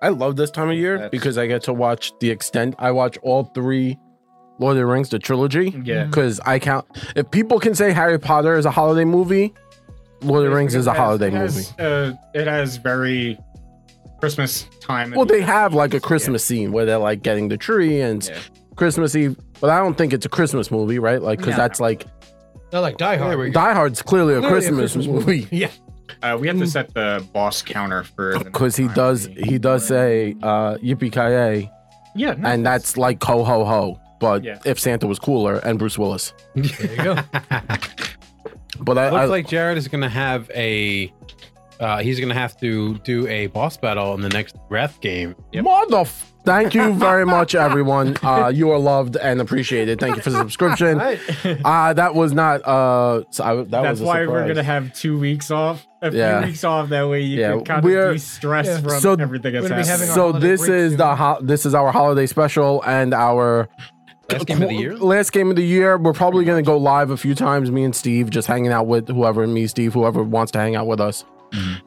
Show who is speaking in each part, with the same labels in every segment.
Speaker 1: I love this time of year
Speaker 2: That's-
Speaker 1: because I get to watch the extend. I watch all three Lord of the Rings, the trilogy,
Speaker 3: Mm.
Speaker 2: Yeah.
Speaker 1: because I count. If people can say Harry Potter is a holiday movie, Lord of the Rings is a
Speaker 2: It has-
Speaker 1: holiday
Speaker 2: it
Speaker 1: movie.
Speaker 2: has, Uh, it has very Christmas time.
Speaker 1: Well, they have like a Christmas scene where they're like getting the tree and
Speaker 2: Yeah.
Speaker 1: Christmas Eve, but I don't think it's a Christmas movie, right? Like, because
Speaker 4: No.
Speaker 1: that's like
Speaker 4: They're like Die Hard.
Speaker 3: we
Speaker 1: Die Hard's clearly a
Speaker 4: Clearly a
Speaker 1: Christmas,
Speaker 4: Christmas movie.
Speaker 1: movie
Speaker 4: yeah.
Speaker 2: Uh, we have to set the boss counter for the
Speaker 1: because Mm. he
Speaker 2: time
Speaker 1: does
Speaker 2: being.
Speaker 1: he does say uh, "Yippee ki yay,"
Speaker 2: yeah, no,
Speaker 1: and that's like "Ho ho ho." But
Speaker 2: Yeah.
Speaker 1: if Santa was cooler and Bruce Willis,
Speaker 4: There you go.
Speaker 1: but I, I
Speaker 3: Looks like Jared is gonna have a. Uh, he's gonna have to do a boss battle in the next Wrath game.
Speaker 1: Motherf- Thank you very much, everyone. Uh, you are loved and appreciated. Thank you for the subscription. Uh, that was not. Uh, so I, that
Speaker 2: that's
Speaker 1: was a
Speaker 2: why we're
Speaker 1: surprise.
Speaker 2: gonna have two weeks off. A
Speaker 1: Yeah.
Speaker 2: few weeks off that way you
Speaker 1: Yeah,
Speaker 2: can kind
Speaker 1: we're-
Speaker 2: of de-stress
Speaker 4: Yeah.
Speaker 2: from
Speaker 1: So-
Speaker 2: everything that's
Speaker 4: We're gonna be
Speaker 2: happening.
Speaker 4: having our
Speaker 1: So
Speaker 4: holiday
Speaker 1: this
Speaker 4: break
Speaker 1: is
Speaker 4: soon.
Speaker 1: the ho- this is our holiday special and our
Speaker 3: Last game of the year.
Speaker 1: Last game of the year. We're probably gonna go live a few times. Me and Steve just hanging out with whoever. Me, Steve, whoever wants to hang out with us.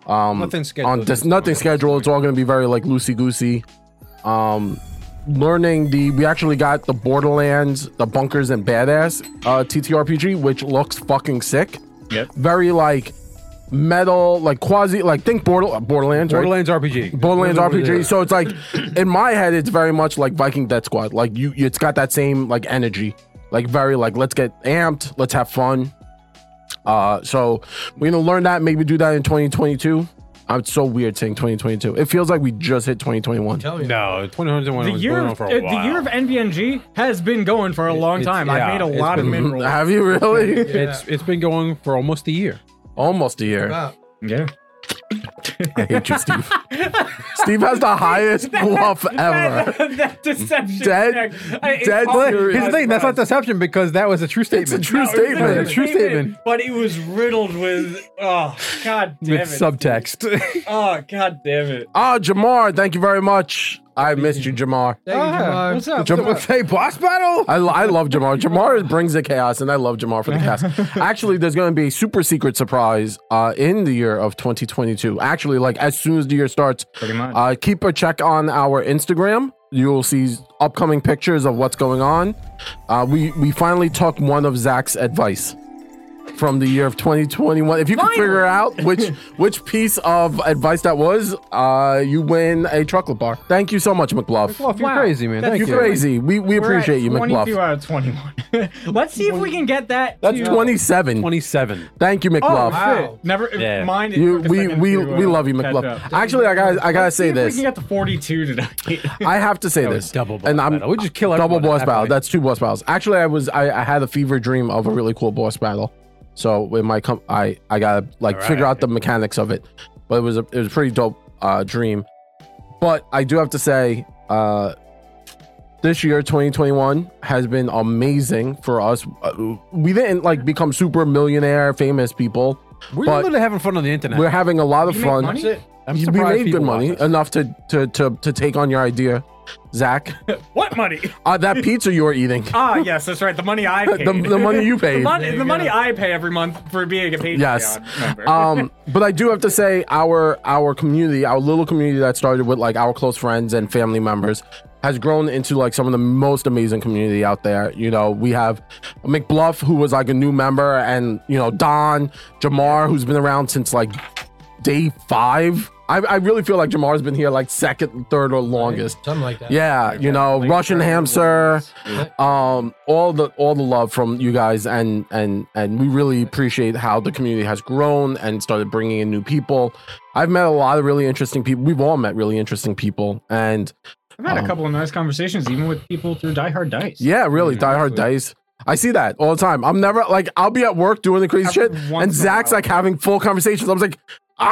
Speaker 1: Um,
Speaker 3: Nothing scheduled.
Speaker 1: on this, nothing scheduled. It's all gonna be very like loosey goosey. Um, learning the we actually got the Borderlands, the Bunkers and Badass uh, TTRPG, which looks fucking sick.
Speaker 2: Yep.
Speaker 1: Very like metal, like quasi, like think Border, Borderlands, right?
Speaker 3: Borderlands RPG.
Speaker 1: Borderlands
Speaker 3: Literally
Speaker 1: RPG. So it's like, in my head, it's very much like Viking Death Squad. Like you, it's got that same like energy, like very like let's get amped, let's have fun. Uh, so we're gonna learn that. Maybe do that in 2022. I'm so weird saying 2022. It feels like we just hit 2021.
Speaker 4: Tell you.
Speaker 3: No, 2021
Speaker 2: the
Speaker 3: was
Speaker 2: year,
Speaker 3: going on
Speaker 2: of,
Speaker 3: for
Speaker 2: uh,
Speaker 3: a while.
Speaker 2: the year of NVNG has been going for a long
Speaker 3: it's-
Speaker 2: time.
Speaker 3: yeah,
Speaker 2: I've made a
Speaker 3: it's
Speaker 2: lot of
Speaker 3: been-
Speaker 2: min rolls.
Speaker 1: Have you really?
Speaker 3: it's it's been going for almost a year.
Speaker 1: Almost a year.
Speaker 4: Wow.
Speaker 2: Yeah,
Speaker 1: I hate you, Steve. Steve has the highest bluff ever.
Speaker 2: that, that deception.
Speaker 1: Dead-
Speaker 2: check. I- it's
Speaker 1: dead
Speaker 2: all-
Speaker 1: serious.
Speaker 3: Here's the thing. That's not deception because that was a true statement.
Speaker 1: It's a true
Speaker 3: That
Speaker 1: statement.
Speaker 3: was a true statement
Speaker 2: But it was riddled with oh god damn
Speaker 3: with
Speaker 2: it.
Speaker 3: subtext.
Speaker 2: oh god damn it.
Speaker 1: Ah, Jamar, thank you very much. I missed you, Jamar.
Speaker 4: Thank
Speaker 3: Ah,
Speaker 4: you, Jamar.
Speaker 2: What's up?
Speaker 1: Jamar,
Speaker 3: Say boss battle.
Speaker 1: I, lo- I love Jamar. Jamar brings the chaos, and I love Jamar for the chaos. Actually, there's going to be a super secret surprise uh, in the year of 2022. Actually, like as soon as the year starts,
Speaker 2: Pretty much.
Speaker 1: uh, keep a check on our Instagram. You'll see upcoming pictures of what's going on. Uh, we we finally took one of Zach's advice from the year of 2021. If you can figure out which which piece of advice that was, uh, you win a chocolate bar. Thank you so much, McBluff.
Speaker 3: Well, you're
Speaker 2: Wow.
Speaker 3: crazy, man.
Speaker 2: That's
Speaker 3: Thank
Speaker 1: You're
Speaker 3: you.
Speaker 1: crazy. We we
Speaker 2: We're at
Speaker 1: appreciate you,
Speaker 2: 22
Speaker 1: McBluff.
Speaker 2: out of 21. Let's see if we can get that.
Speaker 1: That's
Speaker 2: to-
Speaker 1: 27.
Speaker 3: 27.
Speaker 1: Thank you,
Speaker 2: Oh,
Speaker 1: McLove.
Speaker 4: Wow.
Speaker 2: shit. Never
Speaker 3: Yeah.
Speaker 2: mind. it
Speaker 1: You,
Speaker 2: took a
Speaker 1: we
Speaker 2: second
Speaker 1: we,
Speaker 2: to, uh,
Speaker 1: we love you,
Speaker 2: catch
Speaker 1: McLove.
Speaker 2: up.
Speaker 1: Actually, I got I gotta say
Speaker 2: See if
Speaker 1: this.
Speaker 2: We can get the 42 tonight.
Speaker 1: I have to say
Speaker 3: That
Speaker 1: this.
Speaker 3: was double boss
Speaker 1: and I'm
Speaker 3: battle. We just kill
Speaker 1: double
Speaker 3: everyone at
Speaker 1: boss
Speaker 3: that
Speaker 1: battle.
Speaker 3: point.
Speaker 1: That's two boss battles. Actually, I was I, I had a fever dream of a really cool boss battle, so it might come. I I gotta like
Speaker 3: All right.
Speaker 1: figure out the mechanics of it, but it was a it was a pretty dope uh, dream. But I do have to say, uh, this year 2021 has been amazing for us. Uh, we didn't like become super millionaire famous people.
Speaker 3: We're
Speaker 1: But-
Speaker 3: literally having fun on the internet.
Speaker 1: We're having a lot of
Speaker 2: You make
Speaker 1: fun.
Speaker 2: money?
Speaker 3: I'm
Speaker 1: You- we
Speaker 3: surprised
Speaker 1: made good
Speaker 3: people watch
Speaker 1: money
Speaker 3: us.
Speaker 1: enough to, to to to take on your idea, Zach.
Speaker 2: what money?
Speaker 1: Uh, that pizza you were eating,
Speaker 2: Ah, yes, that's right. The money I
Speaker 1: the,
Speaker 2: paid.
Speaker 1: the money you
Speaker 2: The
Speaker 1: paid.
Speaker 2: money, the
Speaker 4: you
Speaker 2: money
Speaker 4: go.
Speaker 2: I pay every month for being a Patreon
Speaker 1: Yes.
Speaker 2: member.
Speaker 1: Um, but I do have to say, our our community, our little community that started with like our close friends and family members, has grown into like some of the most amazing community out there. You know, we have McBluff, who was like a new member, and you know Don Jamar, who's been around since like day five. I, I really feel like Jamar's been here like second, third, or longest.
Speaker 4: Something like that.
Speaker 1: Yeah,
Speaker 2: uh,
Speaker 1: you know, Russian hamster, um, all the all the love from you guys, and and and we really appreciate how the community has grown and started bringing in new people. I've met a lot of really interesting people. We've all met really interesting people, and
Speaker 2: I've
Speaker 1: um,
Speaker 2: had a couple of nice conversations, even with people through Die Hard Dice.
Speaker 1: yeah, really,
Speaker 2: Mm-hmm.
Speaker 1: Die Hard Dice. I see that all the time. I'm never like I'll be at work doing the crazy shit,
Speaker 2: Every once in
Speaker 1: and
Speaker 2: a
Speaker 1: Zach's
Speaker 2: while.
Speaker 1: like having full conversations. I was like,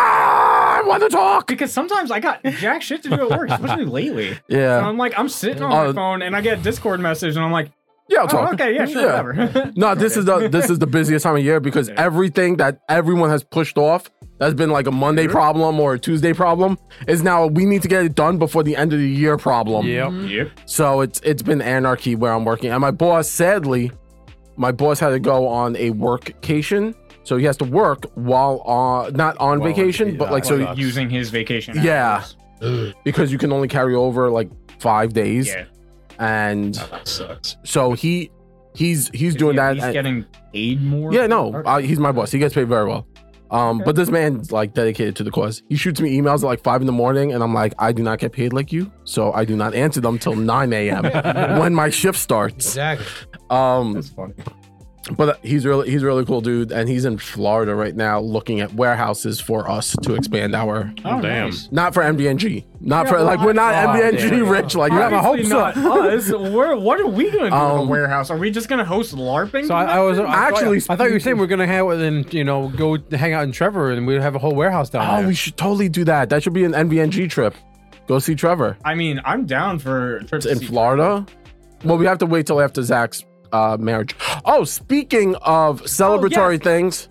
Speaker 1: ah, I want to talk.
Speaker 2: Because sometimes I got jack shit to do at work, especially lately. And
Speaker 1: Yeah,
Speaker 2: I'm like, I'm sitting on
Speaker 1: Oh.
Speaker 2: my phone and I get a Discord message and I'm like,
Speaker 1: yeah, I'll
Speaker 2: oh,
Speaker 1: talk.
Speaker 2: okay, yeah, sure, whatever.
Speaker 1: No, this is the this is the busiest time of year because everything that everyone has pushed off that's been like a Monday problem or a Tuesday problem is now we need to get it done before the end of the year problem.
Speaker 3: Yep.
Speaker 2: yep.
Speaker 1: So it's it's been anarchy where I'm working. And my boss, sadly, my boss had to go on a workcation. So he has to work while on not on
Speaker 3: While on
Speaker 1: vacation,
Speaker 3: vacation.
Speaker 1: but like
Speaker 3: Oh,
Speaker 1: so
Speaker 3: God.
Speaker 2: using his vacation.
Speaker 1: Yeah.
Speaker 2: hours.
Speaker 1: because you can only carry over like five days,
Speaker 2: yeah,
Speaker 1: and
Speaker 2: oh, that sucks.
Speaker 1: so he he's he's doing that.
Speaker 2: He's
Speaker 1: and-
Speaker 2: getting paid more.
Speaker 1: yeah, no,
Speaker 2: Okay.
Speaker 1: uh, he's my boss. He gets paid very well. Um,
Speaker 2: Okay.
Speaker 1: but this man's like dedicated to the cause. He shoots me emails at like five in the morning, and I'm like, I do not get paid like you, so I do not answer them till nine a.m. when my shift starts.
Speaker 4: Exactly.
Speaker 1: Um,
Speaker 2: That's funny.
Speaker 1: but he's really he's a really cool dude, and he's in Florida right now looking at warehouses for us to expand our.
Speaker 3: Oh, damn.
Speaker 2: nice.
Speaker 1: Not for MDNG. Not
Speaker 5: Yeah,
Speaker 1: for
Speaker 5: well,
Speaker 1: like we're not
Speaker 5: I- oh,
Speaker 1: MDNG
Speaker 5: damn.
Speaker 1: rich. Like
Speaker 5: Obviously
Speaker 1: my hopes
Speaker 5: not
Speaker 1: up.
Speaker 5: us. We're, what are we going to do?
Speaker 1: Um,
Speaker 2: a warehouse. Are we just gonna host LARPing?
Speaker 3: So I, I was I
Speaker 1: Actually,
Speaker 3: Thought, I thought you were saying we're gonna hang out and you know go hang out in Trevor and we'd have a whole warehouse down
Speaker 1: Oh,
Speaker 3: there.
Speaker 1: we should totally do that. That should be an NBNG trip. Go see Trevor
Speaker 2: I mean, I'm down for trips
Speaker 1: It's in Florida. Well, we have to wait till after Zach's uh, marriage. Oh, speaking of celebratory things,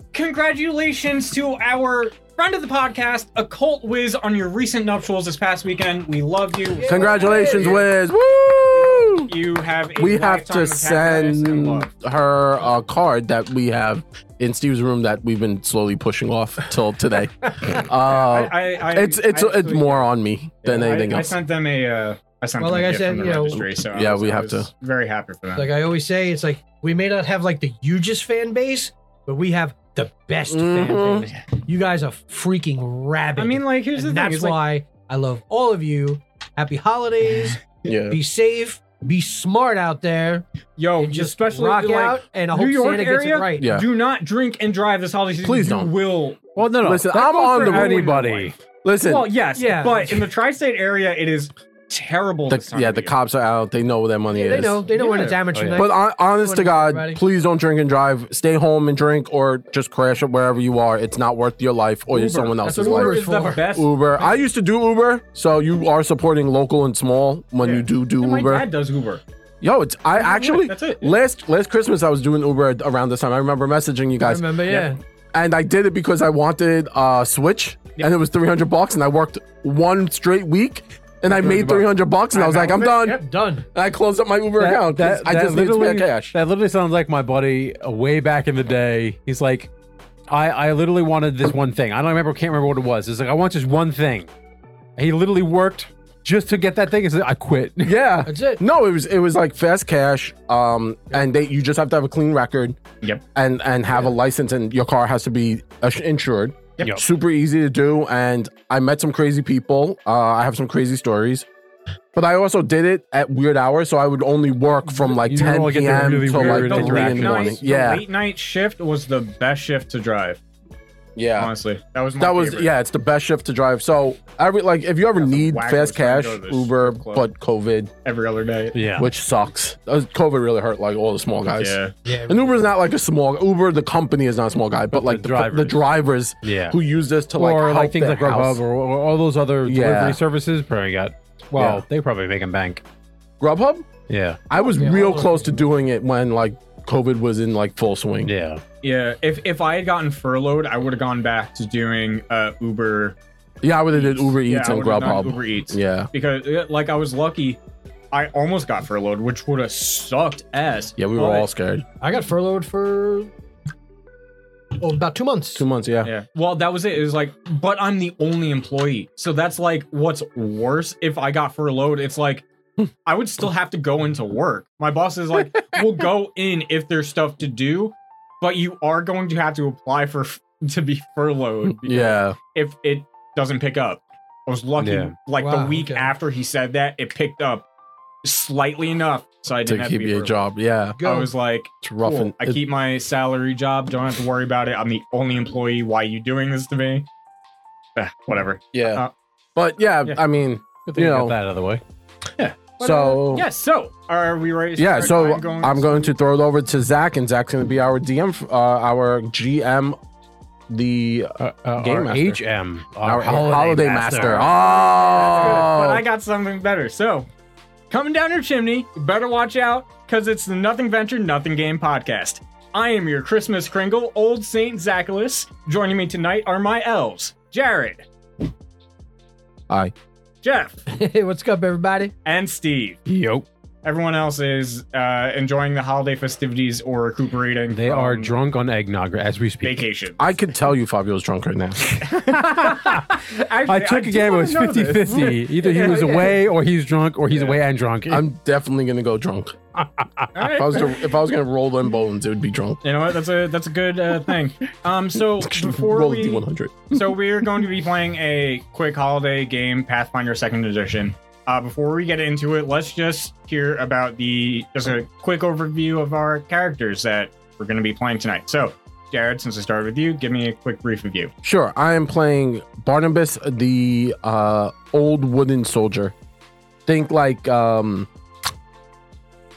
Speaker 5: Congratulations to our friend of the podcast, Occult Wiz, on your recent nuptials this past weekend. We love you.
Speaker 1: congratulations, Wiz. Woo!
Speaker 5: You have a
Speaker 1: We have
Speaker 5: lifetime
Speaker 1: to
Speaker 5: of happiness and
Speaker 1: send
Speaker 5: love.
Speaker 1: her a card that we have in Steve's room that we've been slowly pushing off till today. Uh,
Speaker 2: I, I, I,
Speaker 1: it's it's
Speaker 2: I
Speaker 1: it's
Speaker 2: actually-
Speaker 1: more on me than
Speaker 2: I-
Speaker 1: anything
Speaker 2: I,
Speaker 1: else.
Speaker 2: sent them a. Uh, I sent
Speaker 4: Well,
Speaker 2: them
Speaker 4: like
Speaker 2: a
Speaker 4: I
Speaker 2: gift
Speaker 4: said,
Speaker 2: from the
Speaker 4: you know,
Speaker 2: registry, so I
Speaker 1: yeah,
Speaker 2: was-
Speaker 1: we
Speaker 2: I
Speaker 1: have
Speaker 2: was Very happy for that.
Speaker 4: Like I always say, it's like we may not have like the hugest fan base, but we have the best fan
Speaker 1: Mhm.
Speaker 4: base. You guys are freaking rabid.
Speaker 2: I mean, like here's
Speaker 4: and
Speaker 2: the thing.
Speaker 4: that's
Speaker 2: it's like-
Speaker 4: why I love all of you. Happy holidays.
Speaker 1: yeah.
Speaker 4: be safe. Be smart out there.
Speaker 2: yo,
Speaker 4: And just
Speaker 2: Oh, especially
Speaker 4: rock
Speaker 2: like,
Speaker 4: out. And I
Speaker 2: New
Speaker 4: hope
Speaker 2: York
Speaker 4: Santa gets it
Speaker 2: area?
Speaker 4: right.
Speaker 1: Yeah.
Speaker 2: Do not drink and drive this holiday season.
Speaker 1: Please
Speaker 2: You
Speaker 1: don't.
Speaker 2: Will
Speaker 3: well, no, no.
Speaker 1: Listen,
Speaker 3: that
Speaker 1: I'm
Speaker 3: goes
Speaker 1: on
Speaker 3: for
Speaker 1: the rule.
Speaker 3: anybody.
Speaker 1: Listen,
Speaker 2: Well, yes,
Speaker 4: Yeah.
Speaker 2: but in the tri-state area, it is terrible.
Speaker 1: the-
Speaker 2: this time
Speaker 1: yeah,
Speaker 2: of
Speaker 1: the
Speaker 2: year.
Speaker 1: cops are out. They know where their money
Speaker 4: Yeah,
Speaker 1: is.
Speaker 4: they know. They know when
Speaker 2: Yeah.
Speaker 4: it's amateur
Speaker 3: Oh, yeah.
Speaker 4: night.
Speaker 1: But hon- honest to
Speaker 4: Good morning,
Speaker 1: God,
Speaker 4: everybody.
Speaker 1: please don't drink and drive. Stay home and drink, or just crash up wherever you are. It's not worth your life or
Speaker 2: Uber.
Speaker 1: someone
Speaker 4: That's
Speaker 1: else's
Speaker 4: what
Speaker 1: life.
Speaker 2: Uber
Speaker 4: Uber
Speaker 2: is the
Speaker 4: for.
Speaker 2: best.
Speaker 1: Uber. I used to do Uber, so you are supporting local and small when
Speaker 2: Yeah.
Speaker 1: you do do
Speaker 2: And my
Speaker 1: Uber.
Speaker 2: dad does Uber.
Speaker 1: Yo, it's I actually
Speaker 2: that's it.
Speaker 1: last last Christmas I was doing Uber around this time. I remember messaging you
Speaker 4: I
Speaker 1: guys,
Speaker 4: remember, yeah.
Speaker 1: and I did it because I wanted uh, Switch,
Speaker 2: Yeah.
Speaker 1: and it was three hundred bucks, and I worked one straight week, and I made three hundred bucks, and I was like, I'm done.
Speaker 2: Yep.
Speaker 4: Done.
Speaker 1: And I closed up my Uber account. 'cause I just need to spare cash.
Speaker 3: That literally sounds like my buddy uh, way back in the day. He's like, I, I literally wanted this one thing. I don't remember, can't remember what it was. It's like, I want just one thing. He literally worked just to get that thing. He's like, I quit.
Speaker 1: Yeah.
Speaker 4: That's it.
Speaker 1: No, it was it was like fast cash. Um, and they you just have to have a clean record.
Speaker 2: Yep.
Speaker 1: And and have a license, and your car has to be uh, insured.
Speaker 2: Yep.
Speaker 3: Yep.
Speaker 1: Super easy to do. And I met some crazy people. Uh, I have some crazy stories. But I also did it at weird hours, so I would only work from like
Speaker 3: You
Speaker 1: 10
Speaker 3: only get the
Speaker 1: p.m.
Speaker 3: really
Speaker 1: to like
Speaker 3: weird
Speaker 1: three in the
Speaker 3: interaction.
Speaker 2: late
Speaker 1: morning.
Speaker 2: night- the
Speaker 1: Yeah,
Speaker 2: late night shift was the best shift to drive.
Speaker 1: yeah.
Speaker 2: Honestly, that was my
Speaker 1: that was
Speaker 2: favorite.
Speaker 1: yeah it's the best shift to drive so every like if you ever
Speaker 2: That's a
Speaker 1: need
Speaker 2: whack
Speaker 1: fast
Speaker 2: list. I'm gonna
Speaker 1: cash
Speaker 2: go to this
Speaker 1: uber
Speaker 2: club.
Speaker 1: but covid
Speaker 2: every other day.
Speaker 3: Yeah.
Speaker 1: which sucks That was- covid really hurt like all the small guys
Speaker 2: Yeah,
Speaker 4: Yeah.
Speaker 1: and uber's not like a small uber the company is not a small guy but,
Speaker 3: But
Speaker 1: like the
Speaker 3: the
Speaker 1: drivers, the drivers
Speaker 3: Yeah.
Speaker 1: who use this to like
Speaker 3: or
Speaker 1: help
Speaker 3: like things
Speaker 1: their
Speaker 3: like
Speaker 1: house.
Speaker 3: Grubhub or, or all those other
Speaker 1: Yeah.
Speaker 3: delivery services probably got. Well,
Speaker 1: Yeah.
Speaker 3: they probably make them bank.
Speaker 1: grubhub
Speaker 3: Yeah,
Speaker 1: i was
Speaker 4: Yeah,
Speaker 1: real
Speaker 4: all of
Speaker 1: close to
Speaker 4: them.
Speaker 1: doing it when like covid was in like full swing
Speaker 3: yeah.
Speaker 2: yeah. If if I had gotten furloughed, I would have gone back to doing uh, Uber.
Speaker 1: yeah i would have did uber
Speaker 2: Yeah,
Speaker 1: eats
Speaker 2: I
Speaker 1: and
Speaker 2: would've done
Speaker 1: grubhub
Speaker 2: Uber Eats.
Speaker 1: yeah
Speaker 2: because uh, like I was lucky, I almost got furloughed, which would have sucked ass.
Speaker 1: yeah we were
Speaker 2: But-
Speaker 1: all scared
Speaker 4: I got furloughed for oh, about two months.
Speaker 1: two months yeah,
Speaker 2: Yeah. Well, that was it. It was like, but I'm the only employee. So that's like what's worse if I got furloughed. It's like I would still have to go into work. My boss is like, we'll go in if there's stuff to do, but you are going to have to apply for to be furloughed because
Speaker 1: yeah.
Speaker 2: if it doesn't pick up. I was lucky
Speaker 3: Yeah.
Speaker 2: like
Speaker 4: Wow,
Speaker 2: the week
Speaker 4: okay.
Speaker 2: after he said that, it picked up slightly enough so I didn't
Speaker 1: to
Speaker 2: have to
Speaker 1: keep
Speaker 2: be
Speaker 1: your
Speaker 2: furloughed.
Speaker 1: job yeah
Speaker 4: Go.
Speaker 2: I was like,
Speaker 1: it's rough
Speaker 2: Cool.
Speaker 1: and
Speaker 2: I
Speaker 1: it-
Speaker 2: keep my salary job. Don't have to worry about it. I'm the only employee. Why are you doing this to me? Eh, whatever.
Speaker 1: yeah
Speaker 2: uh,
Speaker 1: but yeah,
Speaker 2: yeah.
Speaker 1: i mean
Speaker 3: Good
Speaker 1: You
Speaker 3: thing you
Speaker 1: know.
Speaker 3: got that out of the way.
Speaker 2: But,
Speaker 1: So-
Speaker 2: uh, yeah. So are we ready? to
Speaker 1: yeah
Speaker 2: start?
Speaker 1: so i'm going to throw it over to zach and zach's going to be our dm f- uh, our gm the
Speaker 3: Uh, uh,
Speaker 1: Game
Speaker 3: our
Speaker 1: Master.
Speaker 3: HM,
Speaker 1: our holiday, master,
Speaker 2: But I
Speaker 1: oh
Speaker 2: got something better. So coming down your chimney, you better watch out because it's the Nothing Venture Nothing Game podcast. I am your Christmas Kringle, Old Saint Zacchaeus. Joining me tonight are my elves, Jared,
Speaker 1: Hi.
Speaker 2: Jeff,
Speaker 4: hey, what's up, everybody?
Speaker 2: and Steve.
Speaker 3: Yo,
Speaker 2: Everyone else is uh, enjoying the holiday festivities or recuperating.
Speaker 3: They are
Speaker 2: from
Speaker 1: Um,
Speaker 3: drunk on eggnog as we speak.
Speaker 2: vacation.
Speaker 1: I could tell you Fabio's drunk right now.
Speaker 3: I took a game. It was 50 50. Either he was away or he's drunk or he's away and drunk.
Speaker 1: I'm definitely gonna go drunk. If I was to, if I was gonna roll them bones, it would be drunk.
Speaker 2: You know what? That's a that's a good uh, thing. Um, so before
Speaker 1: roll a
Speaker 2: we,
Speaker 1: D100.
Speaker 2: so we're going to be playing a quick holiday game, Pathfinder Second Edition. Uh, before we get into it, let's just hear about the just a quick overview of our characters that we're going to be playing tonight. So, Jared, since I started with you, give me a quick brief of you.
Speaker 1: Sure, I am playing Barnabas, the uh, old wooden soldier. Think like um,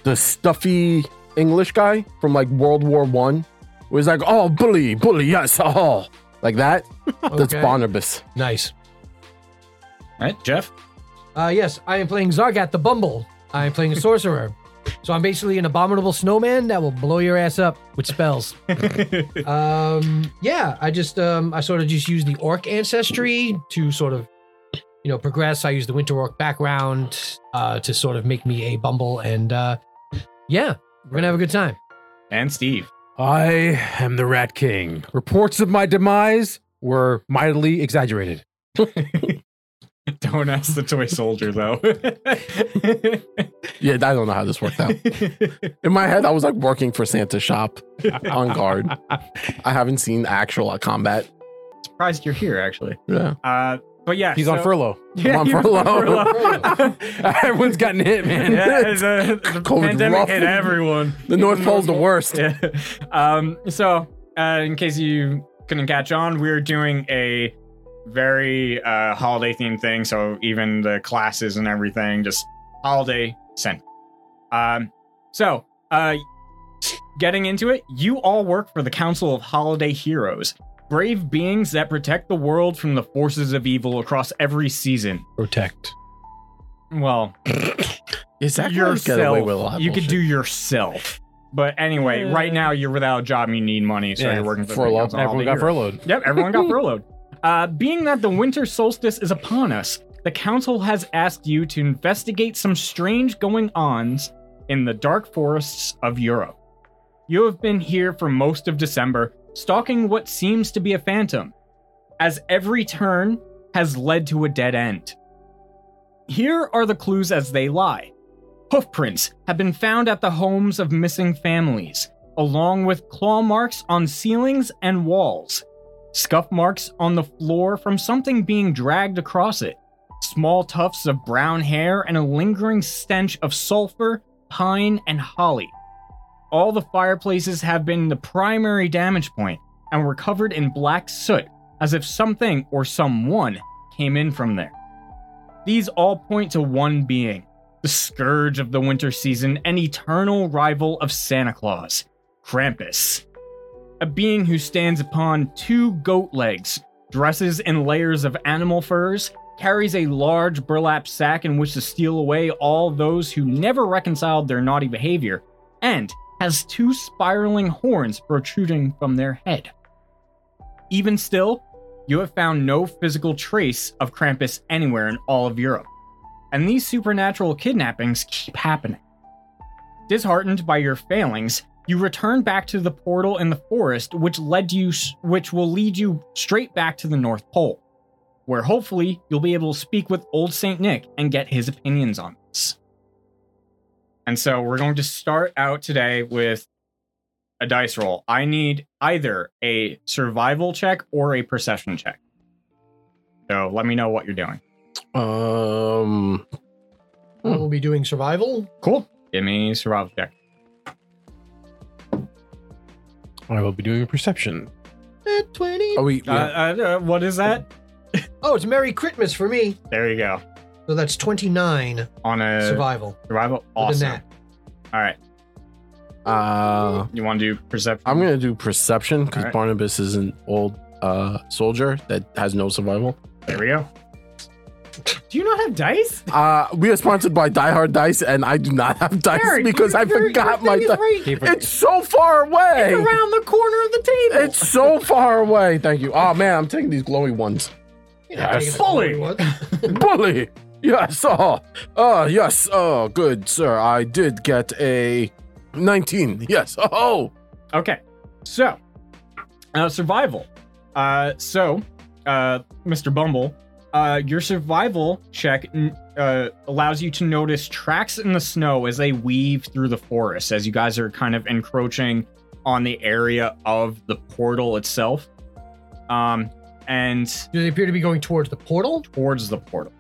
Speaker 1: the stuffy English guy from like World War One, was like, "Oh, bully, bully, yes, oh," like that. That's
Speaker 4: Okay.
Speaker 1: Barnabas.
Speaker 4: Nice.
Speaker 2: All right, Jeff.
Speaker 4: Uh, yes, I am playing Zargat the Bumble. I am playing a sorcerer. so I'm basically an abominable snowman that will blow your ass up with spells. um, yeah, I just um, I sort of just use the orc ancestry to sort of you know progress. I use the winter orc background uh, to sort of make me a bumble, and uh, yeah, we're gonna have a good time.
Speaker 2: and Steve.
Speaker 3: I am the Rat King. Reports of my demise were mightily exaggerated.
Speaker 2: Don't ask the toy soldier though.
Speaker 1: Yeah, I don't know how this worked out. In my head, I was like working for Santa's shop on guard. I haven't seen actual uh, combat.
Speaker 2: Surprised you're here, actually.
Speaker 1: Yeah.
Speaker 2: Uh, but yeah,
Speaker 3: He's on
Speaker 2: so-
Speaker 3: furlough.
Speaker 2: Yeah,
Speaker 1: I'm
Speaker 2: he
Speaker 1: on
Speaker 2: was on
Speaker 1: furlough.
Speaker 3: Everyone's gotten hit, man.
Speaker 2: yeah, the, the
Speaker 1: COVID
Speaker 2: pandemic
Speaker 1: rough.
Speaker 2: hit everyone.
Speaker 1: The North Pole's the worst.
Speaker 2: Yeah. Um, so, uh, in case you couldn't catch on, we're doing a very uh, holiday themed thing. So, even the classes and everything, just holiday sent. Um, so, uh, getting into it, you all work for the Council of Holiday Heroes, brave beings that protect the world from the forces of evil across every season.
Speaker 3: Protect.
Speaker 2: Well,
Speaker 1: Is that gonna get away with a lot
Speaker 2: yourself.
Speaker 1: of
Speaker 2: You could
Speaker 1: bullshit?
Speaker 2: do yourself. But anyway, right now you're without a job and you need money, so
Speaker 3: Yeah,
Speaker 2: you're working for the
Speaker 1: furlough.
Speaker 2: council
Speaker 3: Everyone
Speaker 2: all
Speaker 3: got
Speaker 2: the year.
Speaker 3: furloughed.
Speaker 2: Yep, everyone got furloughed. Uh, being that the winter solstice is upon us, the council has asked you to investigate some strange going ons in the dark forests of Europe. You have been here for most of December, stalking what seems to be a phantom, as every turn has led to a dead end. Here are the clues as they lie. Hoofprints have been found at the homes of missing families, along with claw marks on ceilings and walls scuff marks on the floor from something being dragged across it, small tufts of brown hair, and a lingering stench of sulfur, pine, and holly. All the fireplaces have been the primary damage point and were covered in black soot, as if something or someone came in from there. These all point to one being the scourge of the winter season and eternal rival of Santa Claus, Krampus a being who stands upon two goat legs, dresses in layers of animal furs, carries a large burlap sack in which to steal away all those who never reconciled their naughty behavior, and has two spiraling horns protruding from their head. Even still, you have found no physical trace of Krampus anywhere in all of Europe, and these supernatural kidnappings keep happening. Disheartened by your failings, you return back to the portal in the forest, which led you, which will lead you straight back to the North Pole, where hopefully you'll be able to speak with Old Saint Nick and get his opinions on this. And so we're going to start out today with a dice roll. I need either a survival check or a perception check. So let me know what you're doing.
Speaker 1: Um,
Speaker 4: We'll be doing survival.
Speaker 2: Cool. Give me survival check.
Speaker 3: I will be doing a perception.
Speaker 4: At Twenty.
Speaker 1: are we?
Speaker 2: Uh, uh, uh, what is that?
Speaker 4: Oh, it's Merry Christmas for me.
Speaker 2: There you go.
Speaker 4: So that's twenty nine
Speaker 2: On a
Speaker 4: survival.
Speaker 2: survival.
Speaker 4: Other
Speaker 2: Awesome.
Speaker 4: than
Speaker 2: All right.
Speaker 1: uh,
Speaker 2: You want to do perception?
Speaker 1: I'm gonna do perception because
Speaker 2: Alright.
Speaker 1: Barnabas is an old uh soldier that has no survival.
Speaker 2: There we go. Do you not have dice?
Speaker 1: Uh, we are sponsored by Die Hard Dice, and I do not have dice
Speaker 2: Jared,
Speaker 1: because I
Speaker 2: your- your
Speaker 1: forgot
Speaker 2: thing
Speaker 1: my.
Speaker 2: is
Speaker 1: Di-
Speaker 2: right
Speaker 3: Keep
Speaker 1: it's so far away.
Speaker 2: around the corner of the table.
Speaker 1: It's so far away. Thank you. Oh man, I'm taking these glowy ones.
Speaker 4: that.
Speaker 2: Yes. Bully.
Speaker 4: What?
Speaker 1: Bully. Yes. Oh, oh, yes. Oh, good, sir. I did get a 19. Yes. Oh,
Speaker 2: Okay, so uh, survival. Uh, so, uh, Mr. Bumble, uh, your survival check n- uh, allows you to notice tracks in the snow as they weave through the forest, as you guys are kind of encroaching on the area of the portal itself, um, and
Speaker 4: Do they appear to be going towards the portal? Mm.
Speaker 2: towards the portal.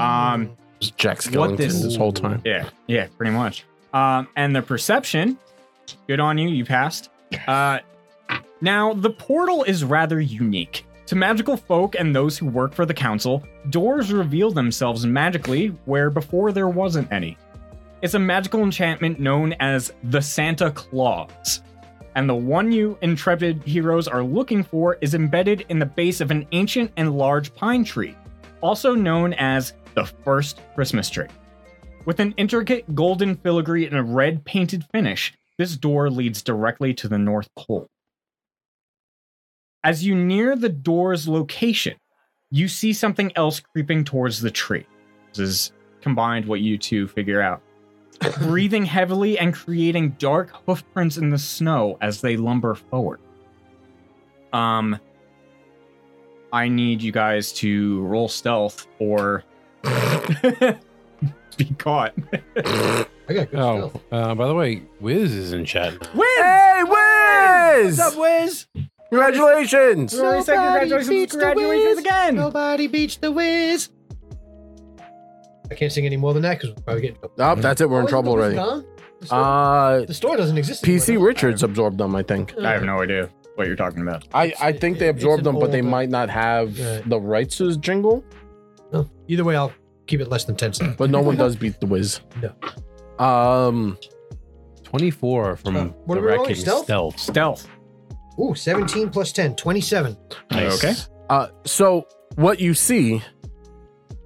Speaker 2: Um,
Speaker 1: It's Jack
Speaker 2: What
Speaker 1: Skellington
Speaker 2: this-
Speaker 1: this, whole time.
Speaker 2: Yeah, yeah, pretty much. Um, and the perception, good on you, you passed. Uh, now, the portal is rather unique. To magical folk and those who work for the council, doors reveal themselves magically where before there wasn't any. It's a magical enchantment known as the Santa Claus. And the one you intrepid heroes are looking for is embedded in the base of an ancient and large pine tree, also known as the first Christmas tree. With an intricate golden filigree and a red painted finish, this door leads directly to the North Pole. As you near the door's location, you see something else creeping towards the tree. This is combined what you two figure out. Breathing heavily and creating dark hoofprints in the snow as they lumber forward. Um, I need you guys to roll stealth or be caught.
Speaker 4: I got good
Speaker 3: Oh,
Speaker 4: stuff.
Speaker 3: uh, by the way, Wiz is in chat. now.
Speaker 1: Hey, Wiz!
Speaker 4: What's up, Wiz?
Speaker 1: Congratulations!
Speaker 2: Rory said congratulations,
Speaker 4: beats the
Speaker 2: congratulations
Speaker 4: Wiz.
Speaker 2: again.
Speaker 4: Nobody beats the Wiz. I can't sing any more than that because we'll probably get in trouble.
Speaker 1: Oh, that's it. We're in trouble already.
Speaker 4: The store,
Speaker 1: Uh,
Speaker 4: the store doesn't exist.
Speaker 1: PC
Speaker 4: anymore,
Speaker 1: Richards absorbed them, I think.
Speaker 4: does it? Uh,
Speaker 2: I have no idea what you're talking about.
Speaker 1: I, I think they
Speaker 4: It's
Speaker 1: absorbed them, but they
Speaker 4: an old-
Speaker 1: might not have
Speaker 4: Yeah.
Speaker 1: the rights to his jingle.
Speaker 4: Either way, I'll keep it less than ten seconds.
Speaker 1: But no one does beat the Wiz. Um,
Speaker 3: 24 from
Speaker 4: Uh, what
Speaker 3: the
Speaker 4: are we rolling?
Speaker 3: wrecking
Speaker 4: Stealth?
Speaker 3: stealth.
Speaker 2: Stealth.
Speaker 4: Ooh, 17 plus 10, 27.
Speaker 3: Nice.
Speaker 2: Okay.
Speaker 1: uh, so what you see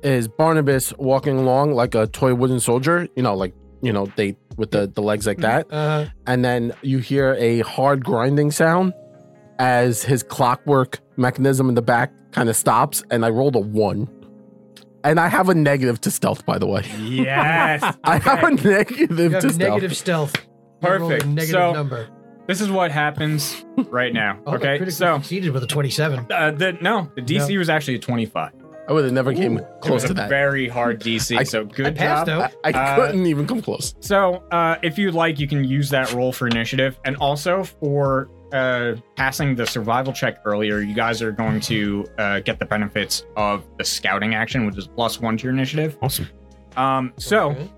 Speaker 1: is Barnabas walking along like a toy wooden soldier, you know, like, you know, they with the, the legs like that.
Speaker 4: Uh,
Speaker 1: and then you hear a hard grinding sound as his clockwork mechanism in the back kind of stops and i rolled a one and i have a negative to stealth by the way
Speaker 2: Yes.
Speaker 1: i have a negative
Speaker 4: you
Speaker 1: to
Speaker 4: have
Speaker 1: stealth
Speaker 4: negative stealth. You rolled a
Speaker 2: Perfect.
Speaker 4: Negative
Speaker 2: So-
Speaker 4: number.
Speaker 2: this is what happens right now.
Speaker 4: Oh,
Speaker 2: okay.
Speaker 4: critically
Speaker 2: So,
Speaker 4: succeeded with a 27.
Speaker 2: uh, the, no, the DC was actually a 25.
Speaker 1: i would have never came
Speaker 2: It was
Speaker 1: close
Speaker 2: a
Speaker 1: to that
Speaker 2: very hard DC.
Speaker 1: I-
Speaker 2: so
Speaker 4: I
Speaker 2: good
Speaker 4: passed
Speaker 2: job.
Speaker 4: though.
Speaker 1: i, I
Speaker 2: Uh,
Speaker 1: couldn't even come close
Speaker 2: So, uh, if you'd like, you can use that roll for initiative, and also for uh, passing the survival check earlier. You guys are going to uh, get the benefits of the scouting action, which is plus one to your initiative.
Speaker 3: Awesome.
Speaker 2: Um, so,
Speaker 4: Okay.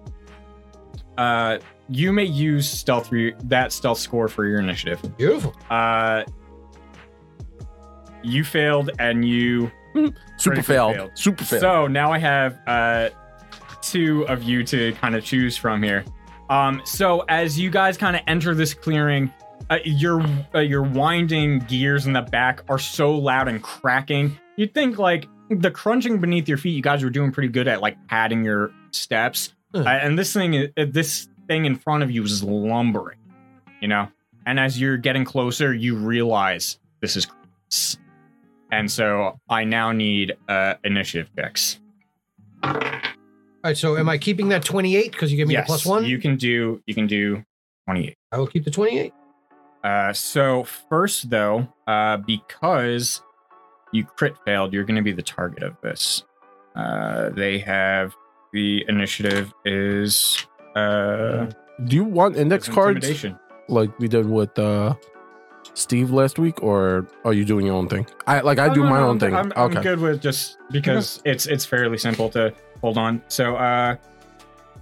Speaker 2: uh, you may use stealth for your, that stealth score for your initiative.
Speaker 4: beautiful.
Speaker 2: Uh, you failed, and you.
Speaker 1: super
Speaker 2: critically
Speaker 1: fail
Speaker 2: failed.
Speaker 1: super fail
Speaker 2: So now I have uh, two of you to kind of choose from here. Um, so as you guys kind of enter this clearing, uh, your uh, your winding gears in the back are so loud and cracking. You'd think like the crunching beneath your feet. You guys were doing pretty good at like padding your steps,
Speaker 4: Hmm.
Speaker 2: uh, and this thing, is- uh, this thing in front of you is lumbering. You know, and as you're getting closer, you realize this is. Chris. And so I now need uh, initiative checks.
Speaker 4: All right, so am I keeping that 28 because you gave me the plus one?
Speaker 2: You can do. You can do twenty-eight.
Speaker 4: I will keep the 28.
Speaker 2: Uh, so first, though, uh, because you crit failed, you're going to be the target of this. Uh, they have the initiative is uh,
Speaker 1: do you want index
Speaker 2: is
Speaker 1: cards
Speaker 2: intimidation.
Speaker 1: like we did with uh steve last week or are you doing your own thing i like i
Speaker 2: Oh,
Speaker 1: do
Speaker 2: no,
Speaker 1: my
Speaker 2: no,
Speaker 1: own
Speaker 2: I'm-
Speaker 1: thing
Speaker 2: I'm, I'm
Speaker 1: okay
Speaker 2: good with just because it's it's fairly simple to hold on. So uh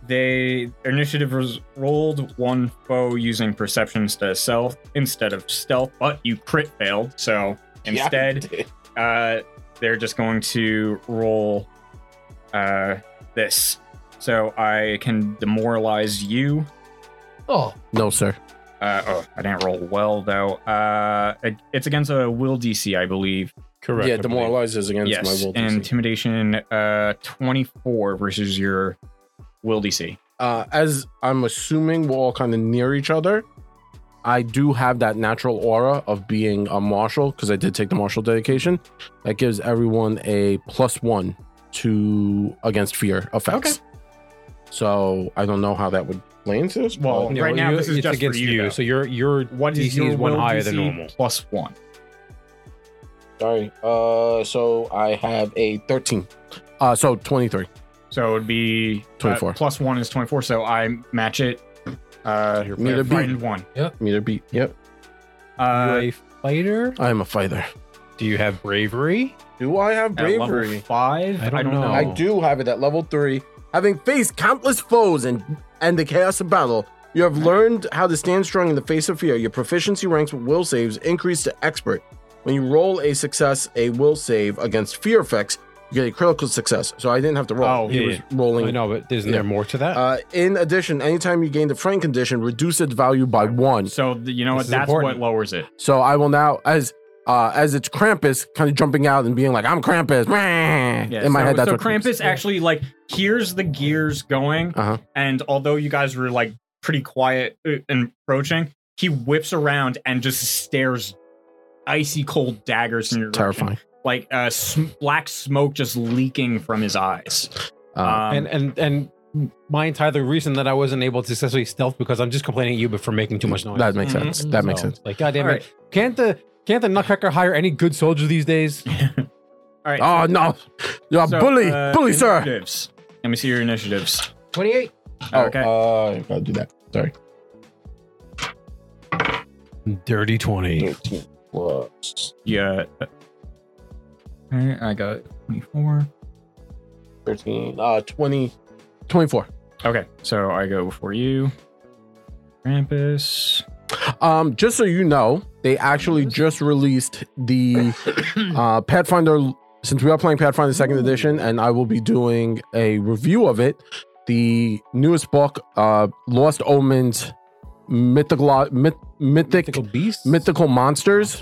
Speaker 2: they initiative was rolled one foe using perception instead of self instead of stealth, but you crit failed. So instead, uh they're just going to roll uh this. So I can demoralize you.
Speaker 4: Oh,
Speaker 1: no sir
Speaker 2: Uh, oh, I didn't roll well though. Uh, it- it's against a will DC, I believe.
Speaker 3: Correct.
Speaker 1: yeah
Speaker 3: I believe.
Speaker 1: demoralizes against
Speaker 2: Yes,
Speaker 1: my will
Speaker 2: and
Speaker 1: DC.
Speaker 2: intimidation uh 24 versus your will DC.
Speaker 1: uh, as I'm assuming we're all kind of near each other, I do have that natural aura of being a marshal because I did take the marshal dedication. That gives everyone a plus one to against fear effects. So I don't know how that would play into this.
Speaker 2: Well,
Speaker 1: but-
Speaker 2: Yeah, right now, this is
Speaker 3: it's
Speaker 2: just for
Speaker 3: against
Speaker 2: you, though.
Speaker 3: so your your
Speaker 2: What
Speaker 3: DC
Speaker 2: is your
Speaker 3: is one
Speaker 2: will
Speaker 3: higher
Speaker 2: DC
Speaker 3: than normal.
Speaker 2: Plus one.
Speaker 1: sorry. Uh, so I have a 13. Uh, so 23.
Speaker 2: So it would be uh,
Speaker 1: 24.
Speaker 2: plus one is 24. So I match it. Uh,
Speaker 3: You're
Speaker 1: Need a beat.
Speaker 2: frightened one.
Speaker 1: Meter beat. Yep.
Speaker 2: Uh,
Speaker 3: a fighter?
Speaker 1: I am a fighter.
Speaker 3: Do you have bravery?
Speaker 1: Do I have
Speaker 2: at level five.
Speaker 3: I don't know.
Speaker 1: I do have it at level three. Having faced countless foes and and the chaos of battle, you have learned how to stand strong in the face of fear. Your proficiency ranks with will saves increase to expert. When you roll a success, a will save against fear effects, you get a critical success. So I didn't have to roll.
Speaker 2: Oh,
Speaker 1: he
Speaker 3: yeah,
Speaker 1: was
Speaker 3: yeah.
Speaker 1: rolling.
Speaker 3: I know, but isn't
Speaker 1: Yeah.
Speaker 3: there more to that?
Speaker 2: Um,
Speaker 1: Uh, in addition, anytime you gain the friend condition, reduce its value by one.
Speaker 2: So th- you know
Speaker 3: This
Speaker 2: what?
Speaker 3: is
Speaker 2: That's
Speaker 3: important.
Speaker 2: what lowers it.
Speaker 1: So I will now, as uh, as it's Krampus, kind of jumping out and being like, "I'm Krampus."
Speaker 2: Yeah,
Speaker 1: in my
Speaker 2: so,
Speaker 1: head, that's
Speaker 2: so
Speaker 1: what
Speaker 2: Krampus actually like hears the gears going,
Speaker 1: Uh-huh.
Speaker 2: and although you guys were like pretty quiet uh, and approaching, he whips around and just stares icy cold daggers in your direction.
Speaker 1: Terrifying.
Speaker 2: Like uh, sm- black smoke just leaking from his eyes.
Speaker 1: Uh,
Speaker 2: Um,
Speaker 3: and and and my entire reason that I wasn't able to successfully stealth because I'm just complaining at you, but for making too much noise.
Speaker 1: that makes
Speaker 2: Mhm.
Speaker 1: sense. That makes
Speaker 3: So,
Speaker 1: sense.
Speaker 3: Like, goddamn it,
Speaker 2: All right.
Speaker 3: can't the can't the Nutcracker hire any good soldiers these days?
Speaker 1: Oh no, you're a
Speaker 2: so,
Speaker 1: bully,
Speaker 2: uh,
Speaker 1: bully, sir.
Speaker 2: initiatives. Let me see your initiatives.
Speaker 4: 28.
Speaker 2: okay.
Speaker 1: Oh, uh, I gotta do that. Sorry.
Speaker 3: Dirty twenty.
Speaker 1: Thirteen plus
Speaker 2: yeah. uh, Alright, I got 24.
Speaker 1: thirteen. Uh, 20, 24.
Speaker 2: Okay, so I go before you. Krampus.
Speaker 1: Um, just so you know, they actually just released the uh, Pathfinder. Since we are playing Pathfinder Second Edition, and I will be doing a review of it, the newest book, uh, Lost Omens, mythical, myth, mythic,
Speaker 3: Mythical beasts.
Speaker 1: mythical monsters,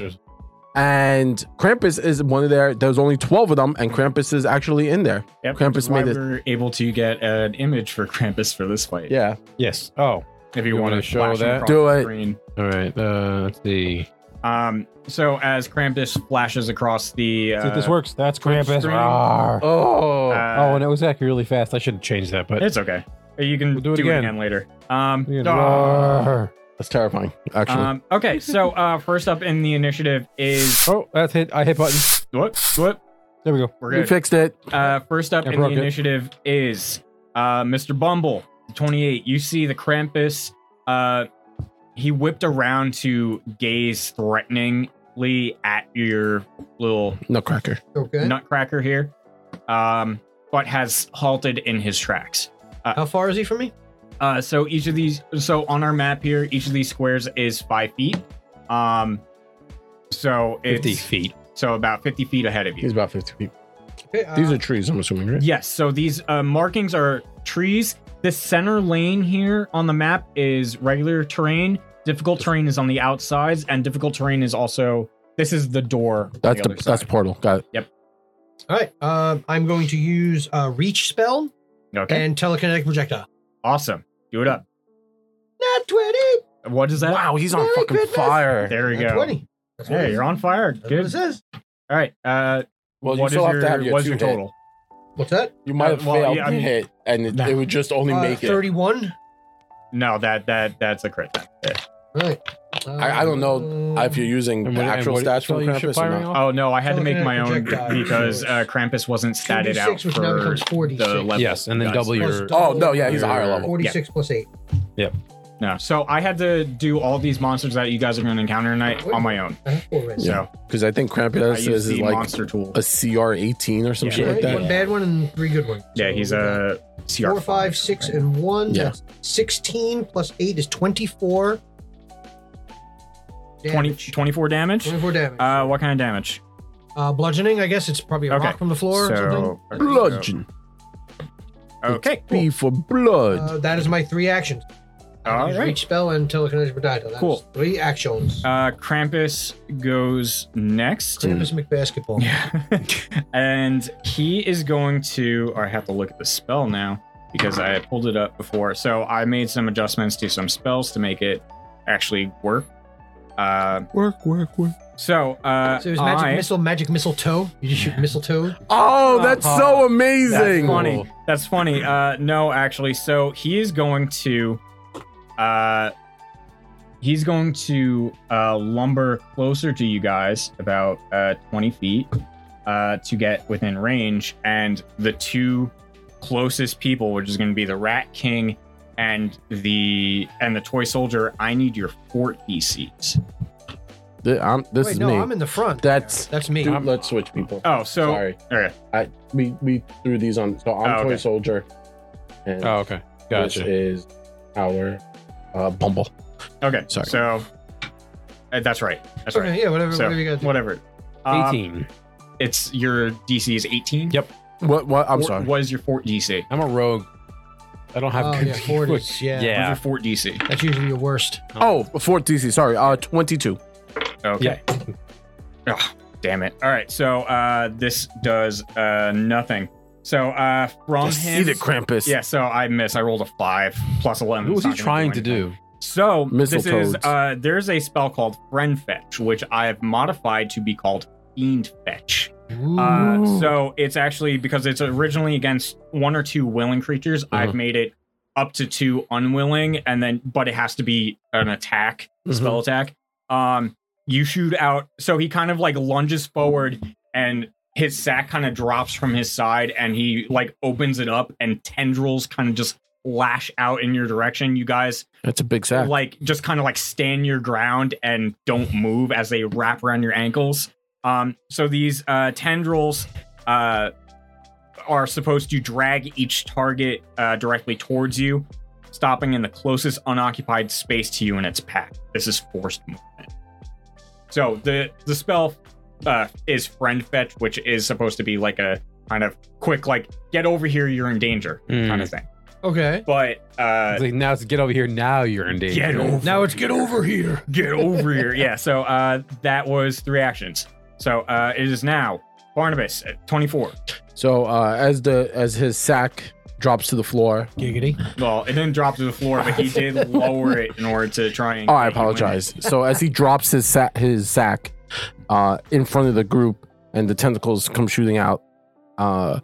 Speaker 1: and Krampus is one of their. There's only twelve of them, and Krampus is actually in there.
Speaker 2: Yep,
Speaker 1: Krampus
Speaker 2: which is why
Speaker 1: made it.
Speaker 2: We're able to get an image for Krampus for this fight.
Speaker 1: Yeah.
Speaker 3: Yes. Oh.
Speaker 2: if you,
Speaker 3: You
Speaker 2: want
Speaker 3: wanna
Speaker 2: to
Speaker 3: show
Speaker 2: show
Speaker 3: that?
Speaker 2: that.
Speaker 1: Do it.
Speaker 2: Screen.
Speaker 3: All right. Uh, let's see.
Speaker 2: Um. So as Krampus flashes across the,
Speaker 3: See
Speaker 2: uh,
Speaker 3: if this works. That's Krampus.
Speaker 2: screen.
Speaker 3: Rawr.
Speaker 1: Oh.
Speaker 2: Uh,
Speaker 3: oh, and it was acting really fast. I should have changed that, but
Speaker 2: it's okay. You can
Speaker 3: We'll
Speaker 2: do it, again. later. Um.
Speaker 3: Yeah,
Speaker 2: ah.
Speaker 3: rawr.
Speaker 1: That's terrifying, actually.
Speaker 2: Um. Okay. So uh, first up in the initiative is
Speaker 3: Oh, that's hit. I hit button.
Speaker 2: what? What?
Speaker 3: There we go.
Speaker 2: We're
Speaker 1: we
Speaker 2: good.
Speaker 1: fixed it.
Speaker 2: Uh, first up
Speaker 3: I
Speaker 2: in the
Speaker 3: broke it.
Speaker 2: initiative is uh, Mr. Bumble, 28. You see the Krampus. Uh, he whipped around to gaze threateningly at your little
Speaker 1: Nutcracker.
Speaker 4: Okay.
Speaker 2: nutcracker here, um, but has halted in his tracks.
Speaker 4: How far is he from me?
Speaker 2: Uh, so each of these, so on our map here, each of these squares is five feet. Um, so it's
Speaker 3: Fifty feet.
Speaker 2: so about 50 feet ahead of you.
Speaker 1: He's about 50 feet.
Speaker 4: Okay, uh,
Speaker 1: These are trees, I'm assuming, right?
Speaker 2: Yes. So these uh, markings are trees. The center lane here on the map is regular terrain. Difficult terrain is on the outsides, and difficult terrain is also this is the door.
Speaker 1: That's
Speaker 2: on the
Speaker 1: the,
Speaker 2: other
Speaker 1: that's
Speaker 2: side.
Speaker 1: portal. Got it.
Speaker 4: all right. Um, I'm going to use uh, reach spell
Speaker 2: okay.
Speaker 4: and telekinetic projectile.
Speaker 2: Awesome. Do it up.
Speaker 4: Not 20.
Speaker 2: What is that?
Speaker 1: Wow, he's on
Speaker 4: Merry
Speaker 1: fucking
Speaker 4: Christmas.
Speaker 1: fire.
Speaker 2: There you
Speaker 4: Not
Speaker 2: go.
Speaker 4: 20. That's what it
Speaker 2: Hey,
Speaker 4: is.
Speaker 2: you're on fire.
Speaker 4: That's what it
Speaker 2: Good.
Speaker 4: says.
Speaker 2: All right. Uh,
Speaker 1: Well, you
Speaker 2: what is
Speaker 1: still have to
Speaker 2: your-
Speaker 1: have your
Speaker 2: what's
Speaker 1: two
Speaker 2: your
Speaker 1: hit.
Speaker 2: total?
Speaker 4: What's that?
Speaker 1: You might have
Speaker 2: Uh, well,
Speaker 1: failed
Speaker 2: yeah,
Speaker 1: to
Speaker 2: I mean-
Speaker 1: hit, and it,
Speaker 2: Nah.
Speaker 1: it would just only
Speaker 4: Uh,
Speaker 1: make it.
Speaker 4: 31.
Speaker 2: No, that that that's a crit.
Speaker 4: All right.
Speaker 1: I- I don't know
Speaker 4: Um,
Speaker 1: uh, if you're using
Speaker 3: And
Speaker 1: the
Speaker 3: what- and
Speaker 1: actual
Speaker 3: what
Speaker 1: stats
Speaker 3: spell
Speaker 1: from
Speaker 3: you should
Speaker 1: Krampus or
Speaker 3: firing
Speaker 1: not.
Speaker 3: off?
Speaker 2: Oh no, I had to make
Speaker 4: Telekinetic
Speaker 2: my own
Speaker 4: projectile.
Speaker 2: because uh, Krampus wasn't statted
Speaker 4: 2d6,
Speaker 2: out
Speaker 4: which now
Speaker 2: for
Speaker 4: becomes 46.
Speaker 2: the level.
Speaker 3: Yes, and then
Speaker 2: Nice.
Speaker 3: double
Speaker 4: Plus
Speaker 3: your.
Speaker 1: Oh,
Speaker 4: double
Speaker 1: no, yeah, he's a higher
Speaker 3: Your-
Speaker 1: level.
Speaker 4: 46 plus 8.
Speaker 2: No, so I had to do all these monsters that you guys are going to encounter tonight on my own.
Speaker 4: I have Uh-huh, four reds.
Speaker 1: Yeah.
Speaker 2: So
Speaker 1: Because I think
Speaker 2: I
Speaker 1: Krampus
Speaker 2: used
Speaker 1: is, is
Speaker 2: the
Speaker 1: like
Speaker 2: monster tool.
Speaker 1: a CR 18 or some
Speaker 2: Yeah.
Speaker 1: shit
Speaker 4: All
Speaker 1: like
Speaker 4: right,
Speaker 1: that.
Speaker 4: One bad one and three good ones.
Speaker 2: Yeah, he's a CR.
Speaker 4: Four, five, six, and one.
Speaker 1: Yeah.
Speaker 4: That's 16 plus 8 is 24.
Speaker 2: 20,
Speaker 4: damage.
Speaker 2: 24 damage.
Speaker 4: 24 damage. Uh,
Speaker 2: Uh, what kind of damage?
Speaker 4: bludgeoning, I guess it's probably a
Speaker 2: Okay.
Speaker 4: rock from the floor or something.
Speaker 2: So
Speaker 1: Bludgeon.
Speaker 2: Okay.
Speaker 1: B for blood.
Speaker 4: Uh, that is my three actions. I
Speaker 2: All
Speaker 4: use
Speaker 2: right.
Speaker 4: Reach spell and telekinetic projectile. That's
Speaker 2: Cool.
Speaker 4: Three actions.
Speaker 2: Uh, Krampus goes next.
Speaker 1: Hmm.
Speaker 4: Krampus McBasketball.
Speaker 2: and he is going to. Or I have to look at the spell now because I pulled it up before. So I made some adjustments to some spells to make it actually work. Uh,
Speaker 1: Work, work, work.
Speaker 2: so, uh,
Speaker 4: So it was magic
Speaker 2: I-
Speaker 4: missile, magic mistletoe. You just shoot mistletoe.
Speaker 1: Oh, that's so amazing.
Speaker 2: Uh, That's funny. That's funny. Uh, no, actually, so he is going to, uh, he's going to uh, lumber closer to you guys, about uh, twenty feet, uh, to get within range, and the two closest people, which is going to be the Rat King and the and the Toy Soldier. I need your E fort DCs.
Speaker 1: Th- I'm- this
Speaker 4: Wait,
Speaker 1: is
Speaker 4: no,
Speaker 1: me.
Speaker 4: I'm in the front.
Speaker 1: that's
Speaker 4: That's me.
Speaker 1: Dude, let's switch people.
Speaker 2: Oh, so
Speaker 1: Sorry,
Speaker 2: okay.
Speaker 1: I we we threw these on. So I'm
Speaker 2: Oh,
Speaker 1: toy
Speaker 2: okay.
Speaker 1: soldier, and
Speaker 3: Oh, okay. Gotcha.
Speaker 1: this is our uh, Bumble.
Speaker 2: Okay,
Speaker 1: Sorry.
Speaker 2: So uh, that's right. That's
Speaker 4: Okay,
Speaker 2: right.
Speaker 4: yeah, whatever.
Speaker 2: So
Speaker 4: whatever you got.
Speaker 2: whatever. Um,
Speaker 3: 18.
Speaker 2: It's your DC is 18.
Speaker 3: Yep.
Speaker 1: What? What? I'm
Speaker 2: What
Speaker 1: sorry.
Speaker 2: was your fort DC?
Speaker 3: I'm a rogue. I don't have
Speaker 4: Oh,
Speaker 3: good
Speaker 4: yeah,
Speaker 3: people.
Speaker 4: 40s, yeah.
Speaker 2: What was your
Speaker 3: Yeah.
Speaker 2: fort DC?
Speaker 4: That's usually your worst.
Speaker 1: Oh, Fort DC. Sorry. Uh, 22.
Speaker 2: Okay. Oh, damn it. All right. So uh, this does uh, nothing. So uh, from
Speaker 1: Yes,
Speaker 2: him.
Speaker 1: Eat it, Krampus.
Speaker 2: Yeah. So I miss. I rolled a five plus 11.
Speaker 3: What
Speaker 2: It's
Speaker 3: was he
Speaker 2: not gonna
Speaker 3: trying to
Speaker 2: anything.
Speaker 3: do?
Speaker 2: So this is
Speaker 1: Mistletoes.
Speaker 2: uh, there's a spell called Friend Fetch, which I have modified to be called Fiend Fetch. Uh,
Speaker 1: Ooh.
Speaker 2: so it's actually because it's originally against one or two willing creatures. I've made it up to two unwilling, and then but it has to be an attack spell attack. Um, you shoot out. So he kind of like lunges forward, and his sack kind of drops from his side, and he like opens it up, and tendrils kind of just lash out in your direction. You guys
Speaker 1: That's a big sack.
Speaker 2: like just kind of like stand your ground and don't move as they wrap around your ankles. Um, so these uh, tendrils uh, are supposed to drag each target uh, directly towards you, stopping in the closest unoccupied space to you in its path. This is forced movement. So the the spell uh, is friend fetch, which is supposed to be like a kind of quick like get over here, you're in danger kind of thing.
Speaker 4: Okay.
Speaker 2: But uh,
Speaker 3: It's like, now it's get over here. Now you're in danger.
Speaker 2: get over
Speaker 4: Now it's get over here.
Speaker 2: Get over here. Yeah, so uh, that was three actions. So uh, it is now Barnabas at 24.
Speaker 1: So uh, as the as his sack drops to the floor.
Speaker 4: Giggity.
Speaker 2: Well, it didn't drop to the floor, but he did lower it in order to try and.
Speaker 1: Oh, I apologize. so as he drops his sa- his sack uh, in front of the group, and the tentacles come shooting out, uh,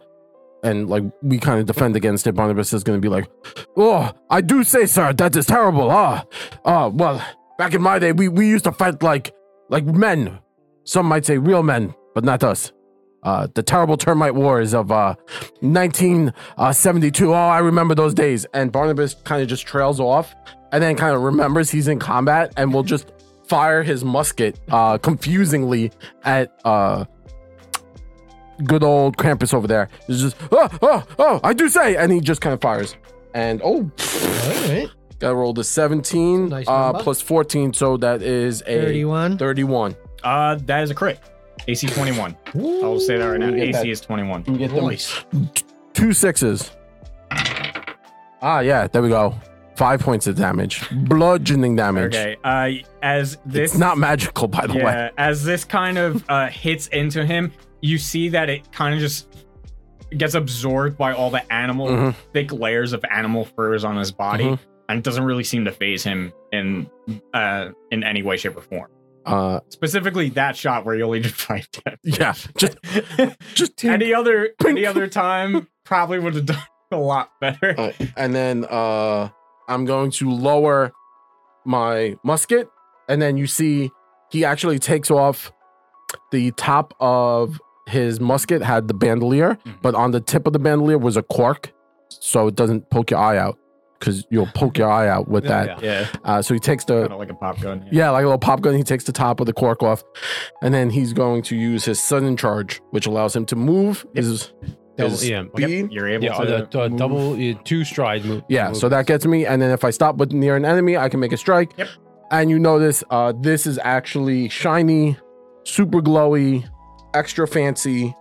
Speaker 1: and like we kind of defend against it. Barnabas is going to be like, "Oh, I do say, sir, that is terrible. Ah, ah. Well, back in my day, we we used to fight like like men. Some might say real men, but not us." Uh, the terrible termite wars of uh, 1972. Oh, I remember those days. And Barnabas kind of just trails off and then kind of remembers he's in combat and will just fire his musket uh, confusingly at uh, good old Krampus over there. It's just, oh, oh, oh, I do say. And he just kind of fires. And oh,
Speaker 4: All right.
Speaker 1: got rolled a 17
Speaker 4: Nice
Speaker 1: uh,
Speaker 4: number.
Speaker 1: plus 14. So that is a
Speaker 4: 31.
Speaker 1: 31.
Speaker 2: Uh, that is a crit. AC 21. I'll say that right now. AC is 21.
Speaker 1: You get them two sixes. Ah, yeah, there we go. Five points of damage, bludgeoning damage.
Speaker 2: Okay. Uh, as this.
Speaker 1: It's not magical, by the way.
Speaker 2: Yeah, as this kind of uh, hits into him, you see that it kind of just gets absorbed by all the animal
Speaker 1: Mhm.
Speaker 2: thick layers of animal furs on his body,
Speaker 1: Mhm.
Speaker 2: and it doesn't really seem to phase him in uh, in any way, shape, or form.
Speaker 1: Uh,
Speaker 2: Specifically, that shot where you only did five
Speaker 1: yeah, just
Speaker 2: deaths.
Speaker 1: just take-
Speaker 2: any other
Speaker 1: Pink.
Speaker 2: any other time probably would have done a lot better.
Speaker 1: Uh, and then uh, I'm going to lower my musket, and then you see he actually takes off the top of his musket had the bandolier,
Speaker 2: Mhm.
Speaker 1: but on the tip of the bandolier was a cork, so it doesn't poke your eye out because you'll poke your eye out with that.
Speaker 2: yeah,
Speaker 1: Uh, so he takes
Speaker 2: kind
Speaker 1: the
Speaker 2: of like a pop gun.
Speaker 1: yeah, like a little pop gun. He takes the top of the cork off, and then he's going to use his sudden charge, which allows him to move. His,
Speaker 3: Double,
Speaker 1: his
Speaker 3: yeah.
Speaker 1: speed.
Speaker 2: You're able
Speaker 3: Yeah,
Speaker 2: to
Speaker 3: the, the
Speaker 2: move.
Speaker 3: double uh, two stride move.
Speaker 1: Yeah,
Speaker 3: move.
Speaker 1: so that gets me, and then if I stop with near an enemy, I can make a strike.
Speaker 2: Yep.
Speaker 1: And you notice uh, this is actually shiny, super glowy, extra fancy,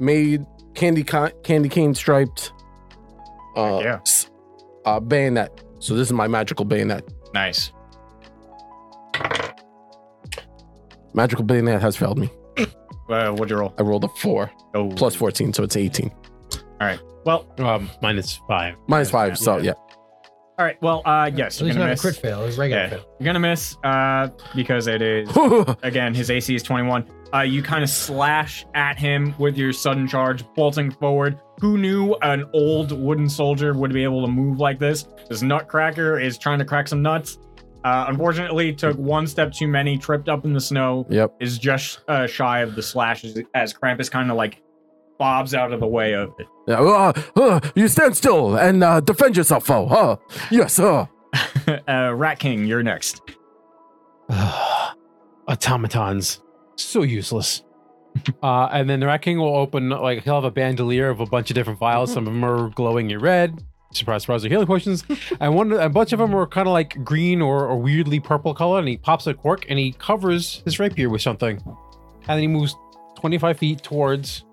Speaker 1: made candy ca- candy cane striped. Uh,
Speaker 2: yeah.
Speaker 1: s- uh, bayonet. So this is my magical bayonet.
Speaker 2: Nice.
Speaker 1: Magical bayonet has failed me.
Speaker 2: Uh, what'd you roll?
Speaker 1: I rolled a four
Speaker 2: Oh,
Speaker 1: plus fourteen, so it's eighteen.
Speaker 2: Well,
Speaker 3: um, minus five.
Speaker 1: Minus five, so yeah.
Speaker 2: All right. Well, uh, yes,
Speaker 4: At
Speaker 2: you're gonna
Speaker 4: least not a
Speaker 2: miss.
Speaker 4: crit fail. It's a regular
Speaker 2: Yeah,
Speaker 4: fail.
Speaker 2: you're gonna miss uh, because it is again his AC is 21. Uh, you kind of slash at him with your sudden charge, bolting forward. Who knew an old wooden soldier would be able to move like this? This nutcracker is trying to crack some nuts. Uh, unfortunately, took one step too many, tripped up in the snow,
Speaker 1: yep.
Speaker 2: is just uh, shy of the slash as, as Krampus kind of like bobs out of the way of it.
Speaker 1: Yeah, uh, uh, you stand still and uh, defend yourself, foe. Huh? Yes, ah. sir.
Speaker 2: uh, Rat King, you're next.
Speaker 3: automatons. So useless. uh, and then the Rat King will open, like, he'll have a bandolier of a bunch of different vials. Some of them are glowing in red. Surprise, surprise, they're healing potions. and one, a bunch of them are kind of like green or, or weirdly purple color. And he pops a cork and he covers his rapier with something. And then he moves 25 feet towards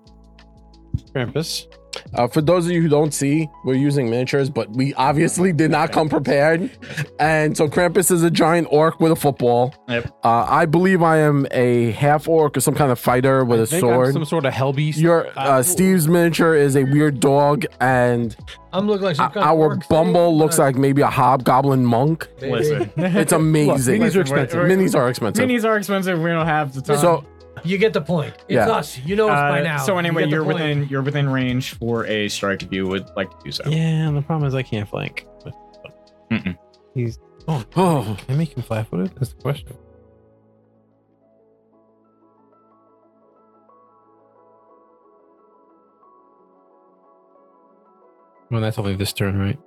Speaker 3: Krampus.
Speaker 1: Uh, for those of you who don't see, we're using miniatures, but we obviously did not come prepared. And so Krampus is a giant orc with a football.
Speaker 2: Yep.
Speaker 1: Uh, I believe I am a half orc or some kind of fighter with
Speaker 3: I
Speaker 1: a
Speaker 3: think I'm
Speaker 1: sword.
Speaker 3: some sort of hell beast.
Speaker 1: Your uh, Steve's miniature is a weird dog, and
Speaker 4: I'm looking like some kind of
Speaker 1: our
Speaker 4: orc thing.
Speaker 1: Bumble looks like maybe a hobgoblin monk.
Speaker 4: Maybe.
Speaker 2: Listen.
Speaker 1: It's amazing.
Speaker 3: minis are expensive.
Speaker 1: Minis are expensive.
Speaker 2: Minis are expensive. We don't have the time.
Speaker 1: So
Speaker 4: You get the point. It's
Speaker 1: Yeah.
Speaker 4: us. You know us by
Speaker 2: Uh,
Speaker 4: now.
Speaker 2: So anyway,
Speaker 4: you get the
Speaker 2: you are
Speaker 4: point.
Speaker 2: within you're within range for a strike if you would like to do so.
Speaker 3: Yeah, and the problem is I can't flank.
Speaker 2: Mm-mm.
Speaker 3: He's
Speaker 1: oh,
Speaker 3: can I make him flat footed? That's the question. Well, that's only this turn, right?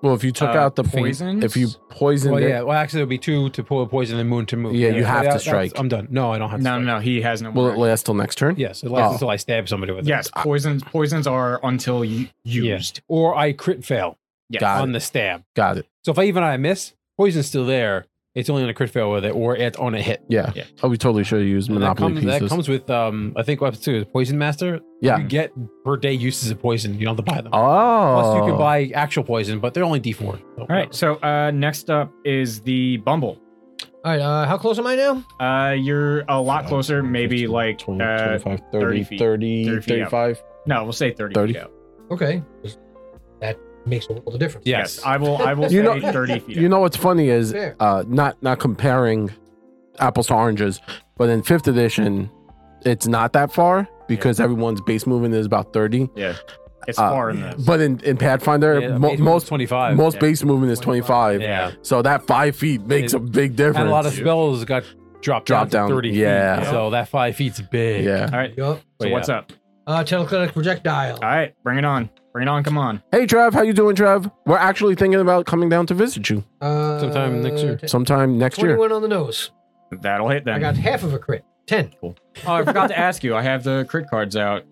Speaker 1: well, if you took
Speaker 2: Uh,
Speaker 1: out the thing-
Speaker 2: poisons?
Speaker 1: if you poisoned
Speaker 3: Well,
Speaker 1: it,
Speaker 3: yeah. Well, actually, it would be two to pull a poison and moon to move.
Speaker 1: Yeah, you have to
Speaker 3: that's-
Speaker 1: strike.
Speaker 3: I'm done. No, I don't have to.
Speaker 2: No,
Speaker 3: strike.
Speaker 2: no, no, he has no.
Speaker 1: will
Speaker 2: More
Speaker 1: it last till next turn?
Speaker 3: Yes, it lasts
Speaker 1: Oh.
Speaker 3: until I stab somebody with it.
Speaker 2: yes, poisons poisons are until you,
Speaker 3: Yeah.
Speaker 2: used.
Speaker 3: Or I crit fail
Speaker 2: Yes.
Speaker 1: Got
Speaker 3: on the stab.
Speaker 1: Got it.
Speaker 3: So if I even I miss, poison's still there. It's only on a crit fail with it, or it's on a hit.
Speaker 1: Yeah.
Speaker 2: Yeah.
Speaker 1: Oh, we totally should have used
Speaker 3: And
Speaker 1: Monopoly
Speaker 3: that comes,
Speaker 1: pieces.
Speaker 3: That comes with, um, I think, what too, Poison Master.
Speaker 1: yeah.
Speaker 3: You get per day uses of poison. You don't have to buy them.
Speaker 1: Oh.
Speaker 3: Plus, you can buy actual poison, but they're only D4. All
Speaker 2: All right. So uh, next up is the Bumble.
Speaker 4: All right. Uh, how close am I now?
Speaker 2: Uh, you're a lot closer, maybe
Speaker 1: 15,
Speaker 2: like
Speaker 1: 20,
Speaker 2: uh,
Speaker 1: 25,
Speaker 2: 30
Speaker 1: 30,
Speaker 2: feet.
Speaker 1: 30,
Speaker 2: 30 feet out.
Speaker 1: 35.
Speaker 2: no, we'll say thirty.
Speaker 1: 30?
Speaker 2: feet out.
Speaker 4: Okay. That makes a world of difference.
Speaker 3: Yes.
Speaker 2: I will. I will
Speaker 1: You
Speaker 2: say
Speaker 1: know-
Speaker 2: thirty feet.
Speaker 1: You know what's funny is
Speaker 4: Fair.
Speaker 1: uh, not not comparing apples to oranges, but in fifth edition, it's not that far because everyone's base movement is about 30.
Speaker 2: yeah, it's
Speaker 1: uh,
Speaker 2: far in this.
Speaker 1: But in, in Pathfinder,
Speaker 3: Yeah,
Speaker 1: mo-
Speaker 3: basically
Speaker 1: most
Speaker 3: 25.
Speaker 1: most
Speaker 2: yeah.
Speaker 1: base movement is 25.
Speaker 3: yeah.
Speaker 1: So that five feet makes
Speaker 3: It-
Speaker 1: a big difference.
Speaker 3: And a lot of spells got dropped,
Speaker 1: Dropped
Speaker 3: down,
Speaker 1: down,
Speaker 3: to 30
Speaker 1: yeah.
Speaker 3: feet. So that five feet's big.
Speaker 1: yeah.
Speaker 2: All right.
Speaker 4: Yup.
Speaker 2: So
Speaker 3: yeah.
Speaker 2: what's up?
Speaker 4: Uh, teleclinic projectile.
Speaker 2: All right, bring it on. Bring it on. Come on.
Speaker 1: Hey Trev, how you doing, Trev? We're actually thinking about coming down to visit you
Speaker 4: Uh,
Speaker 3: Sometime next year.
Speaker 1: sometime next year.
Speaker 4: Twenty-one on the nose.
Speaker 2: That'll hit
Speaker 4: I
Speaker 2: them.
Speaker 4: got half of a crit. Ten.
Speaker 2: oh, I forgot to ask you. I have the crit cards out.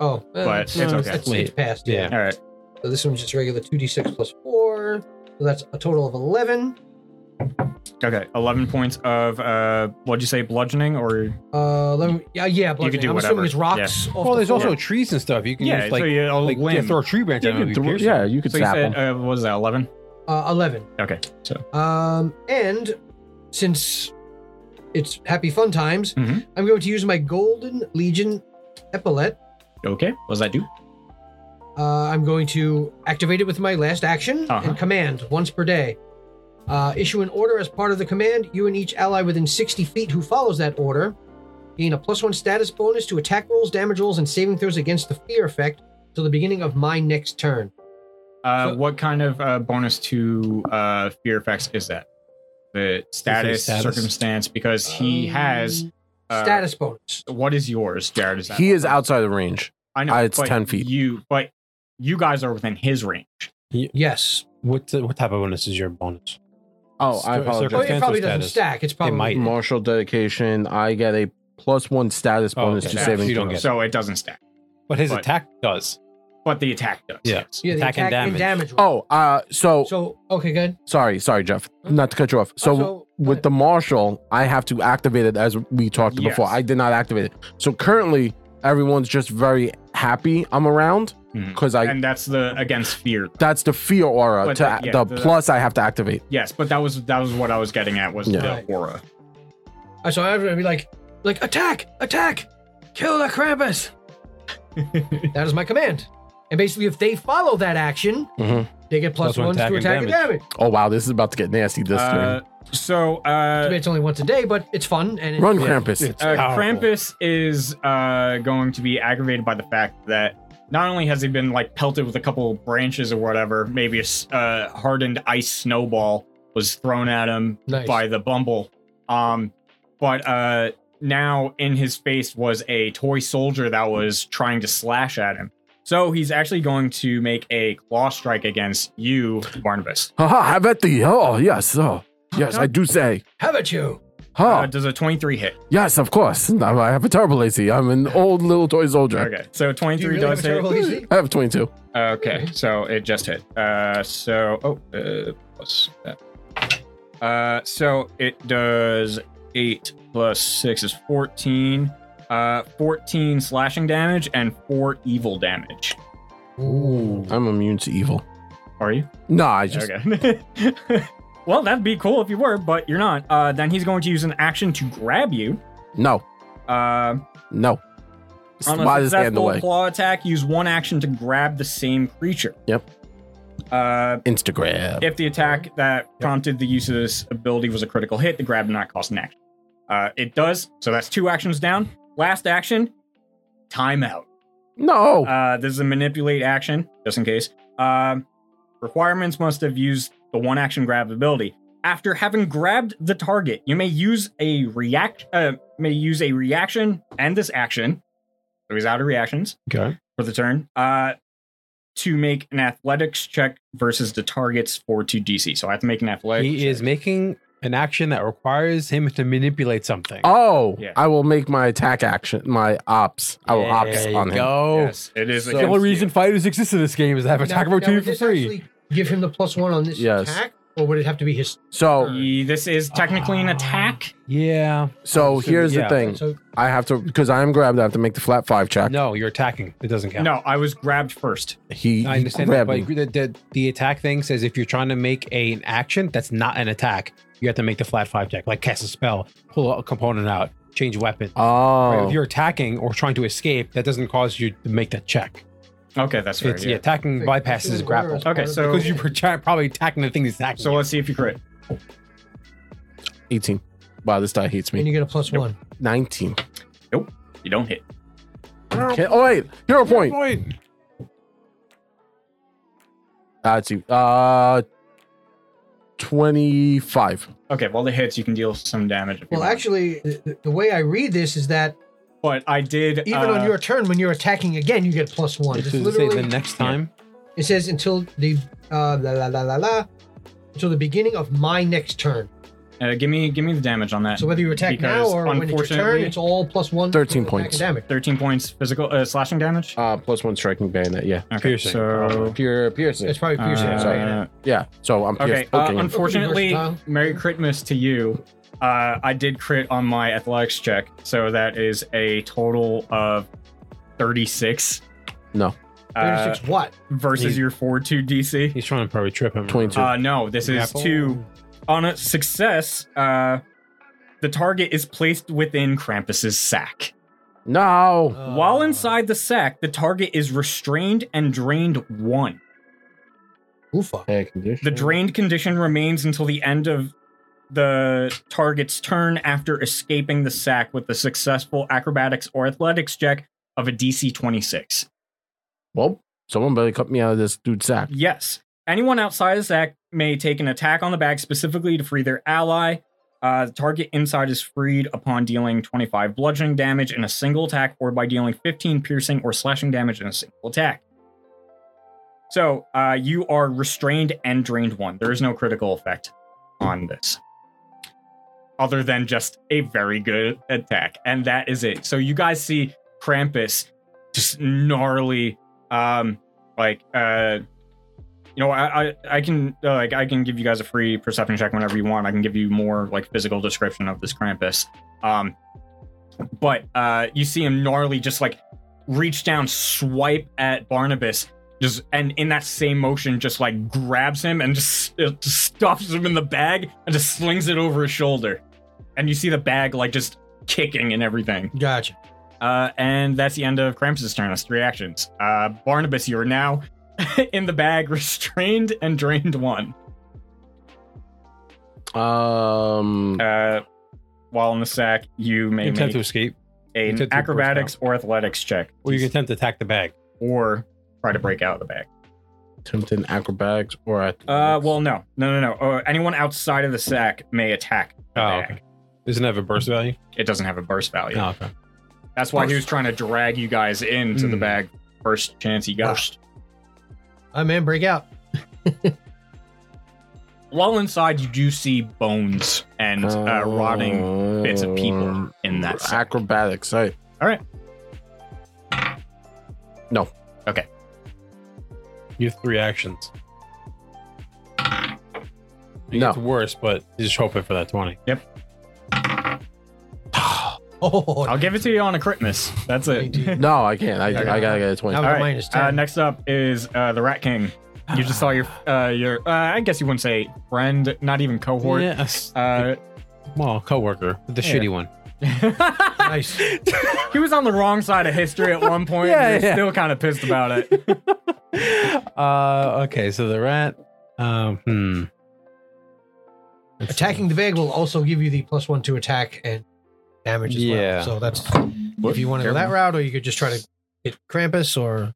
Speaker 4: Oh, uh,
Speaker 2: But it's okay.
Speaker 4: It's, it's passed.
Speaker 3: Yeah.
Speaker 2: All right.
Speaker 4: So this one's just regular two d six plus four. So that's a total of eleven.
Speaker 2: Okay, eleven points of uh, what'd you say, bludgeoning or
Speaker 4: Uh, eleven. Yeah, yeah. Bludgeoning.
Speaker 2: do
Speaker 4: I'm
Speaker 2: whatever.
Speaker 4: assuming it's rocks. off
Speaker 3: Well,
Speaker 4: the
Speaker 3: there's
Speaker 4: floor.
Speaker 3: also trees and stuff. You can
Speaker 2: yeah?
Speaker 3: use,
Speaker 2: so
Speaker 3: like,
Speaker 2: you, a
Speaker 3: like
Speaker 2: limb.
Speaker 3: yeah, throw a tree branch
Speaker 1: You
Speaker 3: at him.
Speaker 1: could
Speaker 3: and
Speaker 1: throw-
Speaker 3: pierce
Speaker 1: yeah,
Speaker 3: him.
Speaker 1: you could
Speaker 2: so you
Speaker 1: zap
Speaker 2: said,
Speaker 1: them.
Speaker 2: uh, what was that, eleven?
Speaker 4: uh, eleven.
Speaker 2: Okay, so
Speaker 4: Um, and since it's happy fun times,
Speaker 2: Mhm.
Speaker 4: I'm going to use my golden legion epaulet.
Speaker 2: okay, what does that do?
Speaker 4: Uh, I'm going to activate it with my last action
Speaker 2: Uh-huh.
Speaker 4: and command once per day. Uh, issue an order as part of the command. You and each ally within 60 feet who follows that order gain a plus one status bonus to attack rolls, damage rolls, and saving throws against the fear effect till the beginning of my next turn.
Speaker 2: Uh,
Speaker 4: So-
Speaker 2: what kind of uh, bonus to uh, fear effects is that? The status,
Speaker 3: status?
Speaker 2: circumstance, because he has uh,
Speaker 4: Um, status bonus.
Speaker 2: What is yours, Jared? Is that
Speaker 1: He is outside of range.
Speaker 2: I know
Speaker 1: uh, it's
Speaker 2: but
Speaker 1: 10 feet.
Speaker 2: You, but you guys are within his range.
Speaker 4: Yes.
Speaker 3: What, uh, what type of bonus is your bonus?
Speaker 1: Oh, I
Speaker 3: Cir-
Speaker 1: apologize.
Speaker 4: Oh,
Speaker 3: circumstance
Speaker 4: it
Speaker 3: or
Speaker 4: probably doesn't
Speaker 3: status?
Speaker 4: stack. It's probably
Speaker 3: might.
Speaker 1: martial dedication. I get a plus one status
Speaker 3: Oh,
Speaker 1: bonus
Speaker 3: okay.
Speaker 1: to
Speaker 3: Yeah,
Speaker 1: saving
Speaker 3: you don't
Speaker 1: throws.
Speaker 3: get
Speaker 2: So it doesn't stack,
Speaker 3: But his
Speaker 2: But-
Speaker 3: attack does.
Speaker 2: but the attack does.
Speaker 3: Yeah.
Speaker 2: yes.
Speaker 4: yeah, the
Speaker 3: attack
Speaker 4: attack,
Speaker 3: and
Speaker 4: and
Speaker 3: damage.
Speaker 4: damage. roll.
Speaker 1: Oh, uh, so,
Speaker 4: So okay, good. Uh,
Speaker 1: sorry, sorry, Jeff, not to cut you off. So
Speaker 2: Uh,
Speaker 4: Also,
Speaker 1: with the martial, I have to activate it as we talked
Speaker 2: Yes.
Speaker 1: before. I did not activate it. So currently, everyone's just very happy I'm around
Speaker 2: Mhm.
Speaker 1: because I
Speaker 2: and that's the against fear.
Speaker 1: that's the fear aura.
Speaker 2: But
Speaker 1: To,
Speaker 2: the-
Speaker 1: the,
Speaker 2: yeah, the-
Speaker 1: plus I have to activate.
Speaker 2: Yes, but that was that was what I was getting at was
Speaker 1: Yeah.
Speaker 2: the
Speaker 4: Right.
Speaker 2: aura.
Speaker 4: Uh, I saw everybody be like, like attack, attack, kill the Krampus. that is my command. And basically, if they follow that action,
Speaker 1: Mhm.
Speaker 4: they get plus
Speaker 3: Plus one
Speaker 4: ones
Speaker 3: attack
Speaker 4: to
Speaker 3: and
Speaker 4: attack and damage.
Speaker 3: damage.
Speaker 1: Oh wow, this is about to get nasty. This
Speaker 2: Uh, so uh,
Speaker 4: It's only once a day, but it's fun and
Speaker 1: thing.
Speaker 4: it's,
Speaker 1: Run, Krampus.
Speaker 2: Uh,
Speaker 3: Powerful.
Speaker 2: Krampus is uh, going to be aggravated by the fact that not only has he been like pelted with a couple of branches or whatever, maybe a s- uh, hardened ice snowball was thrown at him
Speaker 4: Nice.
Speaker 2: by the bumble. Um, but uh, now in his face was a toy soldier that was trying to slash at him. So he's actually going to make a claw strike against you, Barnabas.
Speaker 1: Haha, have at thee. Oh yes, oh yes, I do say.
Speaker 4: How about you?
Speaker 2: Uh,
Speaker 1: Huh?
Speaker 2: does a 23 hit?
Speaker 1: yes, of course. I I have a terrible AC. I'm an old little toy soldier.
Speaker 2: Okay, so 23
Speaker 4: Do you really
Speaker 2: does
Speaker 4: have a
Speaker 2: hit.
Speaker 4: terrible AC?
Speaker 1: I have 22.
Speaker 2: Okay, so it just hit. Uh, so oh, uh, plus that. Uh, so it does eight plus six is fourteen. Uh, fourteen slashing damage and four evil damage.
Speaker 4: Ooh.
Speaker 1: I'm immune to evil.
Speaker 2: Are you?
Speaker 1: No, I just
Speaker 2: Okay. well, that'd be cool if you were, but you're not. Uh, then he's going to use an action to grab you.
Speaker 1: no,
Speaker 2: Uh,
Speaker 1: no.
Speaker 2: On a
Speaker 1: Why this hand
Speaker 2: successful
Speaker 1: away?
Speaker 2: claw attack, use one action to grab the same creature.
Speaker 1: Yep.
Speaker 2: Uh,
Speaker 1: Instagram.
Speaker 2: If the attack that prompted the use of this ability was a critical hit, the grab did not cost an action. Uh, it does, so that's two actions down. Last action, timeout.
Speaker 1: No.
Speaker 2: Uh, this is a manipulate action, just in case. Um, requirements must have used the one action grab ability. After having grabbed the target, you may use a react, uh, may use a reaction and this action. So he's out of reactions
Speaker 3: Okay.
Speaker 2: for the turn uh, to make an athletics check versus the target's for two DC. So I have to make an athletics.
Speaker 3: He is making an action that requires him to manipulate something.
Speaker 1: oh,
Speaker 2: Yeah.
Speaker 1: I will make my attack action, my ops. I will
Speaker 3: There
Speaker 1: ops
Speaker 3: you
Speaker 1: on him.
Speaker 3: Go.
Speaker 2: Yes, it is.
Speaker 1: So-
Speaker 3: The
Speaker 2: against
Speaker 3: only
Speaker 2: you.
Speaker 3: reason fighters exist in this game is to have attack of
Speaker 4: Now- now,
Speaker 3: opportunity
Speaker 4: would
Speaker 3: for
Speaker 4: this
Speaker 3: free.
Speaker 4: actually Give him the plus one on this
Speaker 1: Yes.
Speaker 4: attack, or would it have to be his?
Speaker 1: So,
Speaker 2: Ye- This is technically an
Speaker 3: Ah.
Speaker 2: attack.
Speaker 3: Yeah.
Speaker 1: so here's
Speaker 3: Yeah.
Speaker 1: the thing.
Speaker 4: So
Speaker 1: I have to because I am grabbed. I have to make the flat five check.
Speaker 3: No, you're attacking. It doesn't count.
Speaker 2: No, I was grabbed first.
Speaker 1: He,
Speaker 3: I
Speaker 1: he
Speaker 3: understand that,
Speaker 1: grabbed
Speaker 3: but
Speaker 1: me.
Speaker 3: the, the, the attack thing says if you're trying to make a, an action that's not an attack, you have to make the flat five check, like cast a spell, pull a component out, change weapon. Right,
Speaker 1: Oh,
Speaker 3: If you're attacking or trying to escape, that doesn't cause you to make that check.
Speaker 2: Okay, that's fair.
Speaker 3: It's
Speaker 2: yeah.
Speaker 3: the attacking bypasses grapple
Speaker 2: Okay, so-
Speaker 3: because you were try- probably attacking the thing that's attacking.
Speaker 2: So
Speaker 3: you.
Speaker 2: let's see if you crit.
Speaker 1: 18. Wow, this die hates
Speaker 4: and
Speaker 1: me.
Speaker 4: you get a plus
Speaker 2: Nope.
Speaker 4: one.
Speaker 1: 19.
Speaker 2: You don't hit.
Speaker 1: Okay. Oh wait, hero point. That's you. Uh, twenty-five.
Speaker 2: Okay, well, the hits you can deal some damage. If
Speaker 4: Well,
Speaker 2: you want.
Speaker 4: actually, the, the way I read this is that
Speaker 2: but I did.
Speaker 4: even
Speaker 2: uh,
Speaker 4: on your turn, when you're attacking again, you get plus one. Just
Speaker 3: Does it say
Speaker 4: literally,
Speaker 3: the next time?
Speaker 4: it says until the uh, la la la la la until the beginning of my next turn.
Speaker 2: uh, give me, give me the damage on that.
Speaker 4: So whether you attack
Speaker 2: Because
Speaker 4: now or when it's your turn,
Speaker 2: unfortunately-
Speaker 4: it's all plus one.
Speaker 1: 13
Speaker 4: attack and
Speaker 1: points.
Speaker 4: Damage.
Speaker 2: Thirteen points physical uh, slashing damage.
Speaker 1: Uh, plus one striking bayonet. Yeah.
Speaker 2: Okay,
Speaker 3: Uh, piercing. Oh,
Speaker 2: so
Speaker 1: Pure piercing.
Speaker 4: It's probably piercing.
Speaker 2: uh,
Speaker 1: sorry.
Speaker 4: Sorry.
Speaker 1: Yeah. So I'm
Speaker 2: Okay.
Speaker 1: piercing.
Speaker 2: Uh,
Speaker 1: poking him.
Speaker 2: unfortunately,
Speaker 4: Versatile.
Speaker 2: Merry Christmas to you. Uh, I did crit on my athletics check, so that is a total of 36.
Speaker 1: No.
Speaker 2: Uh,
Speaker 4: Thirty-six. what?
Speaker 2: versus your 4 2 DC.
Speaker 3: He's trying to probably trip him.
Speaker 1: 22.
Speaker 2: Uh, no, this is
Speaker 3: Apple.
Speaker 2: two. On a success, uh, the target is placed within Krampus's sack.
Speaker 1: no.
Speaker 4: Uh,
Speaker 2: While inside the sack, the target is restrained and drained one.
Speaker 4: Oofa.
Speaker 1: Air conditioning.
Speaker 2: The drained condition remains until the end of the target's turn after escaping the sack with a successful acrobatics or athletics check of a DC 26.
Speaker 1: Well, someone better cut me out of this dude's sack.
Speaker 2: Yes. Anyone outside the sack may take an attack on the bag specifically to free their ally. Uh, the target inside is freed upon dealing 25 bludgeoning damage in a single attack or by dealing 15 piercing or slashing damage in a single attack. So uh, you are restrained and drained one. There is no critical effect on this. Other than just a very good attack. And that is it. So you guys see Krampus just gnarly, um, like uh you know, I I, I can uh, like I can give you guys a free perception check whenever you want. I can give you more like physical description of this Krampus. Um, but uh, you see him gnarly, just like reach down, swipe at Barnabas, just and in that same motion, just like grabs him and just, uh, just stuffs him in the bag and just slings it over his shoulder. And you see the bag like just kicking and everything.
Speaker 4: Gotcha.
Speaker 2: Uh, and that's the end of Krampus' turn. That's three actions. Uh, Barnabas, you are now in the bag, restrained and drained one.
Speaker 1: Um,
Speaker 2: Uh, while in the sack, you may
Speaker 3: You attempt to
Speaker 2: make
Speaker 3: escape,
Speaker 2: an
Speaker 3: attempt to
Speaker 2: acrobatics or athletics check,
Speaker 3: or you can attempt to attack the bag.
Speaker 2: or try to break out of the bag.
Speaker 1: attempting acrobatics or
Speaker 3: Oh,
Speaker 1: athletics.
Speaker 2: Uh, well, no, no, no, no. Uh, anyone outside of the sack may attack the
Speaker 3: Oh,
Speaker 2: bag.
Speaker 3: okay. Doesn't that have a burst value?
Speaker 2: It doesn't have a burst value.
Speaker 3: Oh, okay.
Speaker 2: That's why he was trying to drag you guys into the
Speaker 3: Mm.
Speaker 2: bag first chance he got.
Speaker 4: I man, break out.
Speaker 2: While inside, you do see bones and uh,
Speaker 1: Um,
Speaker 3: Oh.
Speaker 2: rotting bits of people in that sack.
Speaker 1: acrobatics. Right.
Speaker 3: You have three actions.
Speaker 1: No.
Speaker 3: It's worse, but you just hoping for that 20.
Speaker 4: Oh,
Speaker 2: I'll give it to you on a Christmas. That's it.
Speaker 1: No, I can't. I, I gotta get a
Speaker 4: that
Speaker 1: twenty.
Speaker 4: was
Speaker 2: All
Speaker 4: a
Speaker 2: right.
Speaker 4: minus ten.
Speaker 2: Uh, next up is uh, the Rat King. You just saw your uh, your. Uh, I guess you wouldn't say friend, not even cohort.
Speaker 3: Yes.
Speaker 2: Uh,
Speaker 3: Well, coworker, the
Speaker 2: Yeah.
Speaker 3: shitty one.
Speaker 4: nice.
Speaker 2: he was on the wrong side of history at one point.
Speaker 3: Yeah,
Speaker 2: yeah,
Speaker 3: yeah.
Speaker 2: Still kind of pissed about it.
Speaker 3: uh, okay, so the rat. Um, hmm.
Speaker 4: Attacking the bag will also give you the plus one to attack and damage as
Speaker 3: Yeah.
Speaker 4: well. So that's if you want to go that route, or you could just try to hit Krampus, or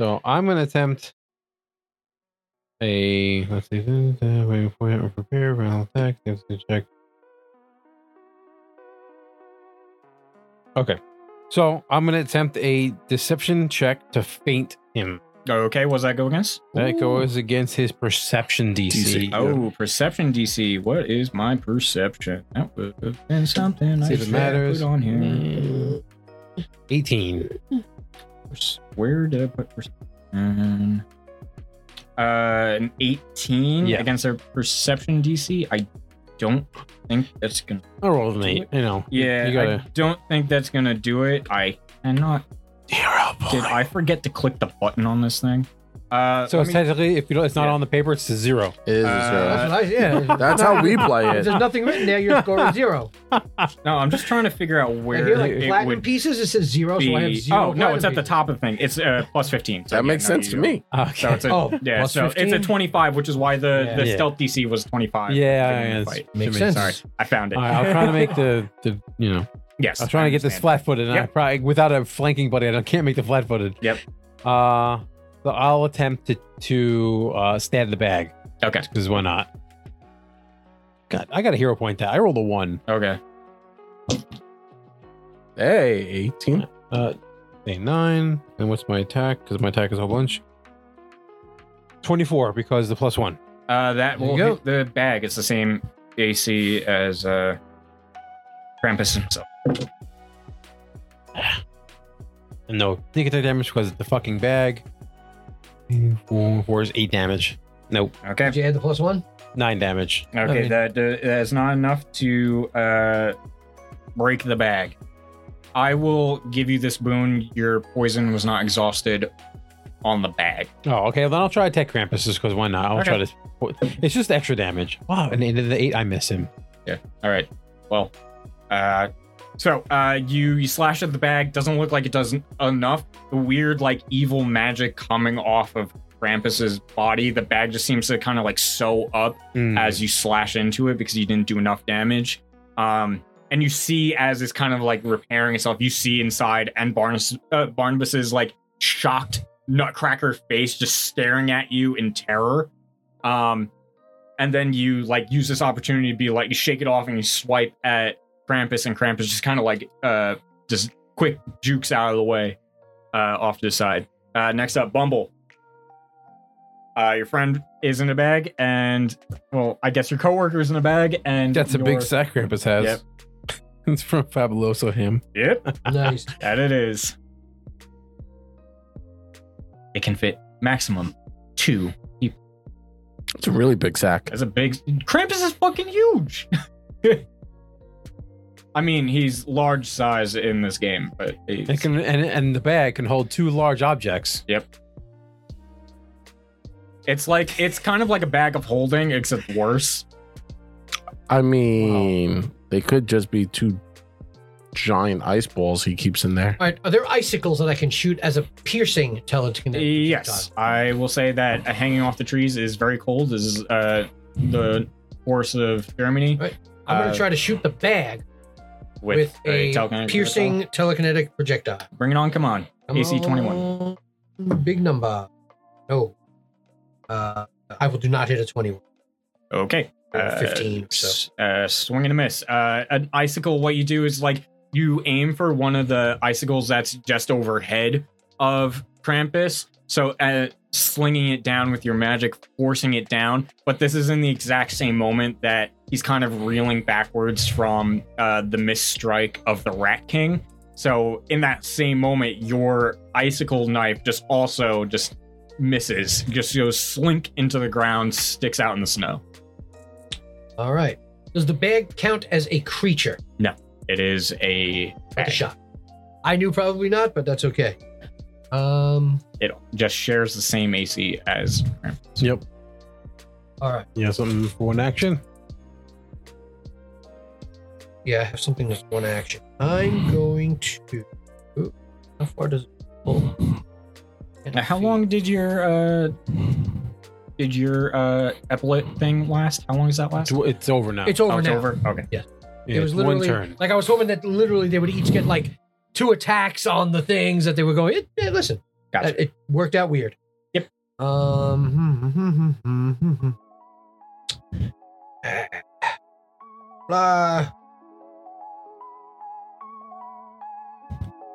Speaker 3: So I'm gonna attempt a let's see, waiting point or prepare round attack. Let's check. Okay, so I'm gonna attempt a deception check to feint him.
Speaker 2: Okay, what does that go against?
Speaker 3: That goes against his perception DC.
Speaker 2: Oh, perception DC. What is my perception? That would have been something
Speaker 3: See
Speaker 2: I
Speaker 3: if it
Speaker 2: should
Speaker 3: matters.
Speaker 2: put on here.
Speaker 3: Mm. 18.
Speaker 2: Where did I put perception? Uh, an 18
Speaker 3: Yeah.
Speaker 2: against their perception DC. I don't think that's gonna.
Speaker 3: I rolled an eight. You know.
Speaker 2: Yeah,
Speaker 3: You gotta.
Speaker 2: I don't think that's gonna do it. I cannot. Did I forget to click the button on this thing? Uh,
Speaker 3: so
Speaker 2: let
Speaker 3: it's
Speaker 2: me-
Speaker 3: technically, if you don't, it's not
Speaker 2: Yeah.
Speaker 3: on the paper. It's a zero.
Speaker 1: It is a
Speaker 2: Uh,
Speaker 1: zero.
Speaker 4: that's what I, yeah.
Speaker 1: That's how we play
Speaker 4: If
Speaker 1: it.
Speaker 4: there's nothing written there, your score is zero.
Speaker 2: no, I'm just trying to figure out
Speaker 4: I
Speaker 2: where
Speaker 4: hear like
Speaker 2: it
Speaker 4: platinum
Speaker 2: would
Speaker 4: pieces. It says zero, so I have
Speaker 2: be.
Speaker 4: zero.
Speaker 2: Oh no,
Speaker 4: platinum
Speaker 2: it's at the
Speaker 4: pieces.
Speaker 2: top of the thing. It's uh, plus 15. So
Speaker 1: That
Speaker 2: yeah,
Speaker 1: makes
Speaker 2: no,
Speaker 1: sense
Speaker 2: you-
Speaker 1: to me.
Speaker 3: Okay.
Speaker 2: So it's a
Speaker 4: Oh,
Speaker 2: yeah.
Speaker 3: plus
Speaker 2: so it's a
Speaker 3: 15?
Speaker 2: 25, which is why the the
Speaker 3: Yeah.
Speaker 2: stealth DC was 25.
Speaker 3: Yeah,
Speaker 2: Give me
Speaker 3: yeah,
Speaker 2: a
Speaker 3: it's-
Speaker 2: fight.
Speaker 4: Makes
Speaker 3: Sorry.
Speaker 4: sense.
Speaker 2: Sorry, I found it.
Speaker 3: I, I was trying to make the, the you know
Speaker 2: yes,
Speaker 3: I was trying to get this
Speaker 2: understand.
Speaker 3: flat footed and I
Speaker 2: Yep.
Speaker 3: probably without a flanking buddy I don't- can't make the flat footed.
Speaker 2: Yep.
Speaker 3: Uh so I'll attempt to to uh stab the bag
Speaker 2: Okay.
Speaker 3: because why not? God, I got a hero point that I rolled a one.
Speaker 2: Okay.
Speaker 1: Hey, eighteen.
Speaker 3: Uh a nine. And what's my attack? Because my attack is a whole bunch. Twenty four because the plus one.
Speaker 2: Uh, that
Speaker 4: There
Speaker 2: will
Speaker 4: you
Speaker 2: hit the bag. It's the same AC as uh, Krampus himself.
Speaker 3: And no sneak attack damage because of the fucking bag. Three, Four, four is eight damage. Nope.
Speaker 2: Okay.
Speaker 4: Did you add the plus one?
Speaker 3: Nine damage.
Speaker 2: Okay,
Speaker 4: Okay.
Speaker 2: that uh, that's not enough to uh, break the bag. I will give you this boon. Your poison was not exhausted on the bag.
Speaker 3: Oh, okay. Then I'll try attack Krampus just because why not? I'll
Speaker 2: Okay.
Speaker 3: try to. It's just extra damage. Wow. And into the eight, I miss him.
Speaker 2: All right. Well, uh, so uh, you you slash at the bag. Doesn't look like it does enough. The weird like evil magic coming off of Krampus's body. The bag just seems to kind of like sew up
Speaker 3: Mm. Mm-hmm.
Speaker 2: as you slash into it because you didn't do enough damage. Um, and you see as it's kind of like repairing itself, you see inside and Barnabas, uh, Barnabas's like shocked nutcracker face just staring at you in terror. Um, and then you like use this opportunity to be like, you shake it off and you swipe at Krampus, and Krampus just kind of like uh, just quick jukes out of the way uh, off to the side. Uh, next up, Bumble. Uh, your friend is in a bag, and well, I guess your coworker is in a bag, and
Speaker 3: that's a
Speaker 2: your-
Speaker 3: big sack Krampus has.
Speaker 2: Yep.
Speaker 3: it's from Fabuloso him.
Speaker 2: Yep.
Speaker 4: Nice.
Speaker 2: That it is. It can fit maximum two.
Speaker 1: It's a really big sack.
Speaker 2: That's a big. Krampus is fucking huge. I mean, he's large size in this game, but he's-
Speaker 3: It can and, and the bag can hold two large objects.
Speaker 2: it's like it's kind of like a bag of holding, except worse.
Speaker 1: I mean, they could just be two giant ice balls he keeps in there.
Speaker 4: All right, are there icicles that I can shoot as a piercing telekinetic?
Speaker 2: Yes, I will say that uh, hanging off the trees is very cold. This is uh, the force of Germany
Speaker 4: Right. I'm gonna
Speaker 2: Uh,
Speaker 4: try to shoot the bag
Speaker 2: with,
Speaker 4: with, a,
Speaker 2: telekinetic
Speaker 4: piercing telekinetic projectile.
Speaker 2: missile. Bring it on! Come on,
Speaker 4: Come
Speaker 2: AC twenty one.
Speaker 4: on, Big number. No. Uh, I will do not hit a 21.
Speaker 2: Okay.
Speaker 4: Or 15 or so.
Speaker 2: Uh, s- Uh, swing and a miss. Uh, an icicle, what you do is like you aim for one of the icicles that's just overhead of Krampus. So uh, slinging it down with your magic, forcing it down. But this is in the exact same moment that he's kind of reeling backwards from uh, the miss strike of the Rat King. So in that same moment, your icicle knife just also just misses, just goes slink into the ground, sticks out in the snow.
Speaker 4: All right. Does the bag count as a creature?
Speaker 2: It is a
Speaker 4: Like
Speaker 2: bag.
Speaker 4: a shot. I knew probably not, but that's okay. Um.
Speaker 2: It just shares the same AC as.
Speaker 3: Yep.
Speaker 4: All right.
Speaker 3: Yeah, something for one action.
Speaker 4: Yeah, I have something that's one action. I'm going to. Ooh, how far does it pull? Ten
Speaker 2: Now, how
Speaker 4: feet.
Speaker 2: long did your uh did your uh epaulet thing last? How long does that last?
Speaker 3: It's, it's over now.
Speaker 4: It's over
Speaker 2: Oh, it's
Speaker 4: now.
Speaker 2: over. Okay.
Speaker 3: Yeah,
Speaker 4: it was
Speaker 3: it's
Speaker 4: literally
Speaker 3: one turn.
Speaker 4: like I was hoping that literally they would each get like two attacks on the things that they were going. It, yeah, listen,
Speaker 2: Gotcha.
Speaker 4: that- it worked out weird.
Speaker 2: Yep.
Speaker 4: Um. hmm, hmm, hmm, hmm, hmm. Blah.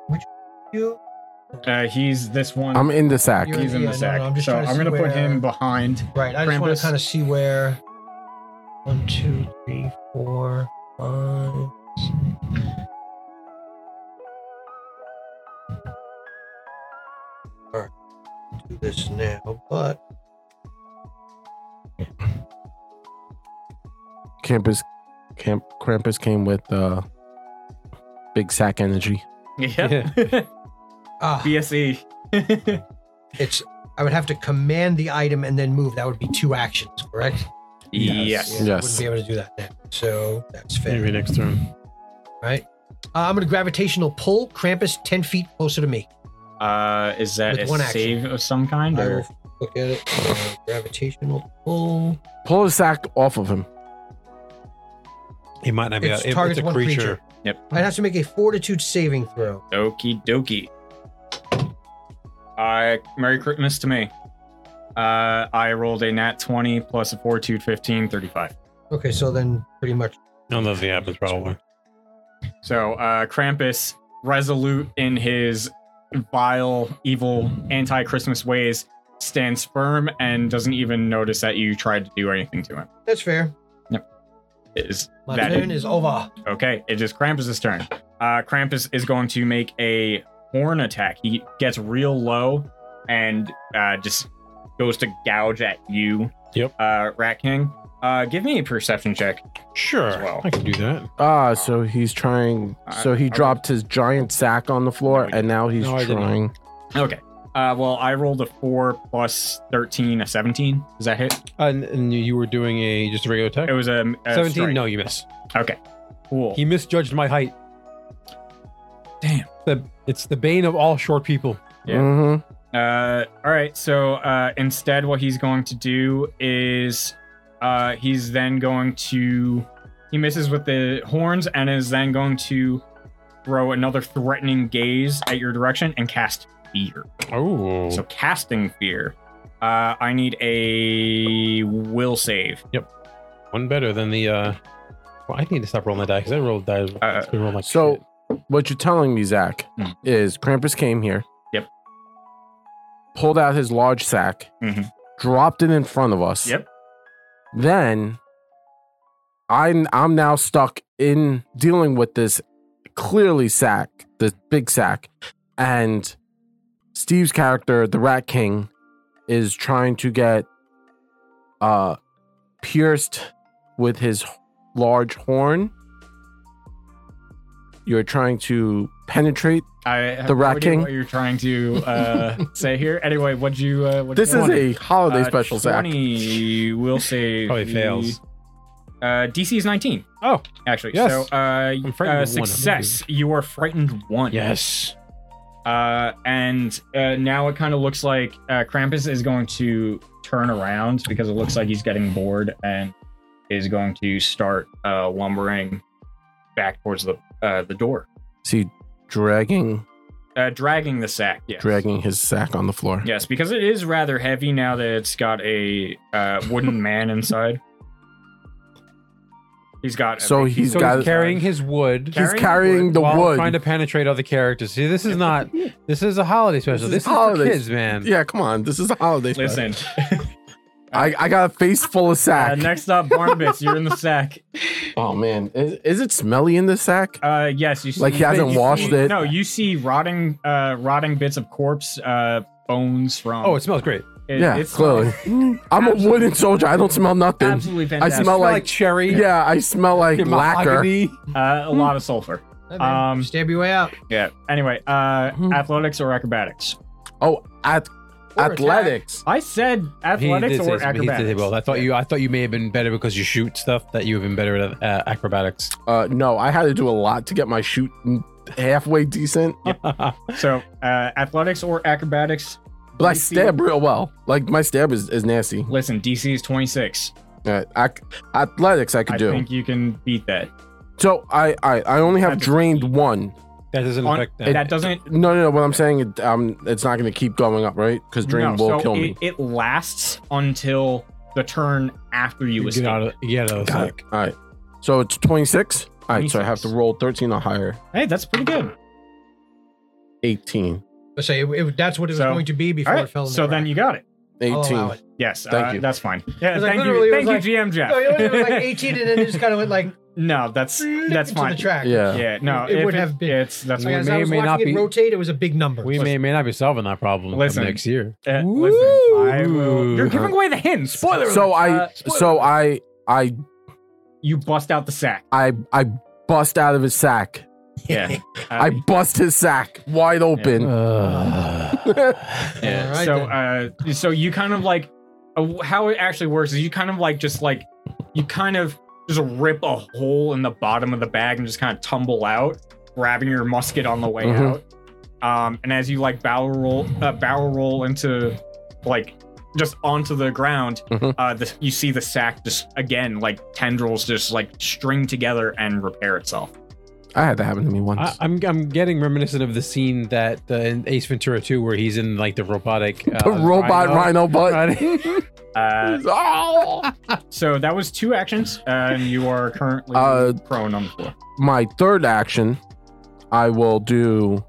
Speaker 4: Which you?
Speaker 2: Uh, he's this one.
Speaker 1: I'm in the sack.
Speaker 4: You're-
Speaker 2: he's in
Speaker 4: yeah,
Speaker 2: the
Speaker 4: no,
Speaker 2: sack.
Speaker 4: no, I'm just
Speaker 2: so
Speaker 4: trying to
Speaker 2: I'm gonna
Speaker 4: see
Speaker 2: put
Speaker 4: where-
Speaker 2: him behind.
Speaker 4: Right. I just want
Speaker 2: Krampus.
Speaker 4: to kind of see where. One, two, three, four, five. six. All right. Do this now, but
Speaker 1: Campus, Camp Krampus came with uh, big sack energy.
Speaker 2: Yeah.
Speaker 4: ah,
Speaker 2: BSE.
Speaker 4: it's. I would have to command the item and then move. That would be two actions, correct?
Speaker 2: Yes.
Speaker 4: Yeah, I
Speaker 1: Yes.
Speaker 4: Wouldn't be able to do that now. So that's fair,
Speaker 3: Maybe next turn.
Speaker 4: right? Uh, I'm gonna gravitational pull Krampus ten feet closer to me.
Speaker 2: Uh, is that
Speaker 4: With
Speaker 2: a
Speaker 4: one action.
Speaker 2: save of some kind?
Speaker 4: I
Speaker 2: Or?
Speaker 4: will look at it. Uh, gravitational pull.
Speaker 1: Pull the sack off of him.
Speaker 3: He might not be.
Speaker 4: It's
Speaker 3: out- uh, it-
Speaker 4: targets
Speaker 3: it's a
Speaker 4: one
Speaker 3: creature.
Speaker 4: creature.
Speaker 2: Yep.
Speaker 4: I'd have to make a fortitude saving throw.
Speaker 2: Okie dokie. Uh, Merry Christmas to me. Uh, I rolled a nat 20 plus a 4, 2, 15, 35.
Speaker 4: Okay, so then pretty much
Speaker 3: No, nothing happens probably.
Speaker 2: So, uh, Krampus, resolute in his vile, evil, anti Christmas ways, stands firm and doesn't even notice that you tried to do anything to him.
Speaker 4: that's fair.
Speaker 2: Is
Speaker 4: My
Speaker 2: that
Speaker 4: turn is over.
Speaker 2: Okay, it is Krampus's turn. Uh, Krampus is going to make a horn attack. He gets real low and uh, just goes to gouge at you.
Speaker 3: Yep.
Speaker 2: Uh, Rat King, uh, give me a perception check.
Speaker 3: Sure,
Speaker 2: As well.
Speaker 3: I can do that.
Speaker 1: Ah, so he's trying. So he
Speaker 2: I- I-
Speaker 1: dropped his giant sack on the floor,
Speaker 2: No, I-
Speaker 1: and now he's
Speaker 3: No, I didn't.
Speaker 1: trying.
Speaker 2: Okay. Uh, well, I rolled a four plus thirteen, a seventeen. Does that hit?
Speaker 3: And, and you were doing a just a regular attack.
Speaker 2: It was a, a
Speaker 3: Seventeen.
Speaker 2: strike.
Speaker 3: No, you miss.
Speaker 2: Okay. Cool.
Speaker 3: He misjudged my height.
Speaker 2: Damn.
Speaker 3: The, it's the bane of all short people.
Speaker 2: Yeah.
Speaker 1: Mhm.
Speaker 2: Uh, all right. So uh, instead, what he's going to do is uh, he's then going to he misses with the horns and is then going to throw another threatening gaze at your direction and cast fear.
Speaker 3: Oh,
Speaker 2: So casting fear. Uh, I need a will save.
Speaker 3: one better than the. uh well, I need to stop rolling the die because I rolled die.
Speaker 2: Uh,
Speaker 3: it's been rolling like
Speaker 1: So,
Speaker 3: shit.
Speaker 1: what you're telling me, Zach,
Speaker 2: Mhm.
Speaker 1: is Krampus came here.
Speaker 2: Yep.
Speaker 1: Pulled out his large sack,
Speaker 2: Mhm.
Speaker 1: dropped it in front of us.
Speaker 2: Yep.
Speaker 1: Then, I'm I'm now stuck in dealing with this clearly sack, this big sack, and Steve's character, the Rat King, is trying to get uh pierced with his large horn. You're trying to penetrate.
Speaker 2: I have
Speaker 1: The
Speaker 2: no
Speaker 1: Rat
Speaker 2: idea
Speaker 1: King.
Speaker 2: What you're trying to uh, say here? Anyway, what'd you? Uh, what'd
Speaker 1: This
Speaker 2: you
Speaker 1: is a holiday
Speaker 2: Uh,
Speaker 1: special, Zach.
Speaker 2: 20 will save.
Speaker 3: Probably fails.
Speaker 2: Uh, DC is 19,
Speaker 3: Oh,
Speaker 2: actually.
Speaker 3: Yes.
Speaker 2: So, uh,
Speaker 3: frightened
Speaker 2: uh,
Speaker 3: of one.
Speaker 2: success. You are frightened one.
Speaker 3: yes.
Speaker 2: Uh, and uh, now it kind of looks like uh, Krampus is going to turn around because it looks like he's getting bored and is going to start uh, lumbering back towards the uh, the door,
Speaker 1: Is he dragging
Speaker 2: uh, dragging the sack. Yes.
Speaker 1: dragging his sack on the floor?
Speaker 2: Yes, because it is rather heavy now that it's got a uh, wooden man inside. He's got. a
Speaker 1: So
Speaker 2: big-
Speaker 1: he's
Speaker 3: So
Speaker 1: got-
Speaker 3: he's carrying his wood.
Speaker 1: He's
Speaker 2: Carrying
Speaker 1: carrying the
Speaker 3: while
Speaker 1: wood.
Speaker 3: trying to penetrate other characters. See, this is not. This is a holiday special.
Speaker 1: This is
Speaker 3: This, is, for
Speaker 1: holidays.
Speaker 3: kids, man.
Speaker 1: yeah, come on. This is a holiday. special.
Speaker 2: Listen,
Speaker 1: I, I got a face full of
Speaker 2: uh,
Speaker 1: sack.
Speaker 2: next up, Barnabas, you're in the sack.
Speaker 1: oh man, is, is it smelly in this sack?
Speaker 2: Uh, yes, you see,
Speaker 1: Like he hasn't
Speaker 2: you see-
Speaker 1: washed it.
Speaker 2: No, you see rotting, uh, rotting bits of corpse uh, bones from.
Speaker 3: Oh, it smells great.
Speaker 2: it-
Speaker 1: yeah,
Speaker 2: it's
Speaker 1: clearly. I'm a wooden soldier. I don't smell nothing.
Speaker 2: absolutely
Speaker 1: I
Speaker 2: fantastic.
Speaker 1: smell
Speaker 3: Smell like,
Speaker 1: like,
Speaker 3: cherry.
Speaker 1: yeah, I smell like
Speaker 3: and
Speaker 1: lacquer.
Speaker 3: mahogany.
Speaker 2: uh, a lot of sulfur.
Speaker 4: Hey, man,
Speaker 2: Um,
Speaker 4: stab your way out.
Speaker 2: Yeah. Anyway, uh,
Speaker 1: Hmm.
Speaker 2: athletics or acrobatics?
Speaker 1: Oh, at
Speaker 4: Or
Speaker 1: athletics.
Speaker 2: I said
Speaker 3: He
Speaker 2: athletics
Speaker 3: did say
Speaker 2: or
Speaker 3: something. He did say
Speaker 2: acrobatics.
Speaker 3: both. I thought you. I thought you may have been better because you shoot stuff. That you have been better at uh, acrobatics.
Speaker 1: Uh, no, I had to do a lot to get my shoot halfway decent,
Speaker 2: So, uh, athletics or acrobatics?
Speaker 1: but I
Speaker 2: You see-
Speaker 1: stab real well. Like my stab is, is nasty.
Speaker 2: Listen, DC is 26.
Speaker 1: Uh, ac- athletics I could
Speaker 2: I
Speaker 1: do.
Speaker 2: think you can beat that.
Speaker 1: So I, I I only have
Speaker 2: That's-
Speaker 1: drained one.
Speaker 3: That doesn't
Speaker 2: On-
Speaker 3: affect that.
Speaker 2: that doesn't
Speaker 1: No, no, no. What I'm saying, it, um, it's not going to keep going up, right? Because drain
Speaker 2: no,
Speaker 1: will
Speaker 2: so
Speaker 1: kill
Speaker 2: it,
Speaker 1: me.
Speaker 2: It lasts until the turn after you,
Speaker 3: You
Speaker 2: escape.
Speaker 3: get out of, you get out of the
Speaker 1: Got
Speaker 3: sack.
Speaker 1: All right. So it's 26. All right. So I have to
Speaker 2: 26.
Speaker 1: roll 13 or higher.
Speaker 2: Hey, that's pretty good.
Speaker 1: 18.
Speaker 4: Let's say it, it- that's what it was
Speaker 2: So-
Speaker 4: going to be
Speaker 2: All
Speaker 4: before it
Speaker 2: right.
Speaker 4: fell. In
Speaker 2: So
Speaker 4: the Oh,
Speaker 2: then you got it.
Speaker 1: 18.
Speaker 4: I'll allow it.
Speaker 2: Yes.
Speaker 1: Thank
Speaker 2: uh,
Speaker 1: you.
Speaker 2: That's fine. Yeah.
Speaker 4: Because I
Speaker 2: Thank
Speaker 4: literally
Speaker 2: you.
Speaker 4: was
Speaker 2: Thank
Speaker 4: like-
Speaker 2: you, GM Jeff.
Speaker 4: No, it was like 18, and then it just kind of went like
Speaker 2: no, that's that's
Speaker 4: to
Speaker 2: fine.
Speaker 4: the track.
Speaker 1: yeah.
Speaker 2: Yeah. No,
Speaker 4: It
Speaker 2: if
Speaker 4: would have been-
Speaker 2: It's that's
Speaker 4: Like,
Speaker 3: We
Speaker 4: as
Speaker 3: may
Speaker 4: I
Speaker 3: or
Speaker 4: was
Speaker 3: may not
Speaker 4: watching it
Speaker 3: be-
Speaker 4: rotate, it was a big number.
Speaker 3: We may may not be solving that problem come
Speaker 2: Listen.
Speaker 3: next year.
Speaker 2: Uh, listen, I will, you're giving away the hints. Spoiler.
Speaker 1: So I
Speaker 2: Uh,
Speaker 1: so I I
Speaker 2: You bust out the sack.
Speaker 1: I I bust out of his sack.
Speaker 2: Yeah.
Speaker 1: I bust his sack wide open. Uh,
Speaker 2: Yeah.
Speaker 4: All right,
Speaker 2: so, uh, so you kind of like uh, how it actually works is you kind of like just like you kind of just rip a hole in the bottom of the bag and just kind of tumble out, grabbing your musket on the way
Speaker 1: Mhm.
Speaker 2: out. Um, and as you like barrel roll, uh, barrel roll into like just onto the ground,
Speaker 1: Mhm.
Speaker 2: uh, the, you see the sack just again like tendrils just like string together and repair itself.
Speaker 1: I had that happen to me once.
Speaker 3: I, I'm I'm getting reminiscent of the scene that uh, in Ace Ventura 2 where he's in like the robotic uh,
Speaker 1: the robot rhino, butt.
Speaker 3: Right?
Speaker 2: Uh,
Speaker 1: Oh!
Speaker 2: so that was two actions, uh, and you are currently
Speaker 1: Uh,
Speaker 2: prone on the floor.
Speaker 1: My third action, I will do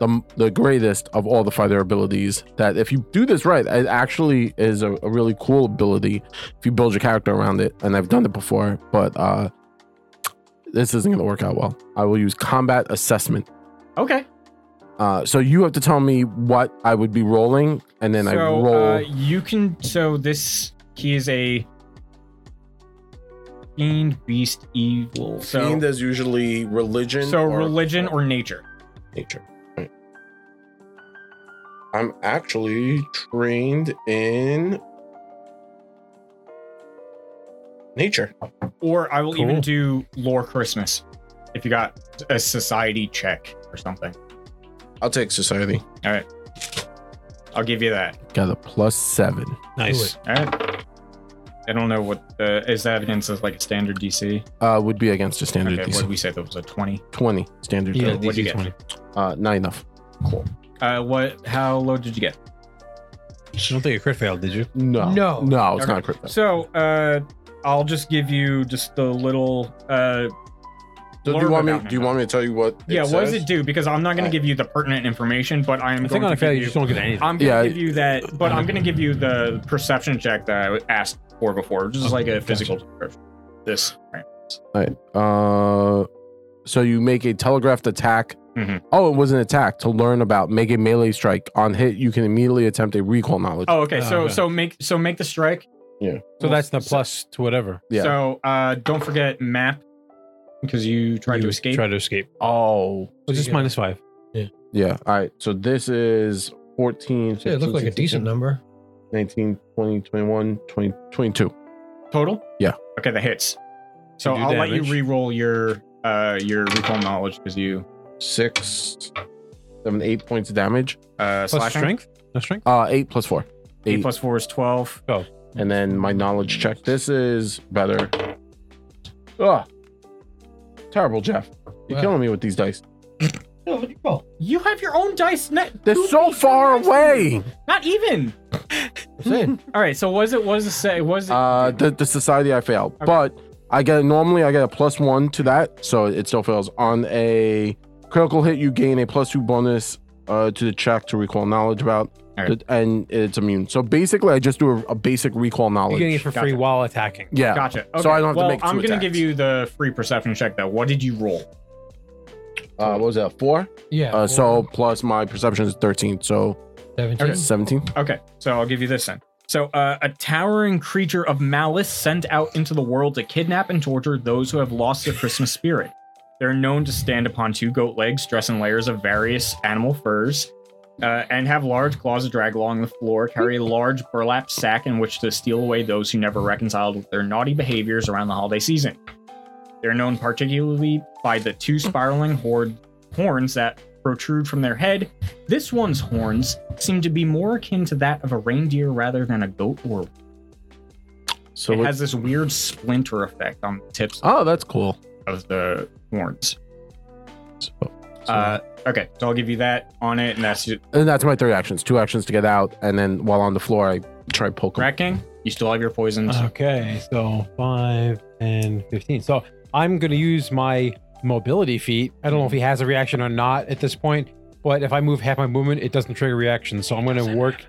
Speaker 1: the the greatest of all the fighter abilities. That if you do this right, it actually is a, a really cool ability if you build your character around it. And I've done it before, but uh, this isn't going to work out well. I will use combat assessment.
Speaker 2: Okay.
Speaker 1: Uh, so you have to tell me what I would be rolling, and then I
Speaker 2: so,
Speaker 1: roll.
Speaker 2: Uh, you can. So this he is a fiend, beast, evil. So
Speaker 1: is usually religion.
Speaker 2: so religion or nature.
Speaker 1: nature. I'm actually trained in nature.
Speaker 2: Or I will even
Speaker 3: Cool.
Speaker 2: do lore Christmas if you got a society check or something.
Speaker 1: I'll take society.
Speaker 2: I'll give you that.
Speaker 1: Got a plus seven.
Speaker 3: nice.
Speaker 2: All right. I don't know what the is that against us like a standard DC.
Speaker 1: Uh, would be against a
Speaker 2: Okay,
Speaker 1: standard
Speaker 2: what
Speaker 1: DC.
Speaker 2: did we say that was a twenty?
Speaker 1: Twenty standard.
Speaker 3: Yeah,
Speaker 1: DC.
Speaker 2: what'd you
Speaker 3: DC
Speaker 2: get?
Speaker 3: 20.
Speaker 1: Uh, not enough.
Speaker 2: Uh, what? How low did you get?
Speaker 3: I don't think a crit failed, did you?
Speaker 1: No,
Speaker 4: No.
Speaker 1: no, it's
Speaker 2: Okay.
Speaker 1: not crit. fail.
Speaker 2: So uh, I'll just give you just the little
Speaker 1: So
Speaker 2: uh,
Speaker 1: do you
Speaker 2: Blurb
Speaker 1: want me?
Speaker 2: about him.
Speaker 1: Do you want me to tell you what?
Speaker 2: Yeah, what does
Speaker 1: says?
Speaker 2: it do? Because I'm not going
Speaker 1: I-
Speaker 2: to give you the pertinent information, but I am
Speaker 3: I think
Speaker 2: going
Speaker 3: on
Speaker 2: to
Speaker 3: a failure,
Speaker 2: give
Speaker 3: you
Speaker 2: you.
Speaker 3: just don't get anything.
Speaker 2: I'm going
Speaker 1: Yeah,
Speaker 2: to give you that, but I'm going to give you the perception check that I asked for before, just like a physical description. This. Right.
Speaker 1: Uh, so you make a telegraphed attack.
Speaker 2: Mhm.
Speaker 1: Oh, it was an attack to learn about. Make a melee strike on hit. You can immediately attempt a recall knowledge.
Speaker 2: Oh, okay.
Speaker 3: Oh,
Speaker 2: So
Speaker 3: okay.
Speaker 2: so make so make the strike.
Speaker 3: So that's the plus to whatever.
Speaker 1: Yeah.
Speaker 2: So uh, don't forget map because you tried
Speaker 3: You
Speaker 2: to escape.
Speaker 3: Try to escape.
Speaker 1: Oh.
Speaker 3: Well, just
Speaker 4: Yeah.
Speaker 3: minus five.
Speaker 1: yeah. All right. So this is 14.
Speaker 4: Yeah, it looked like a
Speaker 1: 15,
Speaker 4: decent
Speaker 1: 16,
Speaker 4: number.
Speaker 1: 19, 20, 21, 20, 22.
Speaker 2: Total.
Speaker 1: Yeah.
Speaker 2: Okay, that hits. So
Speaker 3: do
Speaker 2: I'll let you
Speaker 3: damage.
Speaker 2: re-roll your uh your recall knowledge because you
Speaker 1: Six, seven, eight points of damage.
Speaker 2: uh
Speaker 3: Plus
Speaker 2: slashing.
Speaker 3: strength? No strength?
Speaker 1: Uh, eight plus four.
Speaker 2: Eight plus four is twelve.
Speaker 1: And then my knowledge check. This is better. Ugh. Terrible, Jeff. You're
Speaker 4: Wow.
Speaker 1: killing me with these dice.
Speaker 5: No, what do you roll? You have your own dice. Net.
Speaker 1: They're
Speaker 5: two
Speaker 1: so
Speaker 5: D4
Speaker 1: far
Speaker 5: dice.
Speaker 1: away.
Speaker 5: Not even.
Speaker 2: All right. So was it was it say was it
Speaker 1: Uh, the, the society I failed, but I get normally I get a plus one to that, so it still fails. On a critical hit, you gain a plus two bonus uh, to the check to recall knowledge about,
Speaker 2: Alright.
Speaker 1: and it's immune. So basically, I just do a, a basic recall
Speaker 3: You're
Speaker 1: knowledge.
Speaker 3: getting it for free
Speaker 2: Gotcha.
Speaker 3: while attacking.
Speaker 1: yeah,
Speaker 2: gotcha?
Speaker 1: So I don't have to
Speaker 2: well,
Speaker 1: make two
Speaker 2: I'm gonna
Speaker 1: attacks.
Speaker 2: give you the free perception check though. What did you roll?
Speaker 1: uh, what was that four?
Speaker 4: Yeah.
Speaker 1: Uh,
Speaker 4: or
Speaker 1: so plus my perception is thirteen, so
Speaker 4: 17.
Speaker 1: seventeen.
Speaker 2: Okay, so I'll give you this then. So, uh, a towering creature of malice sent out into the world to kidnap and torture those who have lost their Christmas spirit. They're known to stand upon two goat legs, dress in layers of various animal furs, uh, and have large claws that drag along the floor, carry a large burlap sack in which to steal away those who never reconciled with their naughty behaviors around the holiday season. They're known particularly by the two spiraling horde horns that protrude from their head this one's horns seem to be more akin to that of a reindeer rather than a goat or
Speaker 1: So
Speaker 2: it
Speaker 1: it-
Speaker 2: has this weird splinter effect on the tips
Speaker 1: oh, that's cool.
Speaker 2: of the horns.
Speaker 1: So,
Speaker 2: Uh, okay, so I'll give you that on it, and that's it.
Speaker 1: and that's my three actions. Two actions to get out, and then while on the floor, I try poke. 'em.
Speaker 2: cracking. You still have your poisons.
Speaker 3: Uh, Okay, so 5 and 15. So I'm going to use my mobility feat. I don't know if
Speaker 2: Mm-hmm.
Speaker 3: he has a reaction or not at this point, but if I move half my movement, it doesn't trigger reaction. So I'm going to work.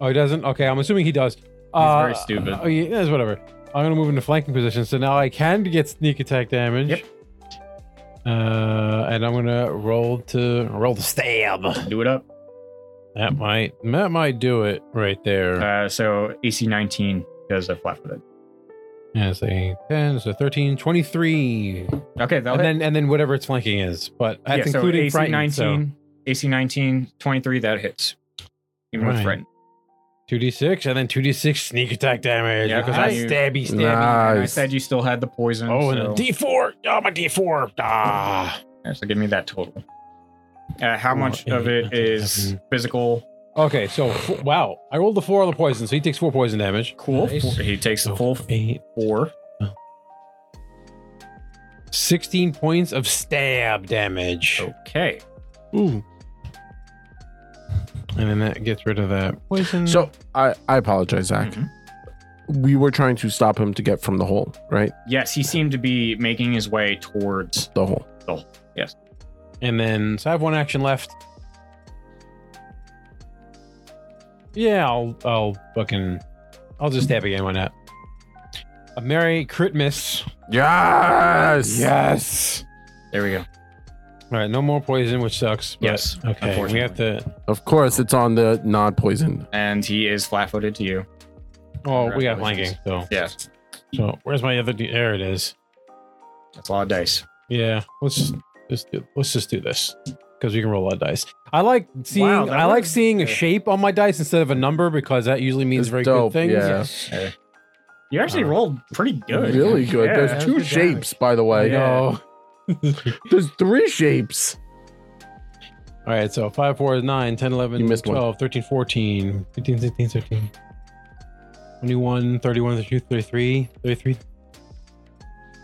Speaker 3: Oh, he doesn't? Okay, I'm assuming he does. Uh,
Speaker 2: very stupid.
Speaker 3: Oh, yeah, that's whatever. I'm going to move into flanking position. So now I can get sneak attack damage.
Speaker 2: Yep.
Speaker 3: Uh, and I'm going to roll to roll to stab.
Speaker 2: Do it up.
Speaker 3: That might that might do it right there.
Speaker 2: Uh, so AC 19 because I flat footed.
Speaker 3: Yes, a 10, so 13, 23.
Speaker 2: Okay, that'll
Speaker 3: and
Speaker 2: hit.
Speaker 3: then and then whatever its flanking is. But that's
Speaker 2: Yeah, so
Speaker 3: including
Speaker 2: AC
Speaker 3: frightened,
Speaker 2: 19,
Speaker 3: so
Speaker 2: AC 19, 23. That hits. Even with
Speaker 3: Right.
Speaker 2: frightened.
Speaker 3: 2d6 and then 2d6 sneak attack damage
Speaker 2: Yeah,
Speaker 3: because
Speaker 2: I-
Speaker 3: I stabby stabby.
Speaker 2: And I
Speaker 1: Nice.
Speaker 2: said you still had the poison.
Speaker 3: Oh,
Speaker 2: so-
Speaker 3: and a d4. Oh, my d4. Ah.
Speaker 2: Yeah, so give me that total. Uh, how
Speaker 3: Four,
Speaker 2: much of
Speaker 3: eight,
Speaker 2: it
Speaker 3: nine,
Speaker 2: is
Speaker 3: seven.
Speaker 2: physical?
Speaker 3: Okay, so f- wow, I rolled the four on the poison, so he takes four poison damage.
Speaker 2: Cool.
Speaker 4: Nice.
Speaker 2: He takes the full
Speaker 3: eight,
Speaker 2: four.
Speaker 3: 16 points of stab damage.
Speaker 2: Okay.
Speaker 3: Ooh. And then that gets rid of that poison.
Speaker 1: So I, I apologize, Zach.
Speaker 2: Mhm.
Speaker 1: We were trying to stop him to get from the hole, right?
Speaker 2: Yes, he seemed to be making his way towards.
Speaker 1: The hole.
Speaker 3: And then, so I have one action left. Yeah, I'll, I'll fucking, I'll just stab again. Why not? A merry crit miss.
Speaker 1: Yes.
Speaker 3: Yes.
Speaker 2: There we go.
Speaker 3: All right, no more poison, which sucks. but-
Speaker 2: Yes,
Speaker 3: Okay. We have to.
Speaker 1: Of course, it's on the non poison.
Speaker 2: And he is flat footed to you.
Speaker 3: Oh, we got flanking.
Speaker 2: Congratulations.
Speaker 3: So,
Speaker 2: Yes.
Speaker 3: so where's my other? D- There it is.
Speaker 2: That's a lot of dice.
Speaker 3: Yeah. Let's just, just do, let's just do this because we can roll a lot of dice. I like seeing
Speaker 2: Wow, that
Speaker 3: I like
Speaker 2: was-
Speaker 3: seeing a shape on my dice instead of a number because that usually means
Speaker 1: It's
Speaker 3: very
Speaker 1: dope,
Speaker 3: good things.
Speaker 1: yeah.
Speaker 2: You actually
Speaker 3: Uh,
Speaker 2: rolled pretty good.
Speaker 1: Really good.
Speaker 2: Yeah,
Speaker 1: There's
Speaker 4: that's
Speaker 1: two
Speaker 4: good
Speaker 1: shapes, by the way. Oh.
Speaker 2: Yeah.
Speaker 3: No.
Speaker 1: There's three shapes.
Speaker 3: All right, so 5, 4, 9, 10, 11,
Speaker 1: You missed one.
Speaker 3: 12, 13, 14, 15, 16, 17, 21, 31, 32, 33, 33.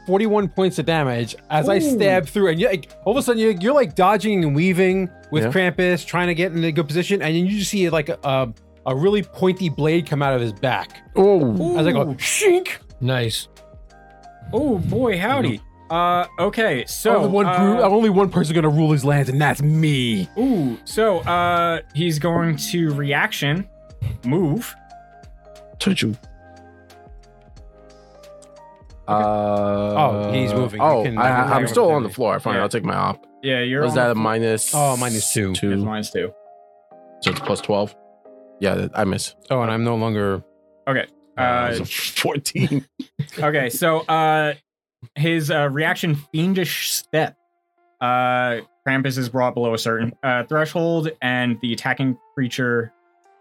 Speaker 3: 41 points of damage as I stab through. And you, like, all of a sudden, you're, you're like dodging and weaving with
Speaker 1: Yeah.
Speaker 3: Krampus, trying to get in a good position. And then you just see like a, a really pointy blade come out of his back.
Speaker 1: Oh,
Speaker 3: As I go,
Speaker 2: Ooh.
Speaker 3: shink!
Speaker 4: Nice.
Speaker 2: Oh, boy, howdy. Uh, okay, so.
Speaker 3: only, one,
Speaker 2: uh,
Speaker 3: group- only one person going to rule his lands, and that's me.
Speaker 2: Ooh, so uh, he's going to reaction, move.
Speaker 1: touch you. Uh,
Speaker 3: Oh, he's moving. You
Speaker 1: Oh,
Speaker 3: can-
Speaker 1: I,
Speaker 3: you can
Speaker 1: I'm
Speaker 3: move
Speaker 1: still
Speaker 3: it.
Speaker 1: on the floor. Fine,
Speaker 2: Yeah.
Speaker 1: I'll take my op.
Speaker 2: Yeah, you're.
Speaker 1: Was
Speaker 2: on
Speaker 1: that a
Speaker 2: the-
Speaker 1: minus?
Speaker 3: Oh, minus two.
Speaker 2: It's
Speaker 1: Two.
Speaker 2: minus two.
Speaker 1: So it's plus twelve. Yeah, that- I miss.
Speaker 3: Oh, and I'm no longer.
Speaker 2: Uh,
Speaker 1: It was a fourteen.
Speaker 2: okay so uh his uh reaction fiendish step uh krampus is brought below a certain uh threshold and the attacking creature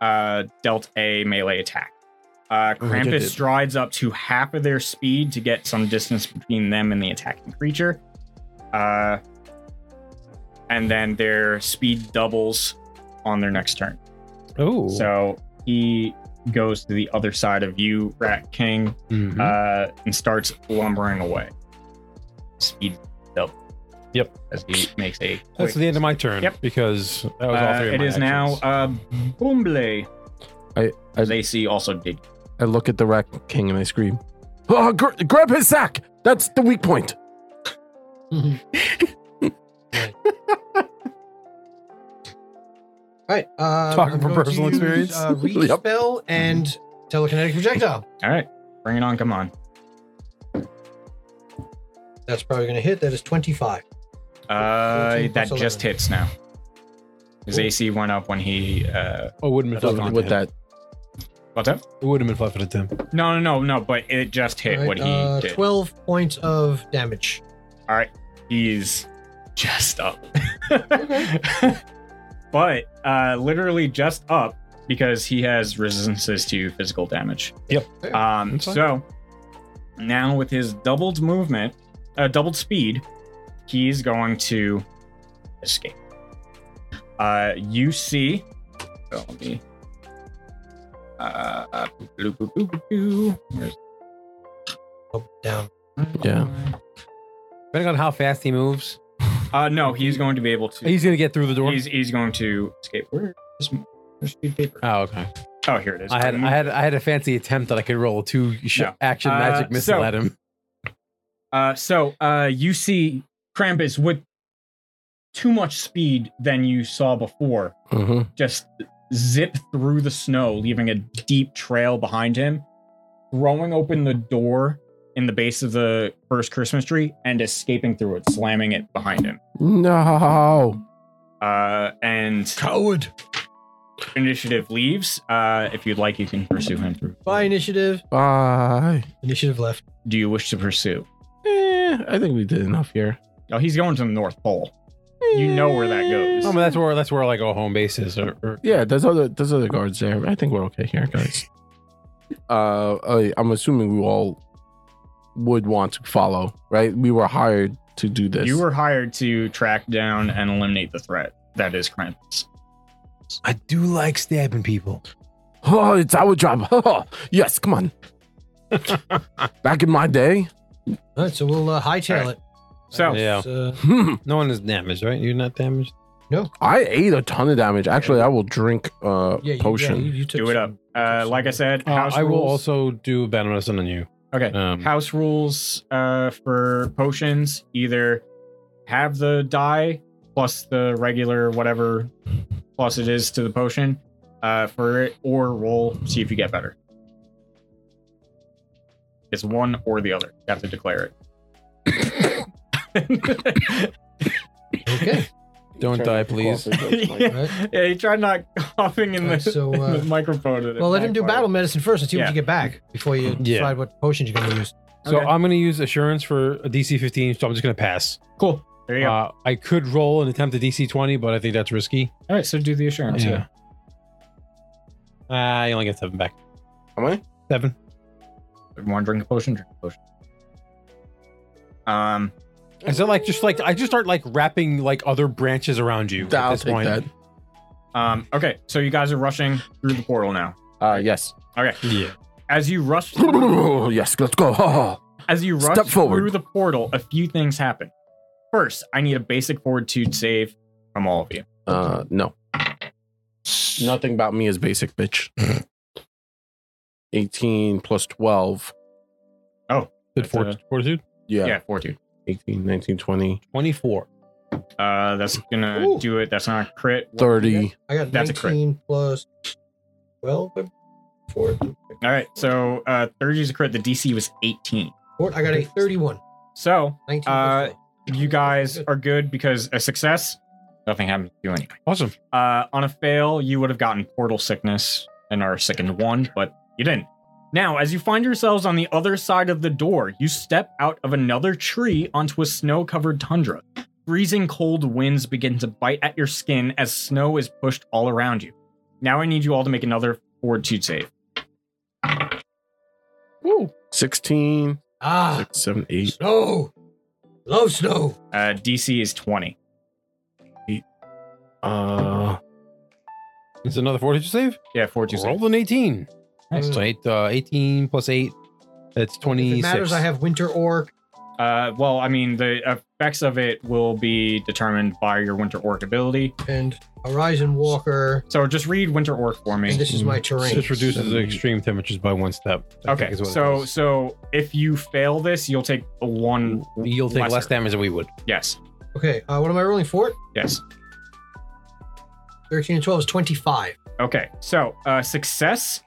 Speaker 2: uh dealt a melee attack Uh,
Speaker 1: Oh, did
Speaker 2: Krampus
Speaker 1: it.
Speaker 2: strides up to half of their speed to get some distance between them and the attacking creature. Uh, and then their speed doubles on their next turn.
Speaker 3: Oh,
Speaker 2: So he goes to the other side of you, Rat King,
Speaker 3: Mm-hmm.
Speaker 1: Mm-hmm.
Speaker 2: uh, and starts lumbering away. Speed up.
Speaker 3: Yep.
Speaker 2: As he makes a. Quick,
Speaker 3: that's the end of my turn.
Speaker 2: Yep.
Speaker 3: because that was all
Speaker 2: uh,
Speaker 3: three. Of
Speaker 2: it
Speaker 3: my
Speaker 2: is now
Speaker 3: actions.
Speaker 2: uh, Boomble.
Speaker 1: I- I-
Speaker 2: Lacey also did.
Speaker 1: I look at the Rat King and I scream, oh, gr- grab his sack. That's the weak point.
Speaker 4: All right. Um,
Speaker 3: Talking
Speaker 4: I'm
Speaker 3: from
Speaker 4: going to
Speaker 3: personal
Speaker 4: use,
Speaker 3: experience. Mm-hmm.
Speaker 4: Uh, reach
Speaker 1: Yep.
Speaker 4: spell and telekinetic projectile.
Speaker 2: All right. Bring it on. Come on.
Speaker 4: That's probably going to hit. That is 25.
Speaker 2: Uh,
Speaker 4: 14
Speaker 2: that
Speaker 4: plus
Speaker 2: just
Speaker 4: 11.
Speaker 2: hits now. His AC went up when he. Uh,
Speaker 3: oh, wouldn't have been fluffed
Speaker 1: with that,
Speaker 2: what's up?
Speaker 3: It would have been fluffed at him.
Speaker 2: No, no, no, no. But it just hit
Speaker 4: All right,
Speaker 2: what he
Speaker 4: uh,
Speaker 2: did.
Speaker 4: 12 points of damage.
Speaker 2: All right, he's just up. but uh, literally just up because he has resistances to physical damage.
Speaker 3: Yep.
Speaker 2: Um,
Speaker 3: That's fine.
Speaker 2: so now with his doubled movement, uh, doubled speed, he's going to escape. Uh, you see. so let me. Uh, boop, boop, boop, boop, boop. Where's-
Speaker 4: Up, Oh, down.
Speaker 1: yeah.
Speaker 3: Depending on how fast he moves,
Speaker 2: Uh, no, he's going to be able to.
Speaker 3: he's gonna get through the door.
Speaker 2: He's, he's going to escape. Where is my where's the paper?
Speaker 3: Oh, okay.
Speaker 2: Oh, here it is.
Speaker 3: I had
Speaker 2: Um,
Speaker 3: I had I had a fancy attempt that I could roll two sh-
Speaker 2: No.
Speaker 3: action
Speaker 2: Uh,
Speaker 3: magic missile
Speaker 2: so-
Speaker 3: at him.
Speaker 2: Uh, so uh, you see Krampus with too much speed than you saw before,
Speaker 1: hmm
Speaker 2: just zip through the snow, leaving a deep trail behind him, throwing open the door in the base of the first Christmas tree and escaping through it, slamming it behind him.
Speaker 1: No.
Speaker 2: Uh, and
Speaker 4: Coward.
Speaker 2: initiative leaves. Uh, if you'd like, you can pursue him through.
Speaker 4: By initiative.
Speaker 1: Bye.
Speaker 4: Initiative left.
Speaker 2: Do you wish to pursue?
Speaker 1: Eh, I think we did enough here.
Speaker 2: Oh, he's going to the North Pole. You know where that goes.
Speaker 3: Oh, but that's where that's where like our home base is. Or, or-
Speaker 1: Um, Yeah, there's other there's other guards there. I think we're okay here, guys. uh, I, I'm assuming we all would want to follow, right? We were hired to do this.
Speaker 2: You were hired to track down and eliminate the threat. That is Krampus.
Speaker 3: I do like stabbing people.
Speaker 1: Oh, it's our job. yes, come on. Back in my day,
Speaker 4: All right, so we'll uh, hightail it.
Speaker 2: So,
Speaker 3: Yeah.
Speaker 4: It's, uh,
Speaker 1: hmm,
Speaker 3: No one is damaged, right? You're not damaged.
Speaker 1: I ate a ton of damage. Actually, I will drink uh
Speaker 4: yeah, you,
Speaker 1: potion.
Speaker 4: yeah, you, you took
Speaker 2: do it up.
Speaker 4: some-
Speaker 2: Uh, like I said,
Speaker 3: Uh,
Speaker 2: house
Speaker 3: I will
Speaker 2: rules.
Speaker 3: also do venomous on you.
Speaker 2: okay.
Speaker 3: Um,
Speaker 2: house rules uh, for potions either have the die plus the regular whatever plus it is to the potion uh, for it, or roll, see if you get better. It's one or the other. You have to declare it.
Speaker 4: Okay.
Speaker 3: don't die, please.
Speaker 2: yeah, yeah, he tried not coughing in the,
Speaker 4: Alright, so,
Speaker 2: in the
Speaker 4: uh,
Speaker 2: microphone. and it
Speaker 4: Well, let him do
Speaker 2: backfired.
Speaker 4: battle medicine first and see what
Speaker 2: Yeah.
Speaker 4: you get back before you
Speaker 3: Yeah.
Speaker 4: decide what potions you're going to use.
Speaker 3: So
Speaker 2: Okay.
Speaker 3: I'm going to use assurance for a DC 15. So I'm just going to pass.
Speaker 2: Cool. There you go.
Speaker 3: Uh, I could roll and attempt a DC 20, but I think that's risky.
Speaker 2: All right, so do the assurance. Yeah.
Speaker 3: Ah, you only get seven back.
Speaker 1: How many?
Speaker 3: Seven.
Speaker 2: One drink a potion, drink a potion. Um,
Speaker 3: Is it like just like I just start like wrapping like other branches around you at
Speaker 1: I'll
Speaker 3: this
Speaker 1: take
Speaker 3: point?
Speaker 1: that.
Speaker 2: um, okay, so you guys are rushing through the portal now.
Speaker 1: Uh, yes.
Speaker 3: Yeah.
Speaker 2: As you rush,
Speaker 1: yes, let's go.
Speaker 2: as you rush
Speaker 1: Step forward.
Speaker 2: through the portal, a few things happen. First, I need a basic fortitude save from all of you.
Speaker 1: Uh, no. Nothing about me is basic, bitch. 18 plus 12.
Speaker 3: Did fort-
Speaker 2: That's
Speaker 3: fortitude?
Speaker 1: Yeah.
Speaker 2: Yeah, fortitude.
Speaker 1: 18, 19, 20,
Speaker 3: 24.
Speaker 2: Uh, that's gonna
Speaker 4: Ooh.
Speaker 2: do it. That's not a crit.
Speaker 1: 30.
Speaker 4: I got
Speaker 2: That's a crit.
Speaker 4: 19 plus 12. I- Four,
Speaker 2: All right, so uh, 30 is a crit. The DC was 18.
Speaker 4: four, I got a 31.
Speaker 2: So
Speaker 4: 19
Speaker 2: Uh,
Speaker 4: plus 12.
Speaker 2: you guys are good because a success, nothing happened to you anyway.
Speaker 3: Awesome.
Speaker 2: Uh, on a fail, you would have gotten portal sickness and are sickened one, but you didn't. Now, as you find yourselves on the other side of the door, you step out of another tree onto a snow covered tundra. Freezing cold winds begin to bite at your skin as snow is pushed all around you. Now I need you all to make another fortitude save.
Speaker 1: Woo. 16,
Speaker 4: Ah,
Speaker 1: 6, 7, 8,
Speaker 4: snow. Love snow.
Speaker 2: Uh, DC is 20.
Speaker 1: uh,
Speaker 3: It's another four. Did you save?
Speaker 2: Yeah, 42.
Speaker 3: Rolled an eighteen.
Speaker 4: Nice.
Speaker 3: So eight, uh, 18 plus eight. That's
Speaker 4: If
Speaker 3: twenty
Speaker 4: it matters,
Speaker 3: six.
Speaker 4: I have winter orc.
Speaker 2: Uh, well, I mean, the effects of it will be determined by your Winter Orc ability.
Speaker 4: and Horizon Walker,
Speaker 2: So just read Winter Orc for
Speaker 4: and
Speaker 2: me.
Speaker 4: this is my terrain.
Speaker 3: Just reduces the extreme temperatures by one step. I think
Speaker 2: Okay,
Speaker 3: is what it
Speaker 2: so
Speaker 3: is.
Speaker 2: so if you fail this, you'll take a one.
Speaker 3: you'll take less
Speaker 2: lesser.
Speaker 3: damage than we would.
Speaker 2: Yes,
Speaker 4: Okay, uh, what am I rolling for?
Speaker 2: yes.
Speaker 4: 13 and 12 is 25.
Speaker 2: Okay, so uh, success.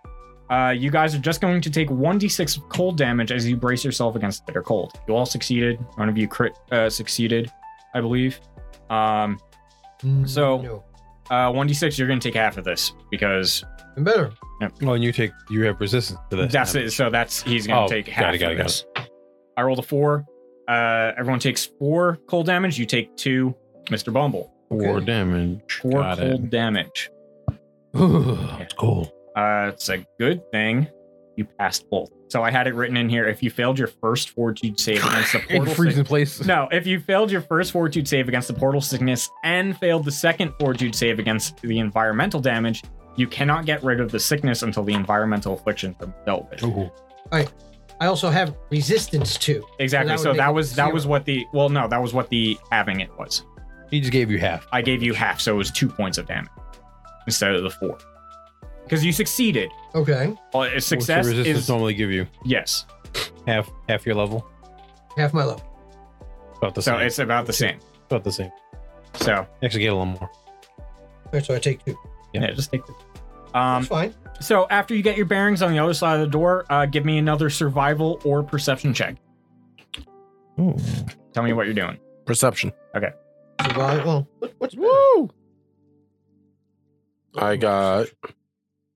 Speaker 2: Uh, you guys are just going to take 1d6 of cold damage as you brace yourself against bitter cold. You all succeeded. One of you crit uh, succeeded, I believe. Um,
Speaker 4: Mm,
Speaker 2: So-
Speaker 4: no.
Speaker 2: uh, 1d6, you're going to take half of this because
Speaker 4: And better.
Speaker 3: Oh, and you take you have resistance to this.
Speaker 2: That's it. So that's he's gonna
Speaker 3: Oh,
Speaker 2: take
Speaker 3: got
Speaker 2: half
Speaker 3: it, got
Speaker 2: of
Speaker 3: it, got
Speaker 2: this. I rolled a four. Uh, everyone takes four cold damage. You take two, Mr. Bumble.
Speaker 3: Four
Speaker 4: Okay.
Speaker 3: damage.
Speaker 2: Four
Speaker 3: Got it.
Speaker 2: cold damage.
Speaker 3: It's cool.
Speaker 2: Uh, it's a good thing you passed both. So I had it written in here. If you failed your first fortitude save against the
Speaker 3: It
Speaker 2: portal,
Speaker 3: freezes
Speaker 2: sick-
Speaker 3: in place.
Speaker 2: no, if you failed your first fortitude save against the portal sickness and failed the second fortitude save against the environmental damage, you cannot get rid of the sickness until the environmental afflictions are dealt with.
Speaker 3: Ooh.
Speaker 4: I also have resistance to.
Speaker 2: Exactly.
Speaker 4: So
Speaker 2: so
Speaker 4: that would
Speaker 2: that
Speaker 4: make
Speaker 2: was
Speaker 4: it
Speaker 2: that
Speaker 4: zero.
Speaker 2: was what the well no that was what the having it was.
Speaker 3: He just gave you half.
Speaker 2: I gave you half, so it was two points of damage instead of the four because you succeeded.
Speaker 4: Okay,
Speaker 2: Uh, Success
Speaker 3: What's your resistance
Speaker 2: is
Speaker 3: normally give you
Speaker 2: yes.
Speaker 3: half half your level.
Speaker 4: half my level.
Speaker 3: About the
Speaker 2: So
Speaker 3: same.
Speaker 2: it's about the same.
Speaker 3: about the same.
Speaker 2: So
Speaker 3: Actually, get a little more.
Speaker 4: Okay, so I take two.
Speaker 3: Yeah.
Speaker 2: yeah, just take. The, um.
Speaker 4: That's fine.
Speaker 2: So after you get your bearings on the other side of the door, uh, give me another survival or perception check. Tell me what you're doing.
Speaker 1: perception.
Speaker 4: Survive. Well, what, what's better?
Speaker 1: Woo! I got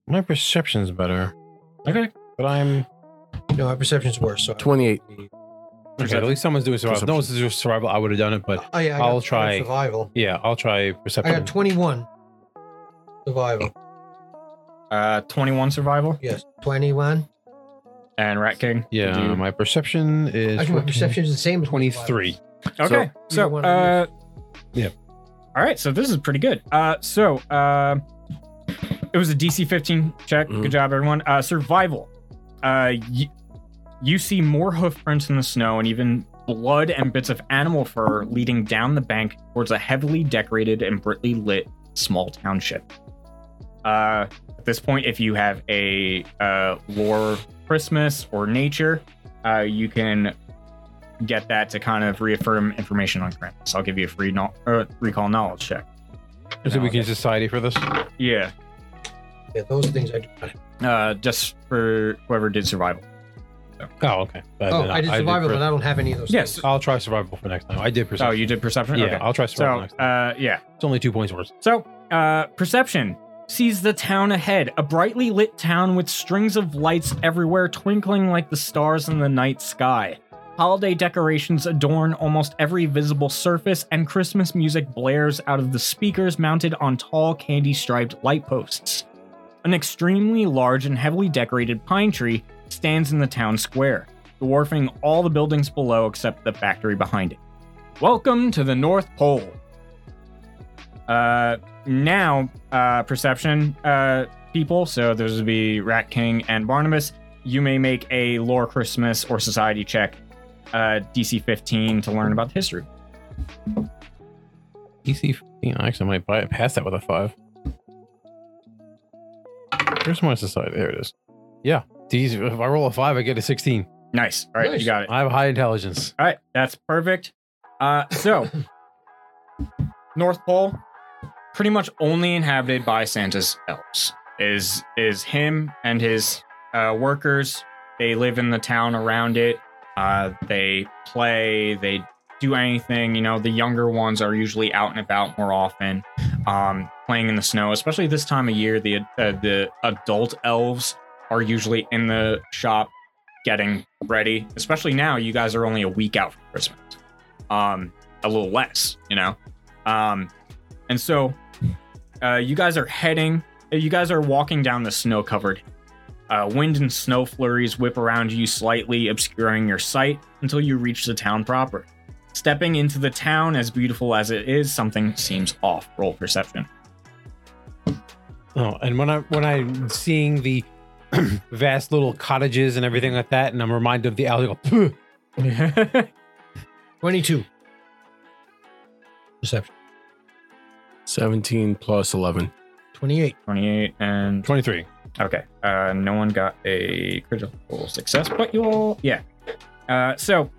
Speaker 3: My perception's better,
Speaker 2: Okay.
Speaker 3: but I'm
Speaker 4: No, my perception's worse. So I-
Speaker 1: 28.
Speaker 3: okay. At least someone's doing survival. If No one's doing survival. I would have done it, but
Speaker 4: Oh, yeah, I got
Speaker 3: I'll try.
Speaker 4: Survival.
Speaker 3: yeah, I'll try
Speaker 4: I
Speaker 3: perception.
Speaker 4: got 21. Survival.
Speaker 2: Uh, 21 survival
Speaker 4: Yes, 21.
Speaker 2: and Rat King.
Speaker 3: yeah,
Speaker 2: you-
Speaker 3: my perception is
Speaker 4: Actually, my perception is the same. as my survival.
Speaker 3: 23.
Speaker 2: Okay.
Speaker 4: So-
Speaker 2: So,
Speaker 4: Either one
Speaker 2: uh,
Speaker 4: of
Speaker 3: Yeah.
Speaker 2: All right. So this is pretty good. Uh, so, uh, it was a DC 15 check.
Speaker 1: Mhm.
Speaker 2: Good job, everyone. Uh, survival. Uh, y- you see more hoof prints in the snow and even blood and bits of animal fur leading down the bank towards a heavily decorated and brightly lit small township. Uh, at this point, if you have a uh, lore Christmas or nature, uh, you can get that to kind of reaffirm information on Krampus. I'll give you a free no- uh, recall knowledge check.
Speaker 3: Is it we can use society for this?
Speaker 2: Yeah,
Speaker 4: Yeah, those things I do. not have.
Speaker 2: uh, just for whoever did survival.
Speaker 3: Oh, okay. I
Speaker 4: Oh, I did survival, but I don't have any of those.
Speaker 2: Yes.
Speaker 4: things.
Speaker 3: I'll try survival for next time. I did
Speaker 2: Oh,
Speaker 3: perception.
Speaker 2: you did perception.
Speaker 3: yeah,
Speaker 2: okay.
Speaker 3: I'll try
Speaker 2: so,
Speaker 3: survival next time.
Speaker 2: uh, yeah.
Speaker 3: It's only two points worse.
Speaker 2: So, uh, perception sees the town ahead, a brightly lit town with strings of lights everywhere twinkling like the stars in the night sky. Holiday decorations adorn almost every visible surface, and Christmas music blares out of the speakers mounted on tall candy striped light posts. An extremely large and heavily decorated pine tree stands in the town square, dwarfing all the buildings below except the factory behind it. Welcome to the North Pole. Uh, now, uh, perception uh, people, so those would be Rat King and Barnabas, you may make a lore Christmas or society check, uh, DC 15, to learn about the history.
Speaker 3: DC 15. I actually might buy it past that with a five. Where's my society? There it is. Yeah. These, if I roll a five, I get a 16.
Speaker 2: Nice. All right,
Speaker 4: Nice.
Speaker 2: you got it.
Speaker 3: I have high intelligence.
Speaker 2: All right, that's perfect. Uh, so, North Pole, pretty much only inhabited by Santa's elves. Is is him and his uh, workers? They live in the town around it. Uh, they play. They do anything. You know, the younger ones are usually out and about more often, um, playing in the snow, especially this time of year. The uh, the adult elves are usually in the shop getting ready, especially now you guys are only a week out from Christmas. Um, a little less, you know? Um, and so uh, you guys are heading, you guys are walking down the snow covered Uh, wind and snow flurries whip around you slightly, obscuring your sight until you reach the town proper. Stepping into the town, as beautiful as it is, something seems off. Roll perception.
Speaker 3: Oh, and when I when I'm seeing the vast little cottages and everything like that, and I'm reminded of the alley, I go, "Phew."
Speaker 4: 22. Perception.
Speaker 1: 17 plus 11.
Speaker 4: 28.
Speaker 2: 28 and
Speaker 3: 23.
Speaker 2: Okay. Uh, no one got a critical success, but you all, yeah. Uh, so